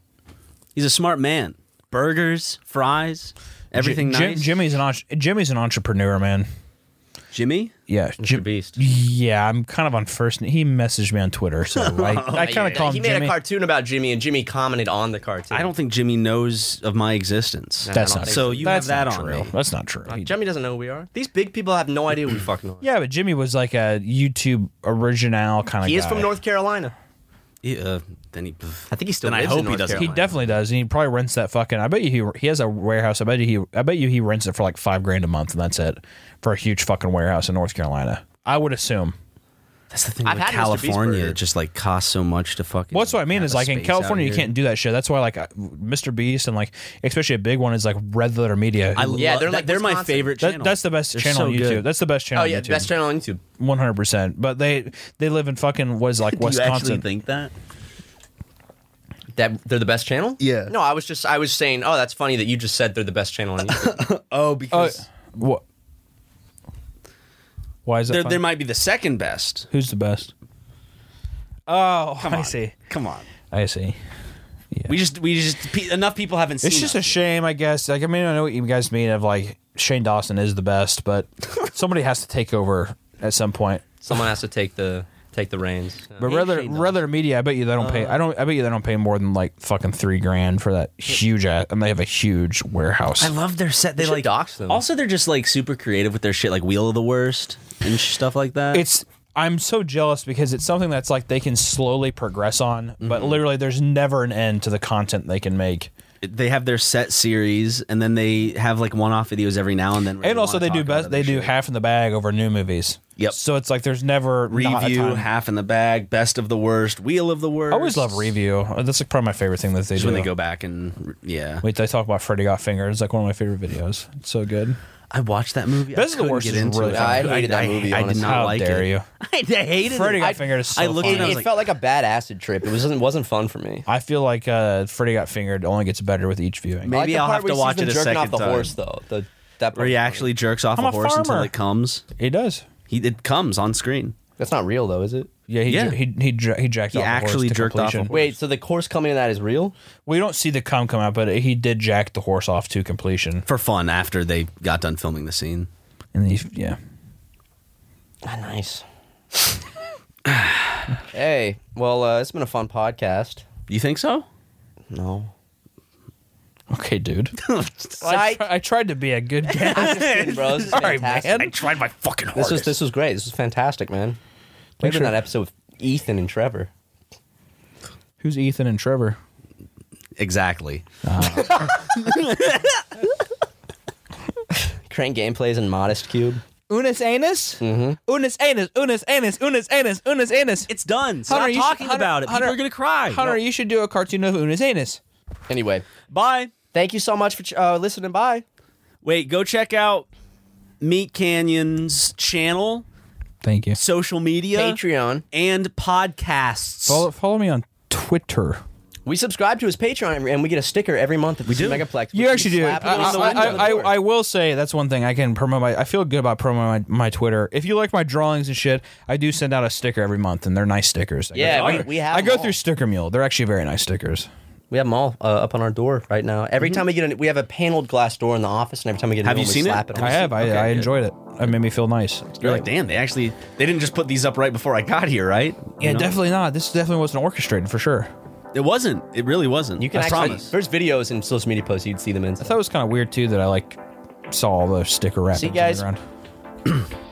[SPEAKER 2] He's a smart man. Burgers, fries, everything
[SPEAKER 1] Jim-
[SPEAKER 2] nice.
[SPEAKER 1] Jimmy's an entre- Jimmy's an entrepreneur, man.
[SPEAKER 2] Jimmy,
[SPEAKER 1] Yeah, Jim-
[SPEAKER 3] Beast.
[SPEAKER 1] Yeah, I'm kind of on first. na- He messaged me on Twitter, so I, I kind of call him
[SPEAKER 3] He made
[SPEAKER 1] Jimmy.
[SPEAKER 3] a cartoon about Jimmy, and Jimmy commented on the cartoon.
[SPEAKER 2] I don't think Jimmy knows of my existence.
[SPEAKER 3] I
[SPEAKER 1] That's
[SPEAKER 3] don't
[SPEAKER 1] not
[SPEAKER 3] think
[SPEAKER 2] so. You
[SPEAKER 1] That's
[SPEAKER 2] have that
[SPEAKER 1] not
[SPEAKER 2] on
[SPEAKER 1] true.
[SPEAKER 2] me.
[SPEAKER 1] That's not true. He-
[SPEAKER 3] Jimmy doesn't know who we are. These big people have no idea who we fucking are.
[SPEAKER 1] yeah, but Jimmy was like a YouTube original kind of.
[SPEAKER 3] He
[SPEAKER 1] guy.
[SPEAKER 3] is from North Carolina.
[SPEAKER 2] He, uh, then he.
[SPEAKER 3] I think he still
[SPEAKER 2] Then I
[SPEAKER 3] lives
[SPEAKER 2] hope
[SPEAKER 3] in
[SPEAKER 2] he
[SPEAKER 3] North
[SPEAKER 2] doesn't.
[SPEAKER 1] He
[SPEAKER 3] Carolina.
[SPEAKER 1] definitely does, and he probably rents that fucking. I bet you he he has a warehouse. I bet you he I bet you he rents it for like five grand a month, and that's it for a huge fucking warehouse in North Carolina. I would assume.
[SPEAKER 2] That's the thing.
[SPEAKER 3] I've
[SPEAKER 2] with
[SPEAKER 3] had Mr. Beast
[SPEAKER 2] California
[SPEAKER 3] burger.
[SPEAKER 2] it just like costs so much to fucking.
[SPEAKER 1] Well, that's what I mean
[SPEAKER 2] have
[SPEAKER 1] is
[SPEAKER 2] a
[SPEAKER 1] like in
[SPEAKER 2] space out
[SPEAKER 1] California you
[SPEAKER 2] here.
[SPEAKER 1] can't do that shit. That's why like I- Mr. Beast and like especially a big one is like Red Letter Media.
[SPEAKER 2] I
[SPEAKER 1] That-
[SPEAKER 2] love,
[SPEAKER 3] Yeah, they're
[SPEAKER 2] they're
[SPEAKER 3] like
[SPEAKER 2] they're my
[SPEAKER 3] Wisconsin.
[SPEAKER 2] favorite. channel.
[SPEAKER 1] that's the best
[SPEAKER 2] They're
[SPEAKER 1] channel
[SPEAKER 2] so
[SPEAKER 1] on YouTube.
[SPEAKER 2] good.
[SPEAKER 1] That's the best channel.
[SPEAKER 3] Oh
[SPEAKER 1] on
[SPEAKER 3] yeah,
[SPEAKER 1] YouTube.
[SPEAKER 3] best channel on YouTube.
[SPEAKER 1] One hundred percent. But they they live in fucking was like
[SPEAKER 2] Do you actually
[SPEAKER 1] Wisconsin.
[SPEAKER 2] think that?
[SPEAKER 3] That they're the best channel.
[SPEAKER 2] Yeah.
[SPEAKER 3] No, I was just I was saying. Oh, that's funny that you just said they're the best channel on YouTube.
[SPEAKER 2] Oh,
[SPEAKER 1] Oh,
[SPEAKER 2] because
[SPEAKER 1] what? Why is that?
[SPEAKER 2] they're,
[SPEAKER 1] funny?
[SPEAKER 2] they might be the second best.
[SPEAKER 1] Who's the best? Oh, I see.
[SPEAKER 2] Come on.
[SPEAKER 1] I see.
[SPEAKER 2] We just we just pe- enough people haven't seen.
[SPEAKER 1] It's just
[SPEAKER 2] us.
[SPEAKER 1] a shame, I guess. Like, I mean, I know what you guys mean of like Shane Dawson is the best, but somebody has to take over at some point.
[SPEAKER 3] Someone has to take the take the reins.
[SPEAKER 1] But rather, rather media, I bet you they don't
[SPEAKER 2] Uh.
[SPEAKER 1] pay. I don't. I bet you they don't pay more than like fucking three grand for that huge. ass, And they have a huge warehouse.
[SPEAKER 2] I love their set. They
[SPEAKER 3] should
[SPEAKER 2] like
[SPEAKER 3] dox them.
[SPEAKER 2] Also, they're just like super creative with their shit, like Wheel of the Worst and sh- stuff like that.
[SPEAKER 1] it's I'm so jealous because it's something that's
[SPEAKER 2] Mm-hmm.
[SPEAKER 1] like they can slowly progress on, but literally there's never an end to the content they can make.
[SPEAKER 2] they have their set series, and then they have like one-off videos every now and then. where
[SPEAKER 1] And also,
[SPEAKER 2] wanna
[SPEAKER 1] they do
[SPEAKER 2] talk about
[SPEAKER 1] best.
[SPEAKER 2] other
[SPEAKER 1] They do
[SPEAKER 2] shit.
[SPEAKER 1] half in the bag over new movies.
[SPEAKER 2] Yep.
[SPEAKER 1] So it's like there's never not a
[SPEAKER 2] review,
[SPEAKER 1] time.
[SPEAKER 2] half in the bag, best of the worst, wheel of the worst.
[SPEAKER 1] I always love review. Uh, That's like probably my favorite thing that they
[SPEAKER 2] It's
[SPEAKER 1] do.
[SPEAKER 2] when they go back and yeah.
[SPEAKER 1] Wait, they talk about Freddy Got Fingered. It's like one of my favorite videos. It's so good.
[SPEAKER 2] I watched that movie. I
[SPEAKER 1] Best of the
[SPEAKER 2] couldn't
[SPEAKER 1] Worst
[SPEAKER 2] get
[SPEAKER 1] is
[SPEAKER 2] into
[SPEAKER 1] really
[SPEAKER 2] it.
[SPEAKER 1] fun.
[SPEAKER 3] I hated that movie,
[SPEAKER 2] I, did
[SPEAKER 3] honestly.
[SPEAKER 2] not
[SPEAKER 1] How
[SPEAKER 2] like
[SPEAKER 1] dare
[SPEAKER 2] it.
[SPEAKER 1] you.
[SPEAKER 2] I hated
[SPEAKER 1] Freddy
[SPEAKER 2] it.
[SPEAKER 1] Got
[SPEAKER 2] I-
[SPEAKER 1] Fingered is so
[SPEAKER 2] I looked
[SPEAKER 1] fun.
[SPEAKER 2] at it.
[SPEAKER 3] It,
[SPEAKER 2] I was
[SPEAKER 3] it
[SPEAKER 2] like,
[SPEAKER 3] felt like a bad acid trip. It wasn't wasn't fun for me.
[SPEAKER 1] I feel like uh, Freddy Got Fingered only gets better with each viewing.
[SPEAKER 3] I like
[SPEAKER 2] Maybe
[SPEAKER 3] the
[SPEAKER 2] I'll
[SPEAKER 3] part
[SPEAKER 2] have
[SPEAKER 3] where
[SPEAKER 2] to
[SPEAKER 3] he's
[SPEAKER 2] watch
[SPEAKER 3] been
[SPEAKER 2] it a
[SPEAKER 3] jerking off
[SPEAKER 2] second
[SPEAKER 3] the
[SPEAKER 2] time.
[SPEAKER 3] horse though. The, that
[SPEAKER 2] where he actually jerks off
[SPEAKER 1] I'm
[SPEAKER 2] a
[SPEAKER 1] a
[SPEAKER 2] horse until
[SPEAKER 1] farmer.
[SPEAKER 2] it comes.
[SPEAKER 1] He does.
[SPEAKER 2] He it comes on screen.
[SPEAKER 3] That's not real though, is it?
[SPEAKER 1] Yeah, he
[SPEAKER 2] Yeah.
[SPEAKER 1] He, he, ja- he jacked
[SPEAKER 2] He
[SPEAKER 1] off. the horse
[SPEAKER 2] actually
[SPEAKER 1] to
[SPEAKER 2] jerked off a
[SPEAKER 1] completion.
[SPEAKER 2] horse.
[SPEAKER 3] Wait, so the horse coming in that is real?
[SPEAKER 1] We don't see the cum come out, but he did jack the horse off to completion.
[SPEAKER 2] for fun after they got done filming the scene.
[SPEAKER 1] And he, yeah,
[SPEAKER 3] Ah, nice. hey, well, uh, it's been a fun podcast.
[SPEAKER 2] You think so?
[SPEAKER 3] No.
[SPEAKER 1] okay, dude. I,
[SPEAKER 3] Psych.
[SPEAKER 1] tr- I tried to be a good guy.
[SPEAKER 3] Just kidding, bro. This is
[SPEAKER 1] Sorry,
[SPEAKER 3] fantastic.
[SPEAKER 1] man.
[SPEAKER 11] tried my fucking
[SPEAKER 3] This was this was great. This was fantastic, man. We've been
[SPEAKER 1] sure-
[SPEAKER 3] that episode with Ethan and Trevor.
[SPEAKER 1] Who's Ethan and Trevor?
[SPEAKER 2] Exactly.
[SPEAKER 3] Crank gameplays and Modest Cube.
[SPEAKER 1] Unis anus? Mm-hmm. Unis anus, unis anus, unis anus, unis anus.
[SPEAKER 2] It's done. Stop
[SPEAKER 1] Hunter, you should-
[SPEAKER 2] talking
[SPEAKER 1] Hunter-
[SPEAKER 2] about it.
[SPEAKER 1] Hunter-
[SPEAKER 2] People are gonna cry.
[SPEAKER 1] Hunter, you should do a cartoon of unis anus.
[SPEAKER 3] Anyway,
[SPEAKER 2] Bye.
[SPEAKER 3] thank you so much for ch- uh, listening. Bye.
[SPEAKER 2] Wait, go check out Meat Canyon's channel,
[SPEAKER 1] Thank you.
[SPEAKER 2] social media,
[SPEAKER 3] Patreon.
[SPEAKER 2] and podcasts.
[SPEAKER 1] Follow, follow me on Twitter.
[SPEAKER 3] We subscribe to his Patreon and- and we get a sticker every month. At we
[SPEAKER 2] do.
[SPEAKER 3] Megaplex.
[SPEAKER 1] You actually do. I,
[SPEAKER 3] slap it on the
[SPEAKER 1] I,
[SPEAKER 3] window of the
[SPEAKER 1] I,
[SPEAKER 3] door.
[SPEAKER 1] I, I will say that's one thing I can promote. My, I feel good about promoting my, my Twitter. If you like my drawings and shit, I do send out a sticker every month, and they're nice stickers. I go
[SPEAKER 3] Yeah,
[SPEAKER 1] through-
[SPEAKER 3] we-
[SPEAKER 1] I go-
[SPEAKER 3] we have
[SPEAKER 1] I go
[SPEAKER 3] them all.
[SPEAKER 1] through Sticker Mule. They're actually very nice stickers.
[SPEAKER 3] We have them all uh, up on our door right now. Every time we get, a, we have a paneled glass door in the office, and every time we get, a
[SPEAKER 2] Have
[SPEAKER 3] new
[SPEAKER 2] you
[SPEAKER 3] one,
[SPEAKER 2] seen
[SPEAKER 3] we
[SPEAKER 2] it?
[SPEAKER 3] slap it? on.
[SPEAKER 1] I have. I,
[SPEAKER 2] Okay,
[SPEAKER 1] I
[SPEAKER 2] good.
[SPEAKER 1] enjoyed it. It made me feel nice.
[SPEAKER 2] You're like, damn, they actually they didn't just put these up right before I got here, right?
[SPEAKER 1] Yeah,
[SPEAKER 2] You know?
[SPEAKER 1] definitely not. This definitely wasn't orchestrated for sure.
[SPEAKER 2] It wasn't. It really wasn't.
[SPEAKER 3] You can
[SPEAKER 2] I
[SPEAKER 3] actually,
[SPEAKER 2] promise.
[SPEAKER 3] There's videos and social media posts you'd see them in.
[SPEAKER 1] I thought it was kind of weird too that I like saw all those sticker wrappings
[SPEAKER 3] guys.
[SPEAKER 1] around.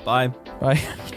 [SPEAKER 2] Bye.
[SPEAKER 1] Bye.